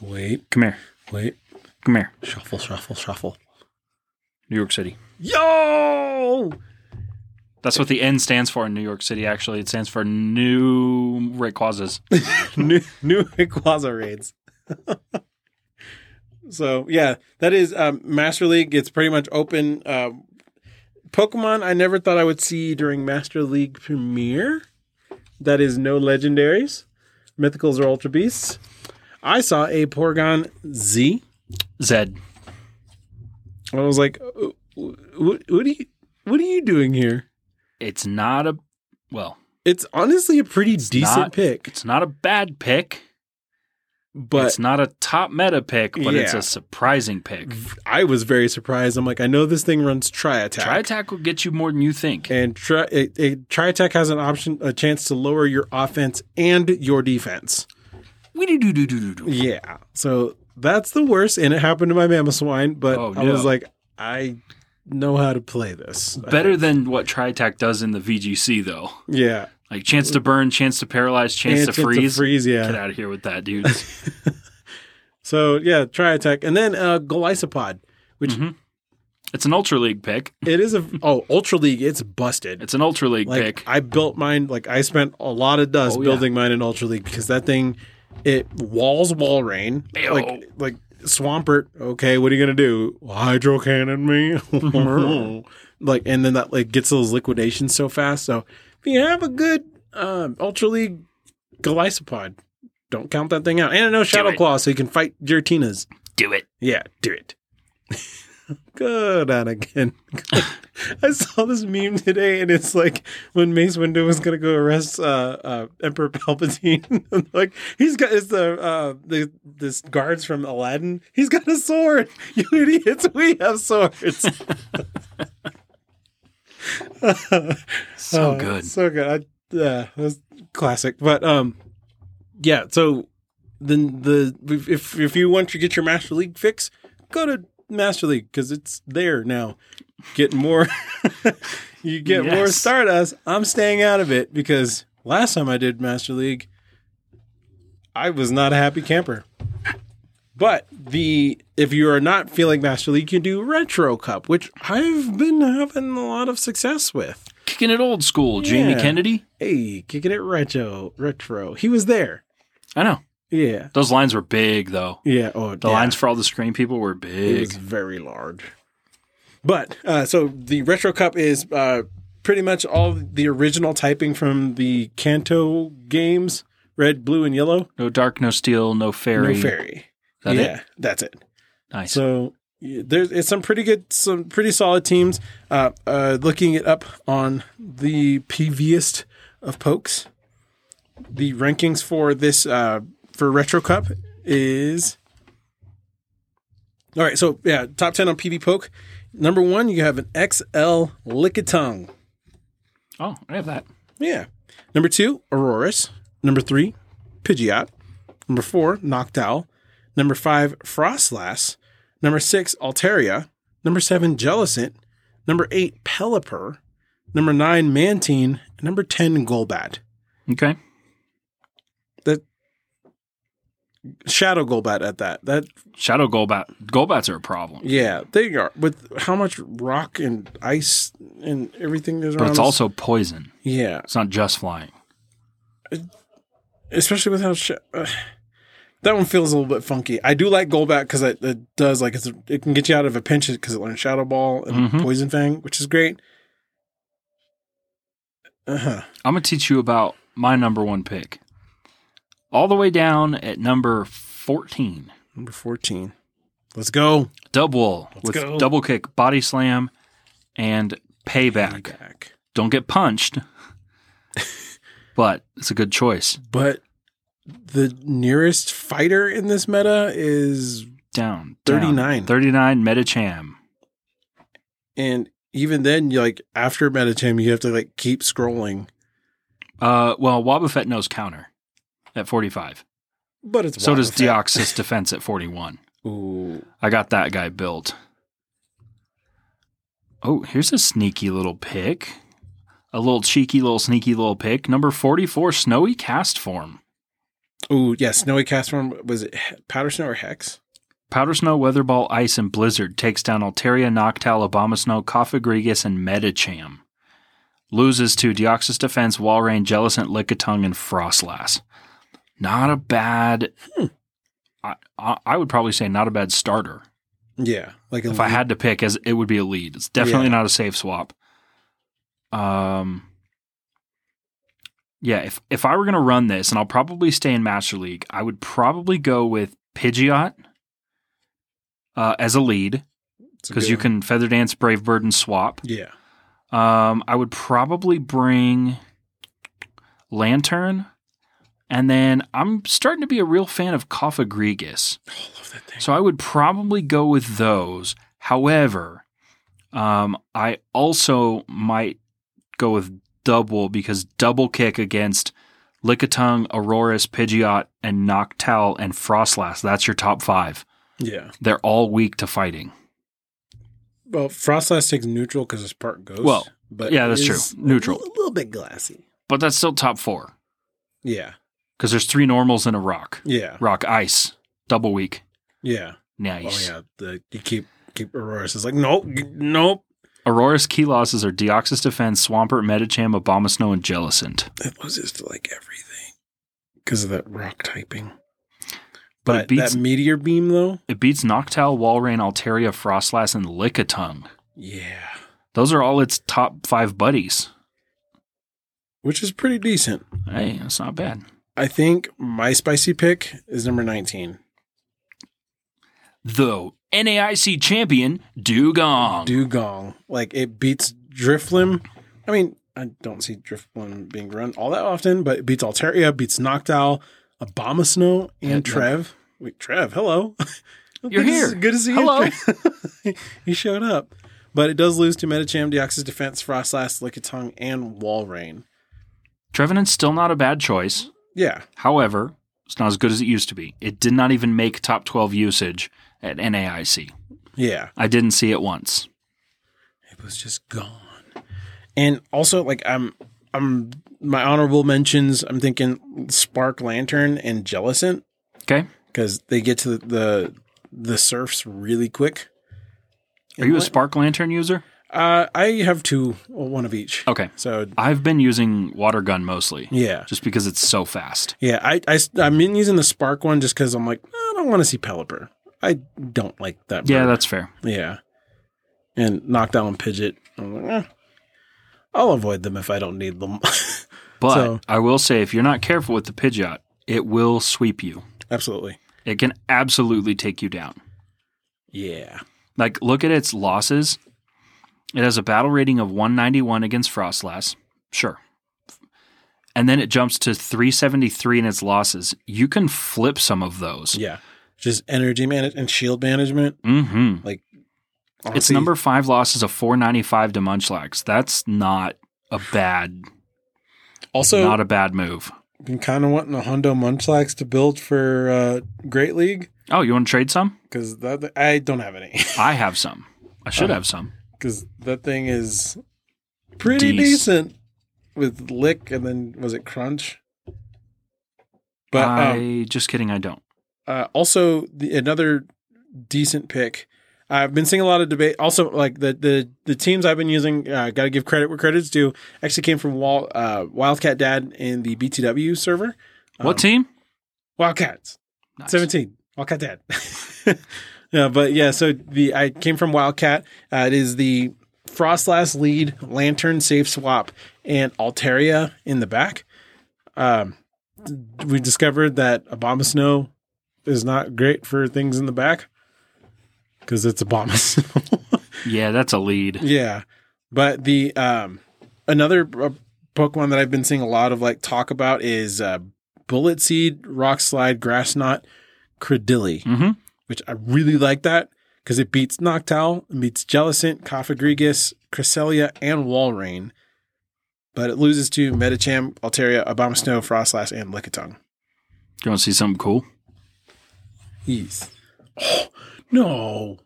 wait Come here. wait Come here. shuffle shuffle shuffle. New York City. Yo, That's what the N stands for in New York City, actually. It stands for new Rayquazas. *laughs* new new Rayquaza raids. *laughs* so yeah, that is um, Master League. It's pretty much open. Um, Pokemon I never thought I would see during Master League premiere. That is no legendaries, mythicals or ultra beasts. I saw a Porygon Z. Zed. I was like, "Uh, what, what are you, what are you doing here? It's not a well, It's honestly a pretty decent not- pick, it's not a bad pick. but it's not a top meta pick, but it's Yeah. a surprising pick. I was very surprised. I'm like, I know this thing runs tri attack. Try attack will get you more than you think. and tri- it, it, Tri-Tech has an option, a chance to lower your offense and your defense. We do do do do do. Yeah. So that's the worst, and it happened to my mama swine. But Oh, I was no. like, I know how to play this Better than what Tritech does in the VGC, though. Yeah. Like chance to burn, chance to paralyze, chance, And to, freeze. freeze. Get Yeah. out of here with that, dude. So yeah, Tri-Tech, and then uh, Golisopod, which Mm-hmm. it's an Ultra League pick. it is a oh Ultra League. It's busted. It's an Ultra League like pick. I built mine. Like I spent a lot of dust Oh, yeah. building mine in Ultra League because that thing It walls wall rain. Ew. Like like Swampert, okay, what are you gonna do? Hydro *laughs* cannon me. like and then that like gets those liquidations so fast. So if you have a good um Ultra League Galysopod, don't count that thing out. And I know Shadow it. Claw, so you can fight Giratina. Do it. Yeah, do it. *laughs* Good Anakin. Good. I saw this meme today, and it's like when Mace Windu was gonna go arrest uh, uh, Emperor *laughs* Palpatine. and, like he's got it's the uh, the this guards from Aladdin. He's got a sword. *laughs* You idiots! We have swords. So Uh, good. So good. I, yeah, that was classic. But um, yeah. So then the if if you want to get your Master League fix, go to Master League because it's there now. Get more. *laughs* you get more Yes. Stardust. I'm staying out of it because last time I did Master League, I was not a happy camper. But the if you are not feeling Master League, you can do Retro Cup, which I've been having a lot of success with. Kicking it old school, Jamie Yeah. Kennedy. Hey, kicking it retro, retro. He was there. I know. Yeah, Those lines were big, though. yeah. Oh, The lines for all the screen people were it big. was very large. But uh, so the retro cup is uh, pretty much all the original typing from the Kanto games, red, blue, and yellow. No dark, no steel, no fairy. No fairy. That yeah, it? that's it. Nice. So yeah, there's it's some pretty good, some pretty solid teams. Uh, uh, looking it up on the PVist of pokes, the rankings for this uh, for Retro Cup is all right. So yeah, top ten on PV Poke. Number one, you have an XL Lickitung. oh, I have that. Yeah. Number two, Auroras. Number three, Pidgeot. Number four, Noctowl. Number five, Frostlass. Number six, Altaria. Number seven, Jellicent. Number eight, Pelipper. Number nine, Mantine. And number ten, Golbat. Okay. Shadow Golbat at that. That Shadow Golbat. Golbats are a problem. yeah, they are with how much rock and ice and everything is around. But it's us. also poison. yeah, It's not just flying. especially with how sh- uh, that one feels a little bit funky. I do like Golbat because it, it does like it's, it can get you out of a pinch because it learns Shadow Ball and Mhm. Poison Fang, which is great. Uh huh. I'm going to teach you about my number one pick. All the way down at number 14. Number fourteen. Let's go. Double with go. double kick, body slam, and payback. Back. Don't get *laughs* punched, but it's a good choice. But the nearest fighter in this meta is, Down. down. 39. 39 Metacham. and even then, you like after Metacham, you have to like keep scrolling. Uh, well, Wobbuffet knows counter at 45. But it's So does Wobbuffet. Deoxys defense at 41. Ooh. I got that guy built. Oh, here's a sneaky little pick. A little cheeky, little sneaky little pick. Number 44, Snowy Cast Form. Ooh, yeah, Snowy Castform was it Powder Snow or Hex? Powder Snow, Weatherball, Ice, and Blizzard takes down Altaria, Noctowl, Obama Snow, Cofagrigus, and Metacham. Loses to Deoxys Defense, Walrein, Jellicent, Lickitung, and Frostlass. Not a bad. I, I I would probably say not a bad starter. Yeah, like a If I lead- had to pick, as it would be a lead. It's definitely Yeah. not a safe swap. Um. Yeah, if if I were gonna run this, and I'll probably stay in Master League, I would probably go with Pidgeot uh, as a lead it's a because good you one. can feather dance, brave bird, and swap. Yeah, Um, I would probably bring Lantern, and then I'm starting to be a real fan of Cofagrigus. oh, I love that thing. So I would probably go with those. However, um, I also might go with double because double kick against Lickitung, Auroras, Pidgeot, and Noctowl and Frostlass. That's your top five. Yeah, They're all weak to fighting. well, Frostlass takes neutral because it's part ghost. Well, but yeah, that's it true. is Neutral. a little, little bit glassy. But that's still top four Yeah, because there's three normals and a rock. yeah, Rock ice, double weak. yeah. Nice. Oh yeah, the, you keep keep Aurora's is like nope, g- nope. Auroras key losses are Deoxys Defense, Swampert, Metacham, Abomasnow, and Jellicent. It loses to like everything. because of that rock typing. But But it beats- that meteor beam, though. It beats Noctowl, Walrein, Altaria, Frostlass, and Lickitung. Yeah, Those are all its top five buddies. which is pretty decent. Hey, that's not bad. I think my spicy pick is number nineteen. Though NAIC champion Dugong. Dugong, like it beats Driflim. I mean, I don't see Driflim being run all that often, but it beats Altaria, beats Noctowl, Abomasnow, and Yeah, yeah. Trev. Wait, Trev, hello. *laughs* You're Good to- here. Good to see Hello. you. Trev. *laughs* he showed up. But it does lose to Metacham, Deoxys Defense, Frostlass, Lickitung, and Walrein. Trevenant's still not a bad choice. Yeah. However, it's not as good as it used to be. It did not even make top 12 usage at NAIC. Yeah. I didn't see it once. It was just gone. And also like I'm I'm my honorable mentions, I'm thinking Spark Lantern and Jellicent. Okay. because they get to the, the the surfs really quick. Are you a What- Spark Lantern user? Uh, I have two, well, one of each. Okay. So I've been using Water Gun mostly yeah, just because it's so fast. yeah. I I have been using the Spark one just because I'm like I don't want to see Pelipper. I don't like that. Yeah, bird. that's fair. yeah. And Knockdown and Pidget. I'm like, eh, I'll avoid them if I don't need them. *laughs* But So- I will say if you're not careful with the Pidgeot, it will sweep you. Absolutely. It can absolutely take you down. Yeah. Like, look at its losses. It has a battle rating of 191 against Frostlass. Sure. And then it jumps to 373 in its losses. You can flip some of those. Yeah. Just energy management and shield management. hmm Its Honestly, number five loss is a 495 to Munchlax. That's not a bad, also not a bad move. been kind of wanting a Hondo Munchlax to build for uh, Great League. Oh, you want to trade some? because that I don't have any *laughs* I have some. I should Oh. have some. because that thing is pretty Dece. decent with lick and then was it crunch? But I um, just kidding. I don't. uh, also the, another decent pick. I've been seeing a lot of debate. Also, like the the, the teams I've been using, uh, got to give credit where credit's due. Actually, came from Wal, uh, Wildcat Dad in the BTW server. what um, team? Wildcats. Nice. 17 wildcat dad *laughs* yeah but yeah so the i came from wildcat uh, it is the frostlass lead lantern safe swap and altaria in the back um, we discovered that obama snow is not great for things in the back because it's obama *laughs* snow Yeah, that's a lead. yeah, but the um another uh, Pokemon that I've been seeing a lot of like talk about is uh, Bullet Seed, Rock Slide, Grass Knot, Credilly, Mhm. which I really like that because it beats Noctowl, it beats Jellicent, Coffagrigus, Cresselia, and Walrein. But it loses to Metacham, Altaria, Abomasnow, Frostlass, and Lickitung. Do you want to see something cool? Yes. Oh, *gasps* no.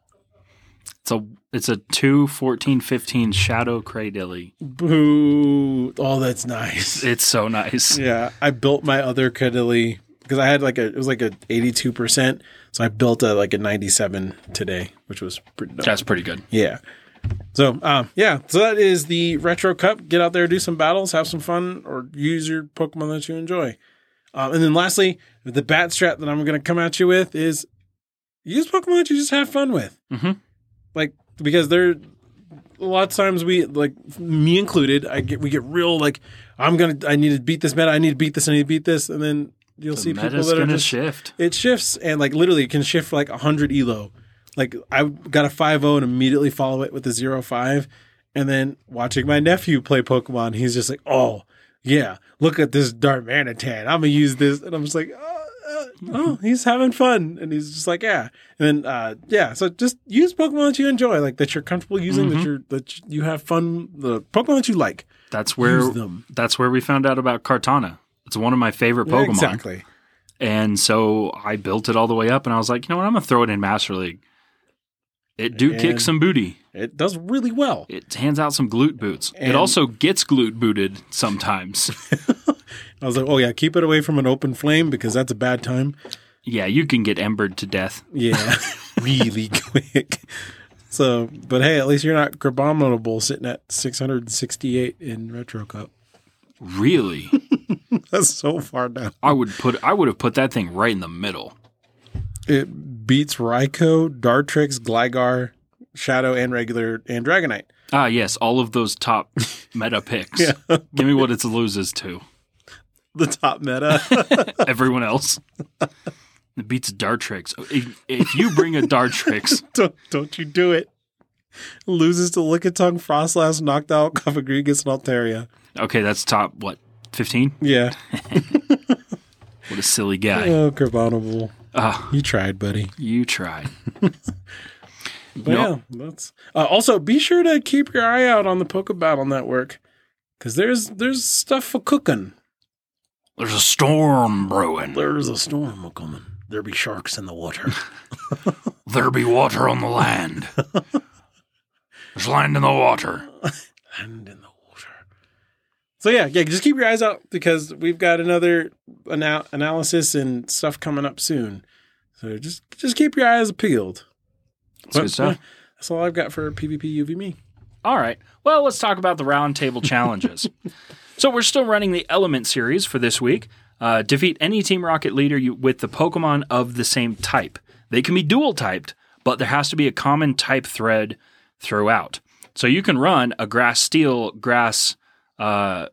It's a it's a two fourteen fifteen shadow cradilly. Boo. Oh, that's nice. It's so nice. Yeah, I built my other Credily because I had like a it was like a eighty two percent, so I built a like a ninety seven today, which was pretty. Dope. That's pretty good. Yeah. So um, yeah, so that is the retro cup. Get out there, do some battles, have some fun, or use your Pokemon that you enjoy. Um, and then lastly, the bat strap that I'm going to come at you with is use Pokemon that you just have fun with. Mhm. Like because they're a lot of times we like me included. I get we get real like I'm gonna I need to beat this meta. I need to beat this. I need to beat this. And then you'll see The people meta's that are gonna just shift. it shifts and like literally it can shift like 100 elo like i got a 5-0 and immediately follow it with a 0-5 and then watching my nephew play pokemon he's just like oh yeah look at this darmanitan i'm gonna use this and i'm just like oh, uh, oh he's having fun and he's just like yeah and then uh yeah so just use pokemon that you enjoy like that you're comfortable using that you're that you have fun the pokemon that you like That's where use them that's where we found out about Cartana. It's one of my favorite Pokemon. exactly And so I built it all the way up and I was like, you know what, I'm gonna throw it in Master League. It do kick And- some booty. it does really well It hands out some glute boots. it And- also gets glute booted sometimes. *laughs* i was like oh yeah keep it away from an open flame because that's a bad time yeah, you can get embered to death. Yeah, *laughs* really quick. So, but hey, at least you're not abominable sitting at 668 in Retro Cup. Really? That's so far down. I would put I would have put that thing right in the middle. It beats Raikou, Dartrix, Gligar, Shadow, and regular and Dragonite. Ah, yes, all of those top meta picks. Yeah. Give me what it loses to. The top *laughs* meta. Everyone else. It beats Dartrix. Oh, If, if you bring a Dartrix, don't, don't you do it. Loses to Lickitung, Frostlass, knocked out Kavagrigus, and Altaria. okay, that's top what fifteen. Yeah. What a silly guy. Oh, Carbonable. Ah, You tried, buddy. you tried. But yeah, that's uh, also be sure to keep your eye out on the Poke Battle Network because there's there's stuff for cooking. There's a storm brewing. There's a storm a coming. There be sharks in the *laughs* water. There be water on the land. There's land in the water. and in the water. So yeah, yeah, just keep your eyes out because we've got another ana- analysis and stuff coming up soon. So just just keep your eyes peeled. That's good stuff. That's all I've got for PvP UV me. All right. Well, let's talk about the roundtable challenges. so we're still running the Element series for this week. Uh, defeat any Team Rocket leader you, with the Pokemon of the same type. They can be dual typed, but there has to be a common type thread throughout. So you can run a grass steel, grass uh,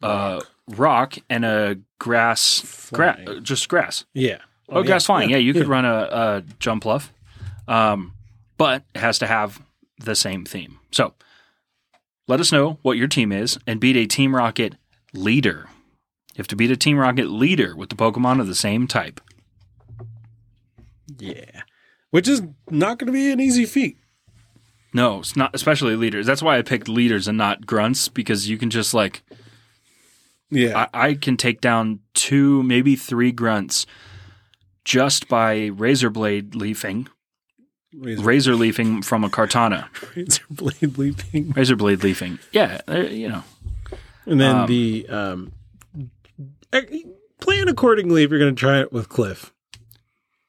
uh, rock, and a grass, gra- Flying. just grass. Yeah. Oh, grass flying. Yeah, you could yeah. run a, a jump bluff, um, but it has to have the same theme. So let us know what your team is and beat a Team Rocket leader. You have to beat a Team Rocket leader with the Pokemon of the same type. Yeah. Which is not going to be an easy feat. No, it's not especially leaders. That's why I picked leaders and not grunts because you can just like Yeah. I, I can take down two, maybe three grunts just by razor blade leafing, razor, razor leafing from a Cartana. razor blade leaping, Razor blade leafing. Yeah, uh, you know. and then Um, the um, ac- plan accordingly if you're going to try it with Cliff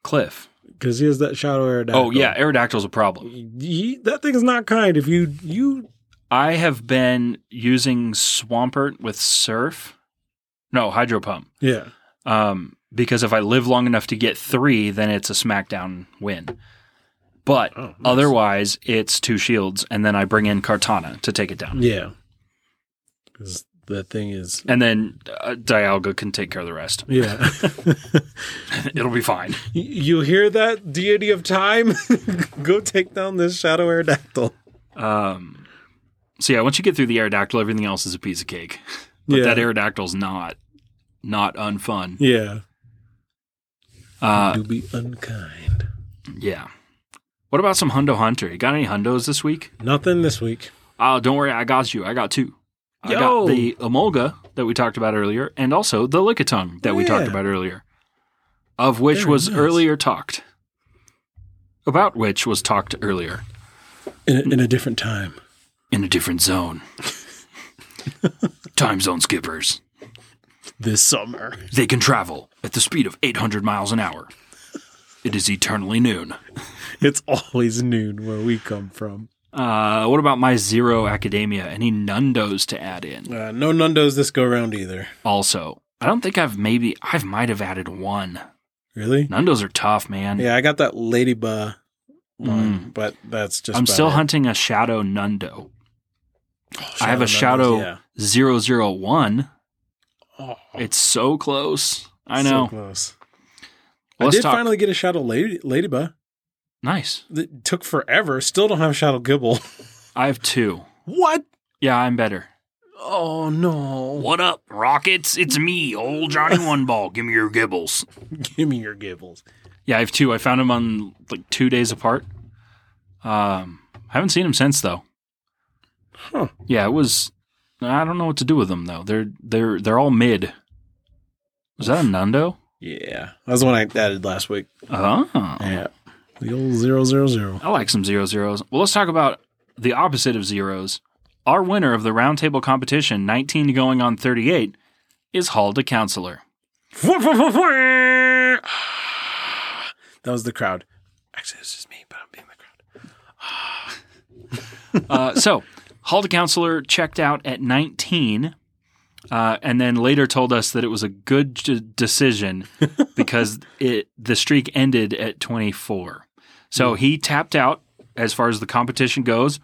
Cliff. because he has that shadow aerodactyl. Oh yeah, Aerodactyl's a problem. He- that thing is not kind. If you you I have been using Swampert with Surf, no Hydro Pump, yeah um, because if I live long enough to get three, then it's a SmackDown win. But Oh, nice. otherwise, it's two shields, and then I bring in Kartana to take it down, yeah because that thing is and then uh, Dialga can take care of the rest. *laughs* yeah. *laughs* It'll be fine. you hear that deity of time? *laughs* Go take down this shadow aerodactyl. Um, so yeah, once you get through the Aerodactyl, everything else is a piece of cake. But Yeah. that Aerodactyl's not not unfun. Yeah, Uh, do be unkind. Yeah. What about some Hundo Hunter? You got any Hundos this week? Nothing this week. Oh, don't worry. I got you. I got two. I Yo! got the Emolga that we talked about earlier and also the Lickitung that we talked Yeah. about earlier, of which Very was nice. earlier talked. About which was talked earlier In a, in a different time. in a different *laughs* zone. Time zone skippers. This summer. *laughs* They can travel at the speed of 800 miles an hour. It is eternally noon. It's always noon where we come from. Uh, what about my Zero Academia? Any Nundos to add in? Uh, no Nundos this go round either. also. I don't think I've maybe I've might have added one. Really? Nundos are tough, man. Yeah, I got that Ladybug one, but that's just. Mm. I'm about still it. hunting a shadow Nundo. Oh, I have a Nundos, yeah. shadow zero zero one. Oh, It's so close. I know. So close. I Let's did talk. finally get a Shadow Lady Ladybug. nice. That took forever. Still don't have Shadow Gibble. *laughs* I have two. What? Yeah, I'm better. Oh no! What up, Rockets? It's me, old *laughs* Johnny One Ball. Give me your gibbles. Give me your Gibbles. Yeah, I have two. I found them on like two days apart. Um, I haven't seen them since though. Huh. Yeah, it was. I don't know what to do with them though. They're they're they're all mid. Was that a Nundo? Yeah, that was the one I added last week. Oh, Yeah, the old zero zero zero. *sighs* I like some zero zeros. Well, let's talk about the opposite of zeros. Our winner of the roundtable competition, 19 going on 38, is Halda Counselor. that was the crowd. Actually, it's just me, but I'm being the crowd. *laughs* Uh, so, Halda Counselor checked out at 19. uh, and then later told us that it was a good d- decision because it the streak ended at 24. So he tapped out as far as the competition goes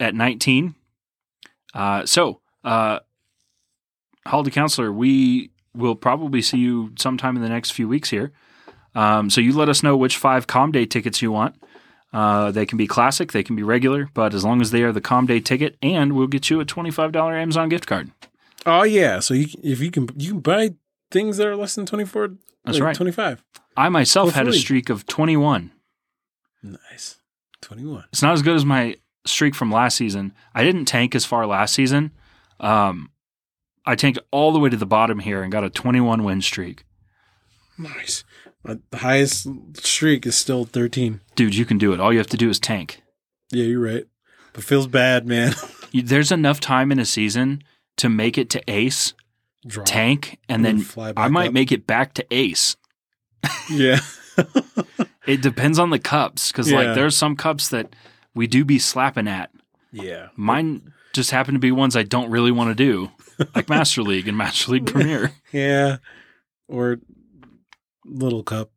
at 19. Uh, so, uh, Holiday Counselor, we will probably see you sometime in the next few weeks here. Um, so you let us know which five Com Day tickets you want. Uh, they can be classic, they can be regular, but as long as they are the Com Day ticket, and we'll get you a twenty-five dollar Amazon gift card. Oh yeah, so you, if you can you can buy things that are less than twenty four. That's right. Twenty five. I myself For had a free. streak of twenty-one. Nice. Twenty one. It's not as good as my streak from last season. I didn't tank as far last season. Um, I tanked all the way to the bottom here and got a twenty-one win streak. Nice. Uh, the highest streak is still thirteen. Dude, you can do it. All you have to do is tank. Yeah, you're right. But feels bad, man. You- There's enough time in a season to make it to ace, *laughs* Draw. tank, and then And fly I back might up. make it back to ace. Yeah. It depends on the cups because Yeah. like there's some cups that we do be slapping at. yeah. Mine just happen to be ones I don't really want to do, like Master League and Master League Premier. Yeah. Or little cup.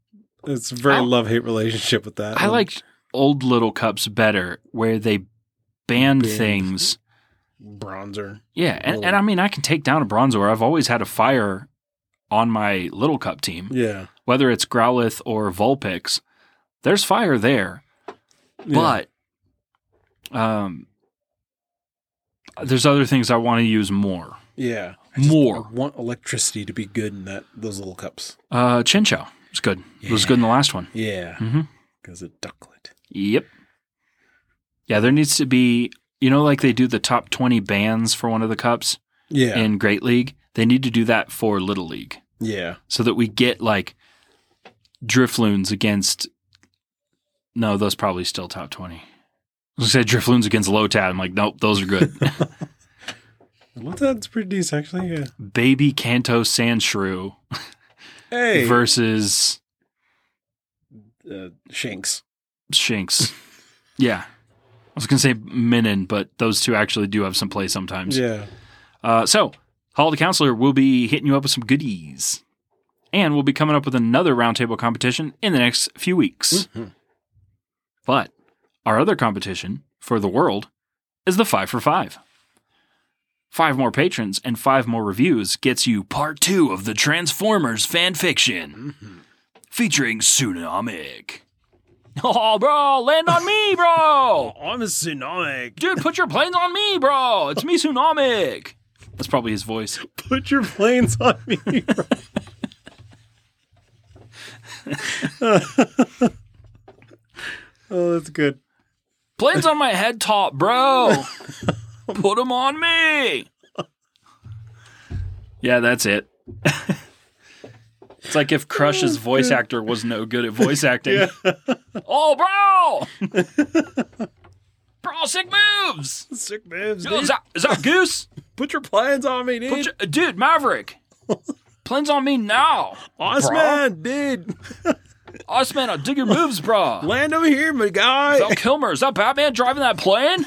It's a very I- love hate relationship with that. I one. like old little cups better, where they ban Banned. Oh. things. bronzer. Yeah, and, Little- and I mean I can take down a bronzor. I've always had a fire on my little cup team, Yeah. whether it's Growlithe or Vulpix. There's fire there, Yeah. but um, there's other things I want to use more. yeah. I More. want electricity to be good in that those little cups. Uh, Chinchou. It's good. It was Yeah. good in the last one. Yeah. Mhm. Because it ducklet. Yep. Yeah, there needs to be, you know, like they do the top 20 bands for one of the cups Yeah. in Great League. They need to do that for Little League yeah. so that we get like Drifloons against. No, those probably still top 20. I was going to say Drifloons against Lotad. I'm like, nope, those are *laughs* good. Well, that's pretty decent actually, yeah. Baby Kanto Sandshrew Hey versus uh, Shanks. Shinx. yeah. I was going to say Minin, but those two actually do have some play sometimes. Yeah. Uh, so, Hall the Counselor will be hitting you up with some goodies. And we'll be coming up with another roundtable competition in the next few weeks. But our other competition for the world is the five for five. Five more patrons and five more reviews gets you part two of the Transformers fan fiction featuring Tsunamic. Oh, bro, land on me, bro! *laughs* I'm a tsunami. Dude, put your planes on me, bro! It's me, Tsunamic! That's probably his voice. *laughs* Put your planes on me. *laughs* oh, that's good. Planes on my head top, *laughs* bro. Put them on me. Yeah, that's it. it's like if Crush's voice actor was no good at *laughs* voice acting. Oh, bro. *laughs* bro, sick moves. Sick moves. Yo, is, that, is *laughs* that Goose? Put your planes on me, dude. Put your- dude, Maverick. Planes on me now. Osman, dude. Osman, I'll dig your moves, bro. Land over here, my guy. *laughs* Val Kilmer, is that Batman driving that plane?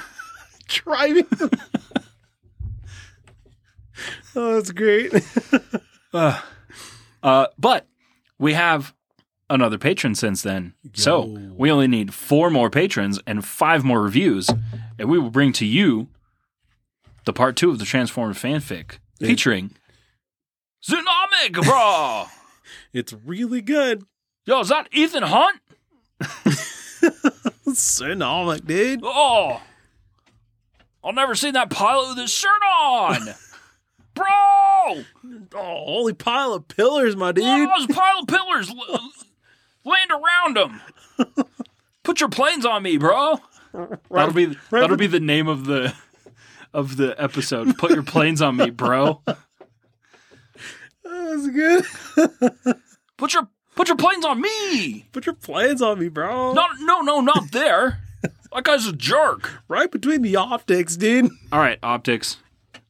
Driving. oh, that's great. *laughs* Uh, but we have another patron since then. So Yo. we only need four more patrons and five more reviews, and we will bring to you the part two of the Transformed fanfic featuring Tsunamic, bro. It's really good. Yo, is that Ethan Hunt? *laughs* Tsunami, dude. Oh, I'll never see that pilot with his shirt on, bro. Oh, holy pile of pillars, my dude. Look at those pile of pillars l- land around them. Put your planes on me, bro. *laughs* that'll *laughs* be that'll be the name of the *laughs* of the episode. Put your planes on me, bro. Oh, that's good. *laughs* Put your put your planes on me. Put your planes on me, bro. Not no no not there. That guy's a jerk. Right between the optics, dude. All right, optics.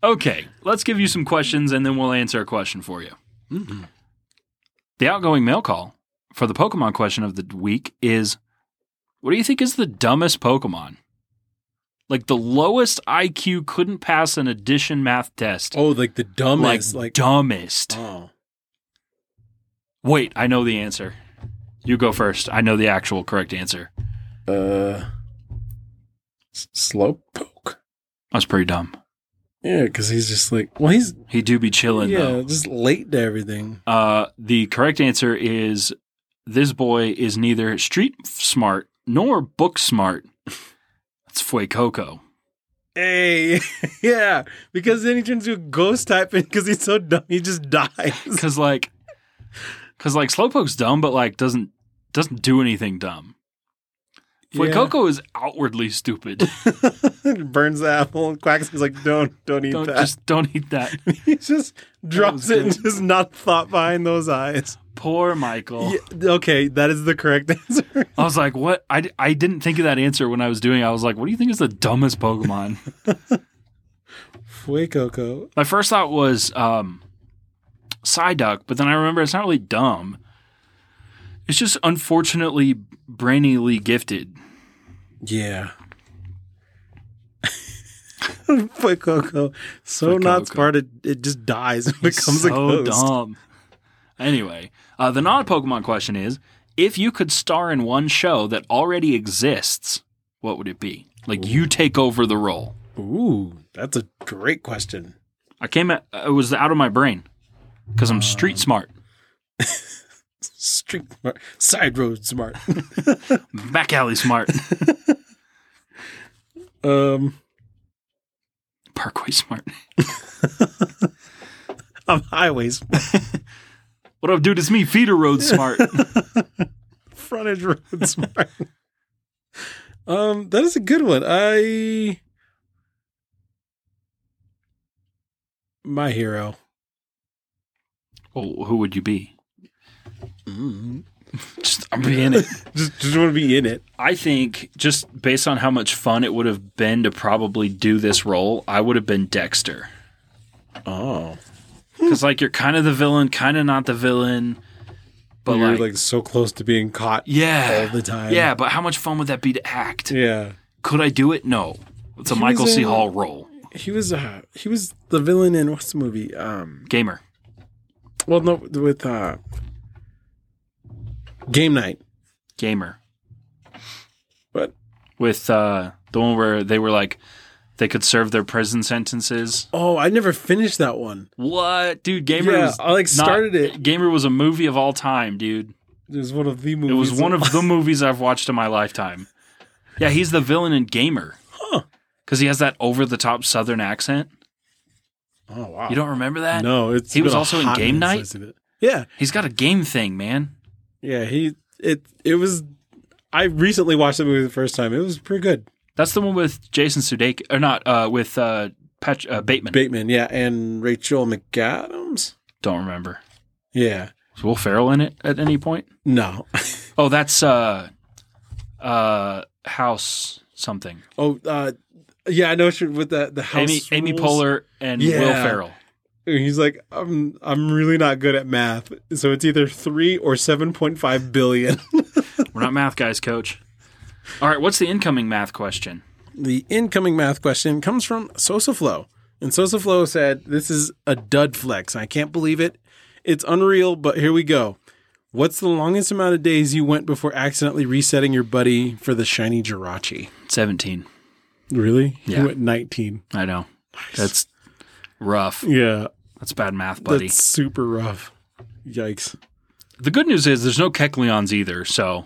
Okay, let's give you some questions and then we'll answer a question for you. Mm-hmm. The outgoing mail call for the Pokemon question of the week is What do you think is the dumbest Pokemon? Like the lowest IQ couldn't pass an addition math test. *laughs* Oh, like the like, dumbest. Like, dumbest. oh. Wait, I know the answer. You go first. I know the actual correct answer. I Uh, s- slow poke. was pretty dumb. Yeah, because he's just like, well, he's He do be chilling yeah, though. just late to everything. Uh, the correct answer is this boy is neither street smart nor book smart. *laughs* That's Fue *laughs* Coco. Hey, *laughs* yeah, because then he turns to a ghost type, and because he's so dumb, he just dies. *laughs* Cause like, cause like Slowpoke's dumb, but like doesn't doesn't do anything dumb. Fue Yeah. Coco is outwardly stupid. *laughs* burns the apple and quacks. He's like, don't, don't eat don't that. just don't eat that. *laughs* he just drops was it and good. just not thought behind those eyes. Poor Michael. Yeah, okay, that is the correct *laughs* answer. I was like, what? I, d- I didn't think of that answer when I was doing. it. I was like, what do you think is the dumbest *laughs* Pokemon? Fue Coco. My first thought was um, Psyduck, but then I remember it's not really dumb. It's just unfortunately brainily gifted. Yeah. *laughs* Fue Coco. So Fue not Coco. smart, it, it just dies and It's becomes so a ghost. dumb. Anyway, uh, the non Pokemon question is if you could star in one show that already exists, what would it be? Like you take over the role. Ooh, that's a great question. I came at, uh, it was out of my brain because I'm street smart. Street smart, side road smart. Back alley smart, *laughs* um, parkway smart. *laughs* I'm highways, What up, dude? It's me, feeder road smart. frontage road *laughs* smart. um, that is a good one. I. My hero. well, Oh, who would you be? Mm-hmm. Just I'm being it. *laughs* Just, just want to be in it. *laughs* I think just based on how much fun it would have been to probably do this role, I would have been Dexter. Oh. Because like you're kind of the villain, kind of not the villain, but You're like, like, so close to being caught. yeah, all the time. Yeah, but how much fun would that be to act? *laughs* Yeah. Could I do it? No. It's a He Michael was C. in- Hall role. He was uh he was the villain in what's the movie? Um Gamer. well no with uh Game Night. Gamer. But With uh the one where they were like they could serve their prison sentences. oh, I never finished that one. What, dude? Gamer Yeah, was I, like, not- started it. Gamer was a movie of all time, dude. It was one of the movies. It was one *laughs* of the movies I've watched in my lifetime. Yeah, he's the villain in Gamer. Huh. Because he has that over the top Southern accent. Oh wow. You don't remember that? No, it's He was been a also in hot Game minute Night? since I seen it. Yeah. He's got a game thing, man. Yeah, he it it was I recently watched the movie the first time. It was pretty good. That's the one with Jason Sudeikis, or not, uh, with uh, Pat- uh, Bateman. Bateman, yeah, and Rachel McAdams. don't remember. Yeah. Was Will Ferrell in it at any point? No. *laughs* Oh, that's uh, uh, House something. Oh, uh, yeah, I know. she- With that, the house. Amy, Amy rules. Poehler and Will Yeah. Ferrell. He's like, I'm, I'm really not good at math, so it's either three or seven point five billion. We're not math guys, coach. All right, what's the incoming math question? the incoming math question comes from SosaFlow, and SosaFlow said, "This is a dud flex. I can't believe it. It's unreal, but here we go." What's the longest amount of days you went before accidentally resetting your buddy for the shiny Jirachi? 17. Really? Yeah. He went 19. I know. That's rough. Yeah. That's bad math, buddy. That's super rough. Yikes. The good news is there's no Kecleons either, *laughs* so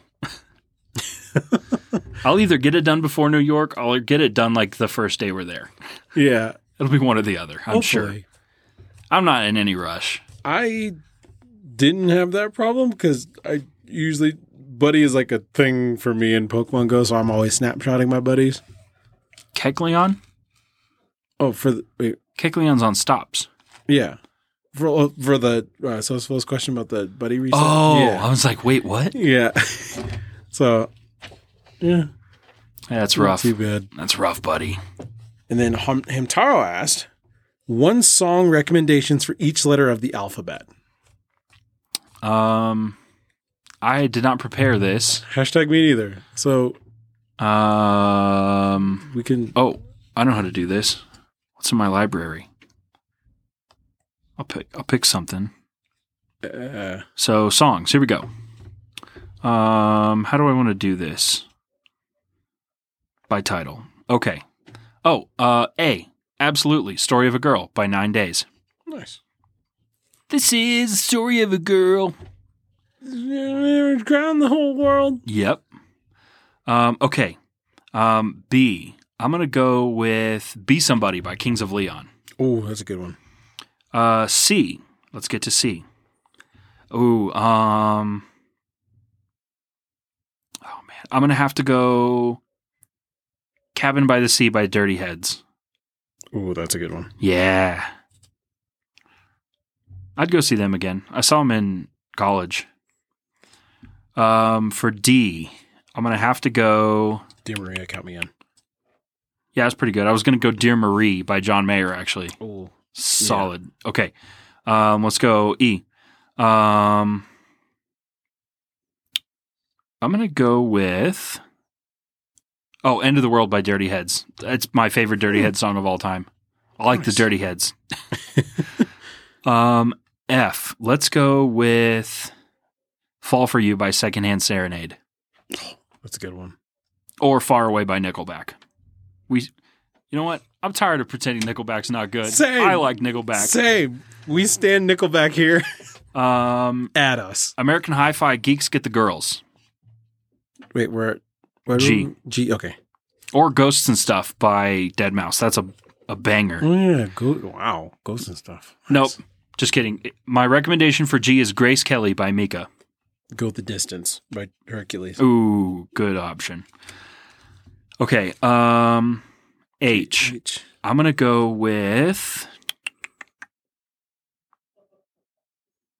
I'll either get it done before New York or I'll get it done like the first day we're there. Yeah. It'll be one or the other, I'm sure. Hopefully. I'm not in any rush. I didn't have that problem because I usually buddy is like a thing for me in Pokemon Go, so I'm always snapshotting my buddies. Kecleon? Oh, for the wait, Kecleon's on stops. yeah, for oh, for the uh, so it's supposed question about the buddy reset. Oh, I yeah, was like, wait, what? yeah. *laughs* so yeah, That's rough. too bad. That's rough, buddy. And then Hum- Hamtaro asked, "One song recommendations for each letter of the alphabet." Um, I did not prepare this. Hashtag me neither. So Um, We can. oh, I know how to do this. What's in my library? I'll pick. I'll pick something. Uh, So songs. Here we go. Um, how do I want to do this? By title. Okay. Oh, uh, A. Absolutely. Story of a Girl by Nine Days. nice. This is the story of a girl. Ground the whole world. Yep. Um, okay. Um, B. I'm gonna go with "Be Somebody" by Kings of Leon. Oh, that's a good one. Uh, C. Let's get to C. Ooh, um, oh man, I'm gonna have to go. Cabin by the Sea by Dirty Heads. Oh, that's a good one. Yeah, I'd go see them again. I saw them in college. Um, for D, I'm gonna have to go. Dear Maria, count me in. Yeah, that's pretty good. I was gonna go "Dear Marie" by John Mayer actually. Oh, Solid. Okay. Um, let's go E. Um, I'm going to go with. Oh, End of the World by Dirty Heads. It's my favorite Dirty Heads song of all time. I like Hmm. Nice. the Dirty *laughs* Heads. um, F. Let's go with Fall for You by Secondhand Serenade that's a good one. or Far Away by Nickelback. We, you know what? I'm tired of pretending Nickelback's not good. Same. I like Nickelback. Same. We stand Nickelback here. *laughs* Um, At us. American Hi-Fi Geeks Get the Girls Wait, we're at where do G. we- G. Okay. or Ghosts and Stuff by Dead Mouse. That's a a banger. Oh, yeah. Go, wow. Ghosts and stuff. Nope. Just kidding. My recommendation for G is Grace Kelly by Mika. Go the distance by Hercules. Ooh, good option. Okay, um H. H. I'm going to go with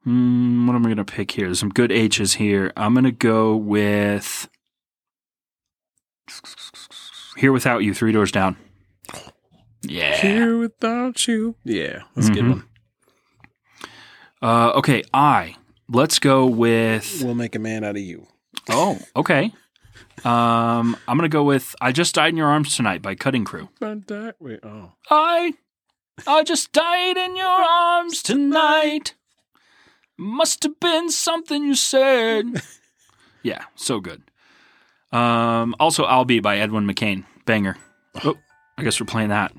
Hmm, what am I going to pick here? There's some good H's here. I'm going to go with Here Without You, Three Doors Down. Yeah. Here without you. Yeah, that's a good Mhm. one. Uh, okay, I. Let's go with. We'll make a man out of you. Oh, okay. Um, I'm gonna go with "I Just Died in Your Arms Tonight" by Cutting Crew. Fun fact- Wait, oh. I, I just died in your arms tonight. Must have been something you said. *laughs* Yeah, so good. Um, also, "I'll Be" by Edwin McCain, banger. Oh, I guess we're playing *laughs* that.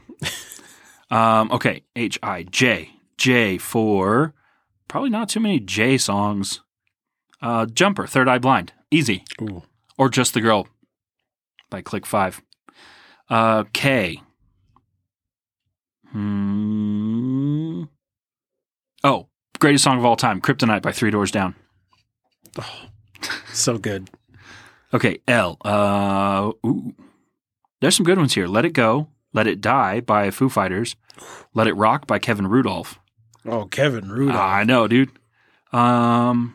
Um, okay, H I J J for probably not too many J songs. Uh, Jumper, Third Eye Blind, easy, Ooh. or Just the Girl by Click Five. Uh, K. Hmm. Oh, greatest song of all time, Kryptonite by Three Doors Down. So good. Okay, L. Uh, ooh. There's some good ones here. Let It Go, Let It Die by Foo Fighters, Let It Rock by Kevin Rudolph. Oh, Kevin Rudolph. Ah, I know, dude. Um,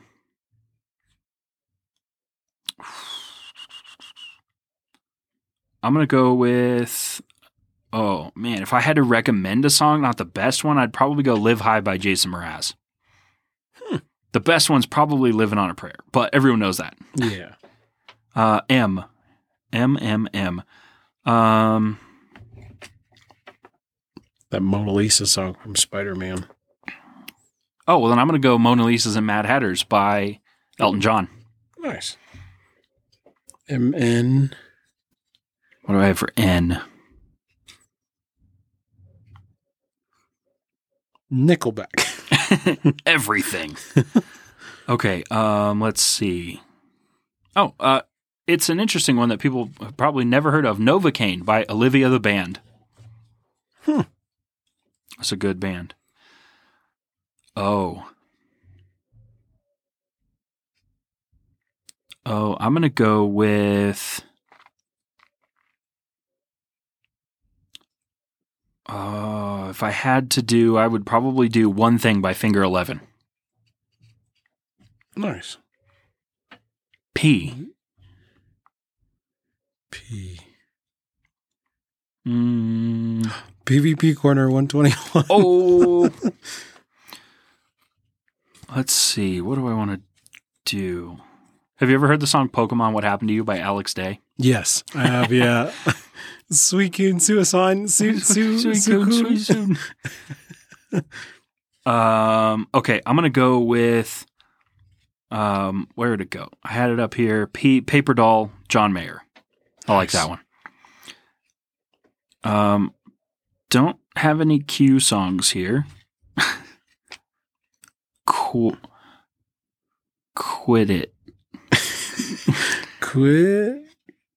I'm gonna go with. Oh man, if I had to recommend a song, not the best one, I'd probably go "Live High" by Jason Mraz. The best one's probably "Living on a Prayer," but everyone knows that. yeah. Uh, M, M, M, M. Um, That Mona Lisa song from Spider Man. oh well, then I'm gonna go "Mona Lisa's and Mad Hatters" by Elton John. Nice. M N. What do I have for N? Nickelback. *laughs* everything. *laughs* okay, um, let's see. Oh, uh, it's an interesting one that people have probably never heard of. Novocaine by Olivia the Band. Hmm. That's a good band. Oh. Oh, I'm going to go with. Uh, if I had to do, I would probably do one thing by Finger 11. Nice. P. P. Mm. PvP Corner 121. Oh. *laughs* Let's see. What do I want to do? Have you ever heard the song Pokemon What Happened to You by Alex Day? Yes, I have. *laughs* Yeah, Suicune Suicide *laughs* Su Su Suicune. *laughs* um, okay, I'm gonna go with um, where did it go? I had it up here. P- Paper Doll, John Mayer. I like Nice. that one. Um, don't have any Q songs here. *laughs* cool. Quit it. Quit.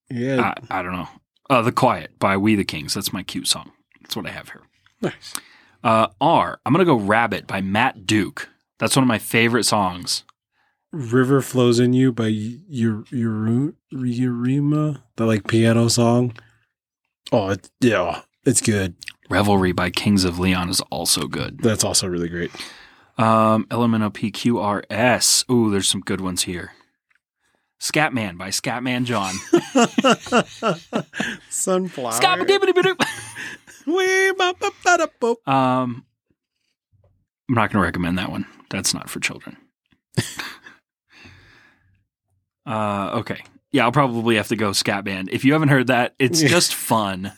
Yeah, I, I don't know. Uh, the Quiet by We the Kings. That's my Q song. That's what I have here. nice. Uh, R. I'm gonna go Rabbit by Matt Duke. That's one of my favorite songs. River flows in you by Ur- Ur- Urima, the like piano song. Oh it, yeah, it's good. Revelry by Kings of Leon is also good. That's also really *laughs* great. Um, LMNOPQRS. Ooh, there's some good ones here. Scatman by Scatman John. Sunflower. Scatman. Wee, ba, ba, ba, da, bo. Um, I'm not going to recommend that one. That's not for children. uh, okay. Yeah, I'll probably have to go scat band. If you haven't heard that, it's Yeah. just fun.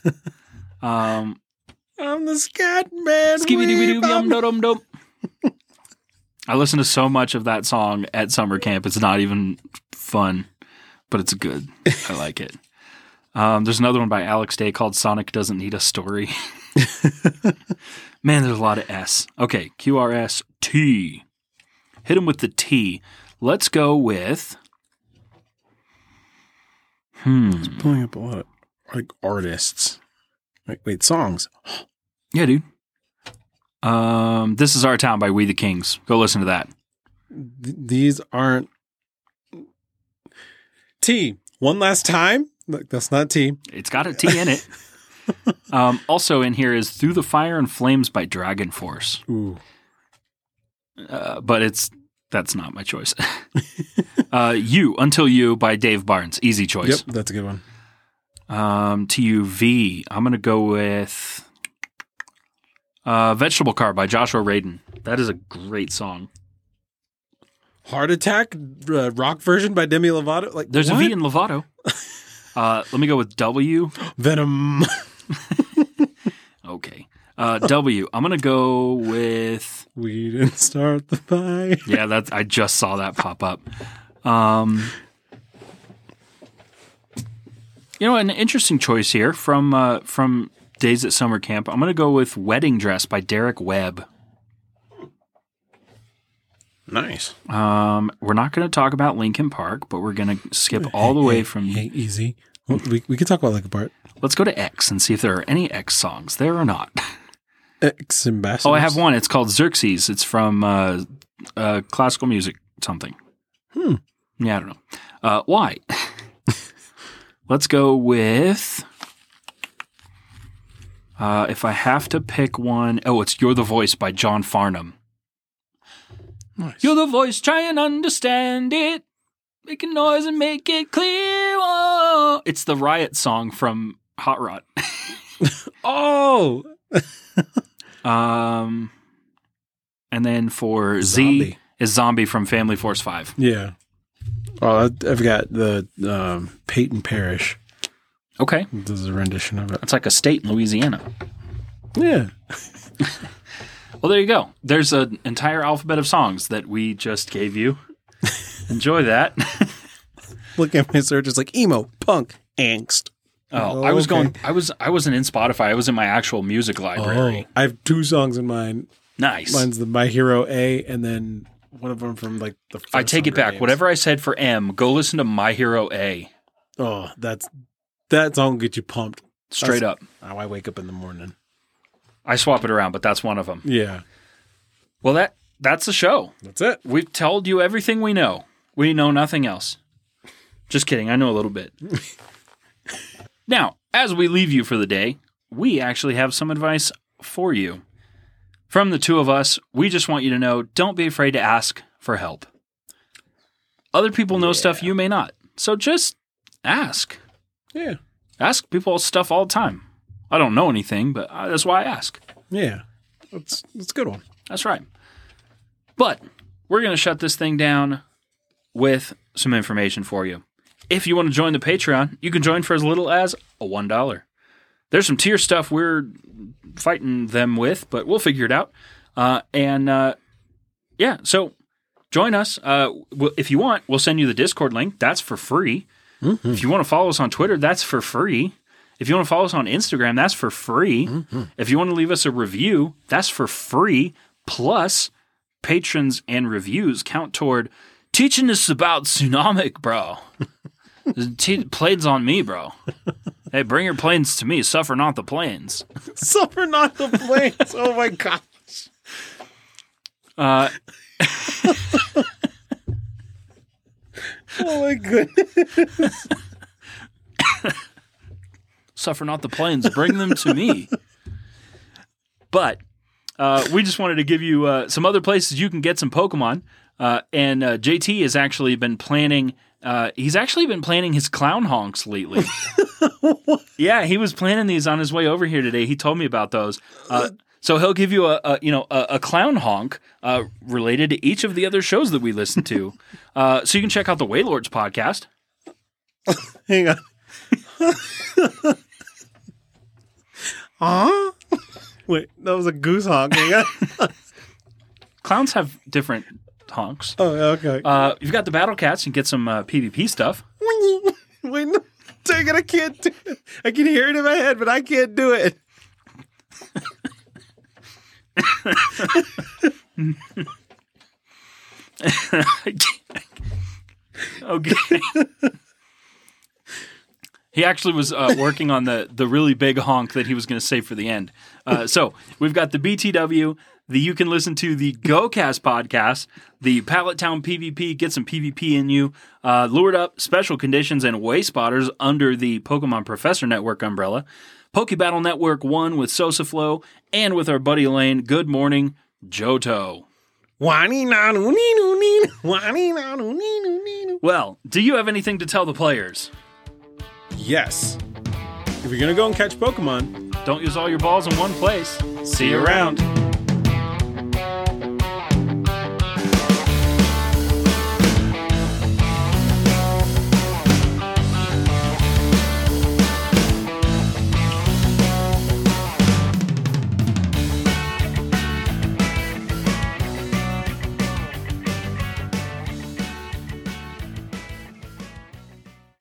Um, I'm the scat man. wee, ba, ba. Skibidi-bidi-bidi-bum-dum-dum. I listen to so much of that song at summer camp. It's not even fun, but it's good. I like it. Um, there's another one by Alex Day called Sonic Doesn't Need a Story. Man, there's a lot of S. Okay, QRS T. Hit him with the T. Let's go with. Hmm. Pulling up a lot of like artists. Wait, wait songs. Yeah, dude. Um, this is Our Town by We the Kings. Go listen to that. Th- these aren't T. One last time. Look, that's not T. It's got a T in it. um, also in here is Through the Fire and Flames by Dragon Force, Ooh. uh, but it's that's not my choice. *laughs* uh, you Until You by Dave Barnes, easy Yep, choice. that's a good one. Um, TUV, I'm gonna go with uh, Vegetable Car by Joshua Radin. That is a great song. Heart Attack uh, rock version by Demi Lovato. Like There's what? a V in Lovato. Uh, let me go with W. Venom. *laughs* Okay. Uh, w. I'm gonna go with we didn't start the fire. yeah, that's I just saw that pop up. Um, you know, an interesting choice here from uh, from Days at Summer Camp. I'm going to go with "Wedding Dress" by Derek Webb. Nice. Um, we're not going to talk about Lincoln Park, but we're going to skip all the way from. Hey, easy. Well, we we can talk about like a part. Let's go to X and see if there are any X songs there or not. *laughs* Ex ambassador. Oh, I have one. It's called Xerxes. It's from uh, uh, classical music something. Hmm. Yeah, I don't know. Uh, why? *laughs* Let's go with. Uh, if I have to pick one, oh, it's "You're the Voice" by John Farnham. Nice. You're the voice, try and understand it, make a noise and make it clear. Oh. It's the riot song from Hot Rod. Oh, Um, and then for Z Zombie. is Zombie from Family Force Five. yeah. Oh, I- I've got the um, Peyton Parish. Okay, This is a rendition of it. that's like a state in Louisiana. Yeah. Well, there you go. There's an entire alphabet of songs that we just gave you. Enjoy that. Look at my search. It's like emo, punk, angst. *laughs* Oh, Oh, I was okay. going. I was. I wasn't in Spotify. I was in my actual music library. Oh, I have two songs in mind. Nice. Mine's the My Hero A, and then one of them from like the. First I take it Hunger back. Games. Whatever I said for M, go listen to My Hero A. Oh, that's that song get you pumped. Straight That's- up. How Oh, I wake up in the morning. I swap it around, but that's one of them. Yeah, Well, that that's the show. that's it. We've told you everything we know. We know nothing else. Just kidding. I know a little bit. now, as we leave you for the day, we actually have some advice for you. From the two of us, we just want you to know don't be afraid to ask for help. Other people know stuff you may not. So just ask. Yeah, Ask people stuff all the time. I don't know anything, but I, that's why I ask. yeah. That's that's a good *laughs* one. That's right. But we're going to shut this thing down with some information for you. If you want to join the Patreon, you can join for as little as a one dollar. There's some tier stuff we're fighting them with, but we'll figure it out. Uh, and uh, yeah, so join us. Uh, we'll- if you want, we'll send you the Discord link. That's for free. If you want to follow us on Twitter, that's for free. If you want to follow us on Instagram, that's for free. If you want to leave us a review, that's for free. Plus, patrons and reviews count toward teaching us about tsunami, bro. *laughs* Te- planes on me, bro. Hey, bring your planes to me. Suffer not the planes. Suffer not the planes. oh my gosh. Uh, *laughs* Oh my goodness. suffer not the planes, bring them to me. But uh, we just wanted to give you uh, some other places you can get some Pokemon. Uh, and uh, JT has actually been planning. Uh, he's actually been planning his clown honks lately. yeah, he was planning these on his way over here today. He told me about those. Uh, so he'll give you a, a you know a, a clown honk uh, related to each of the other shows that we listen to. uh, so you can check out the Waylords podcast. Hang on. *laughs* Huh? Wait, that was a goose honk. Hang *laughs* on. Clowns have different honks. Oh, okay. Uh, you've got the battle cats and get some uh, PvP stuff. *laughs* Wait, no. Dang it, I can't do it. I can hear it in my head, but I can't do it. okay. *laughs* he actually was uh, working on the the really big honk that he was going to save for the end. Uh, so we've got the BTW, the you can listen to the GoCast podcast, the Pallet Town PvP, get some PvP in you, uh, lured up special conditions and way spotters under the Pokemon Professor Network umbrella, Poke Battle Network One with SosaFlow, and with our buddy Lane. Good morning, Johto. Wani na nu ni nu ni nu. Wani na nu ni nu ni nu. Well, do you have anything to tell the players? Yes. If you're going to go and catch Pokemon, Don't use all your balls in one place. See you around.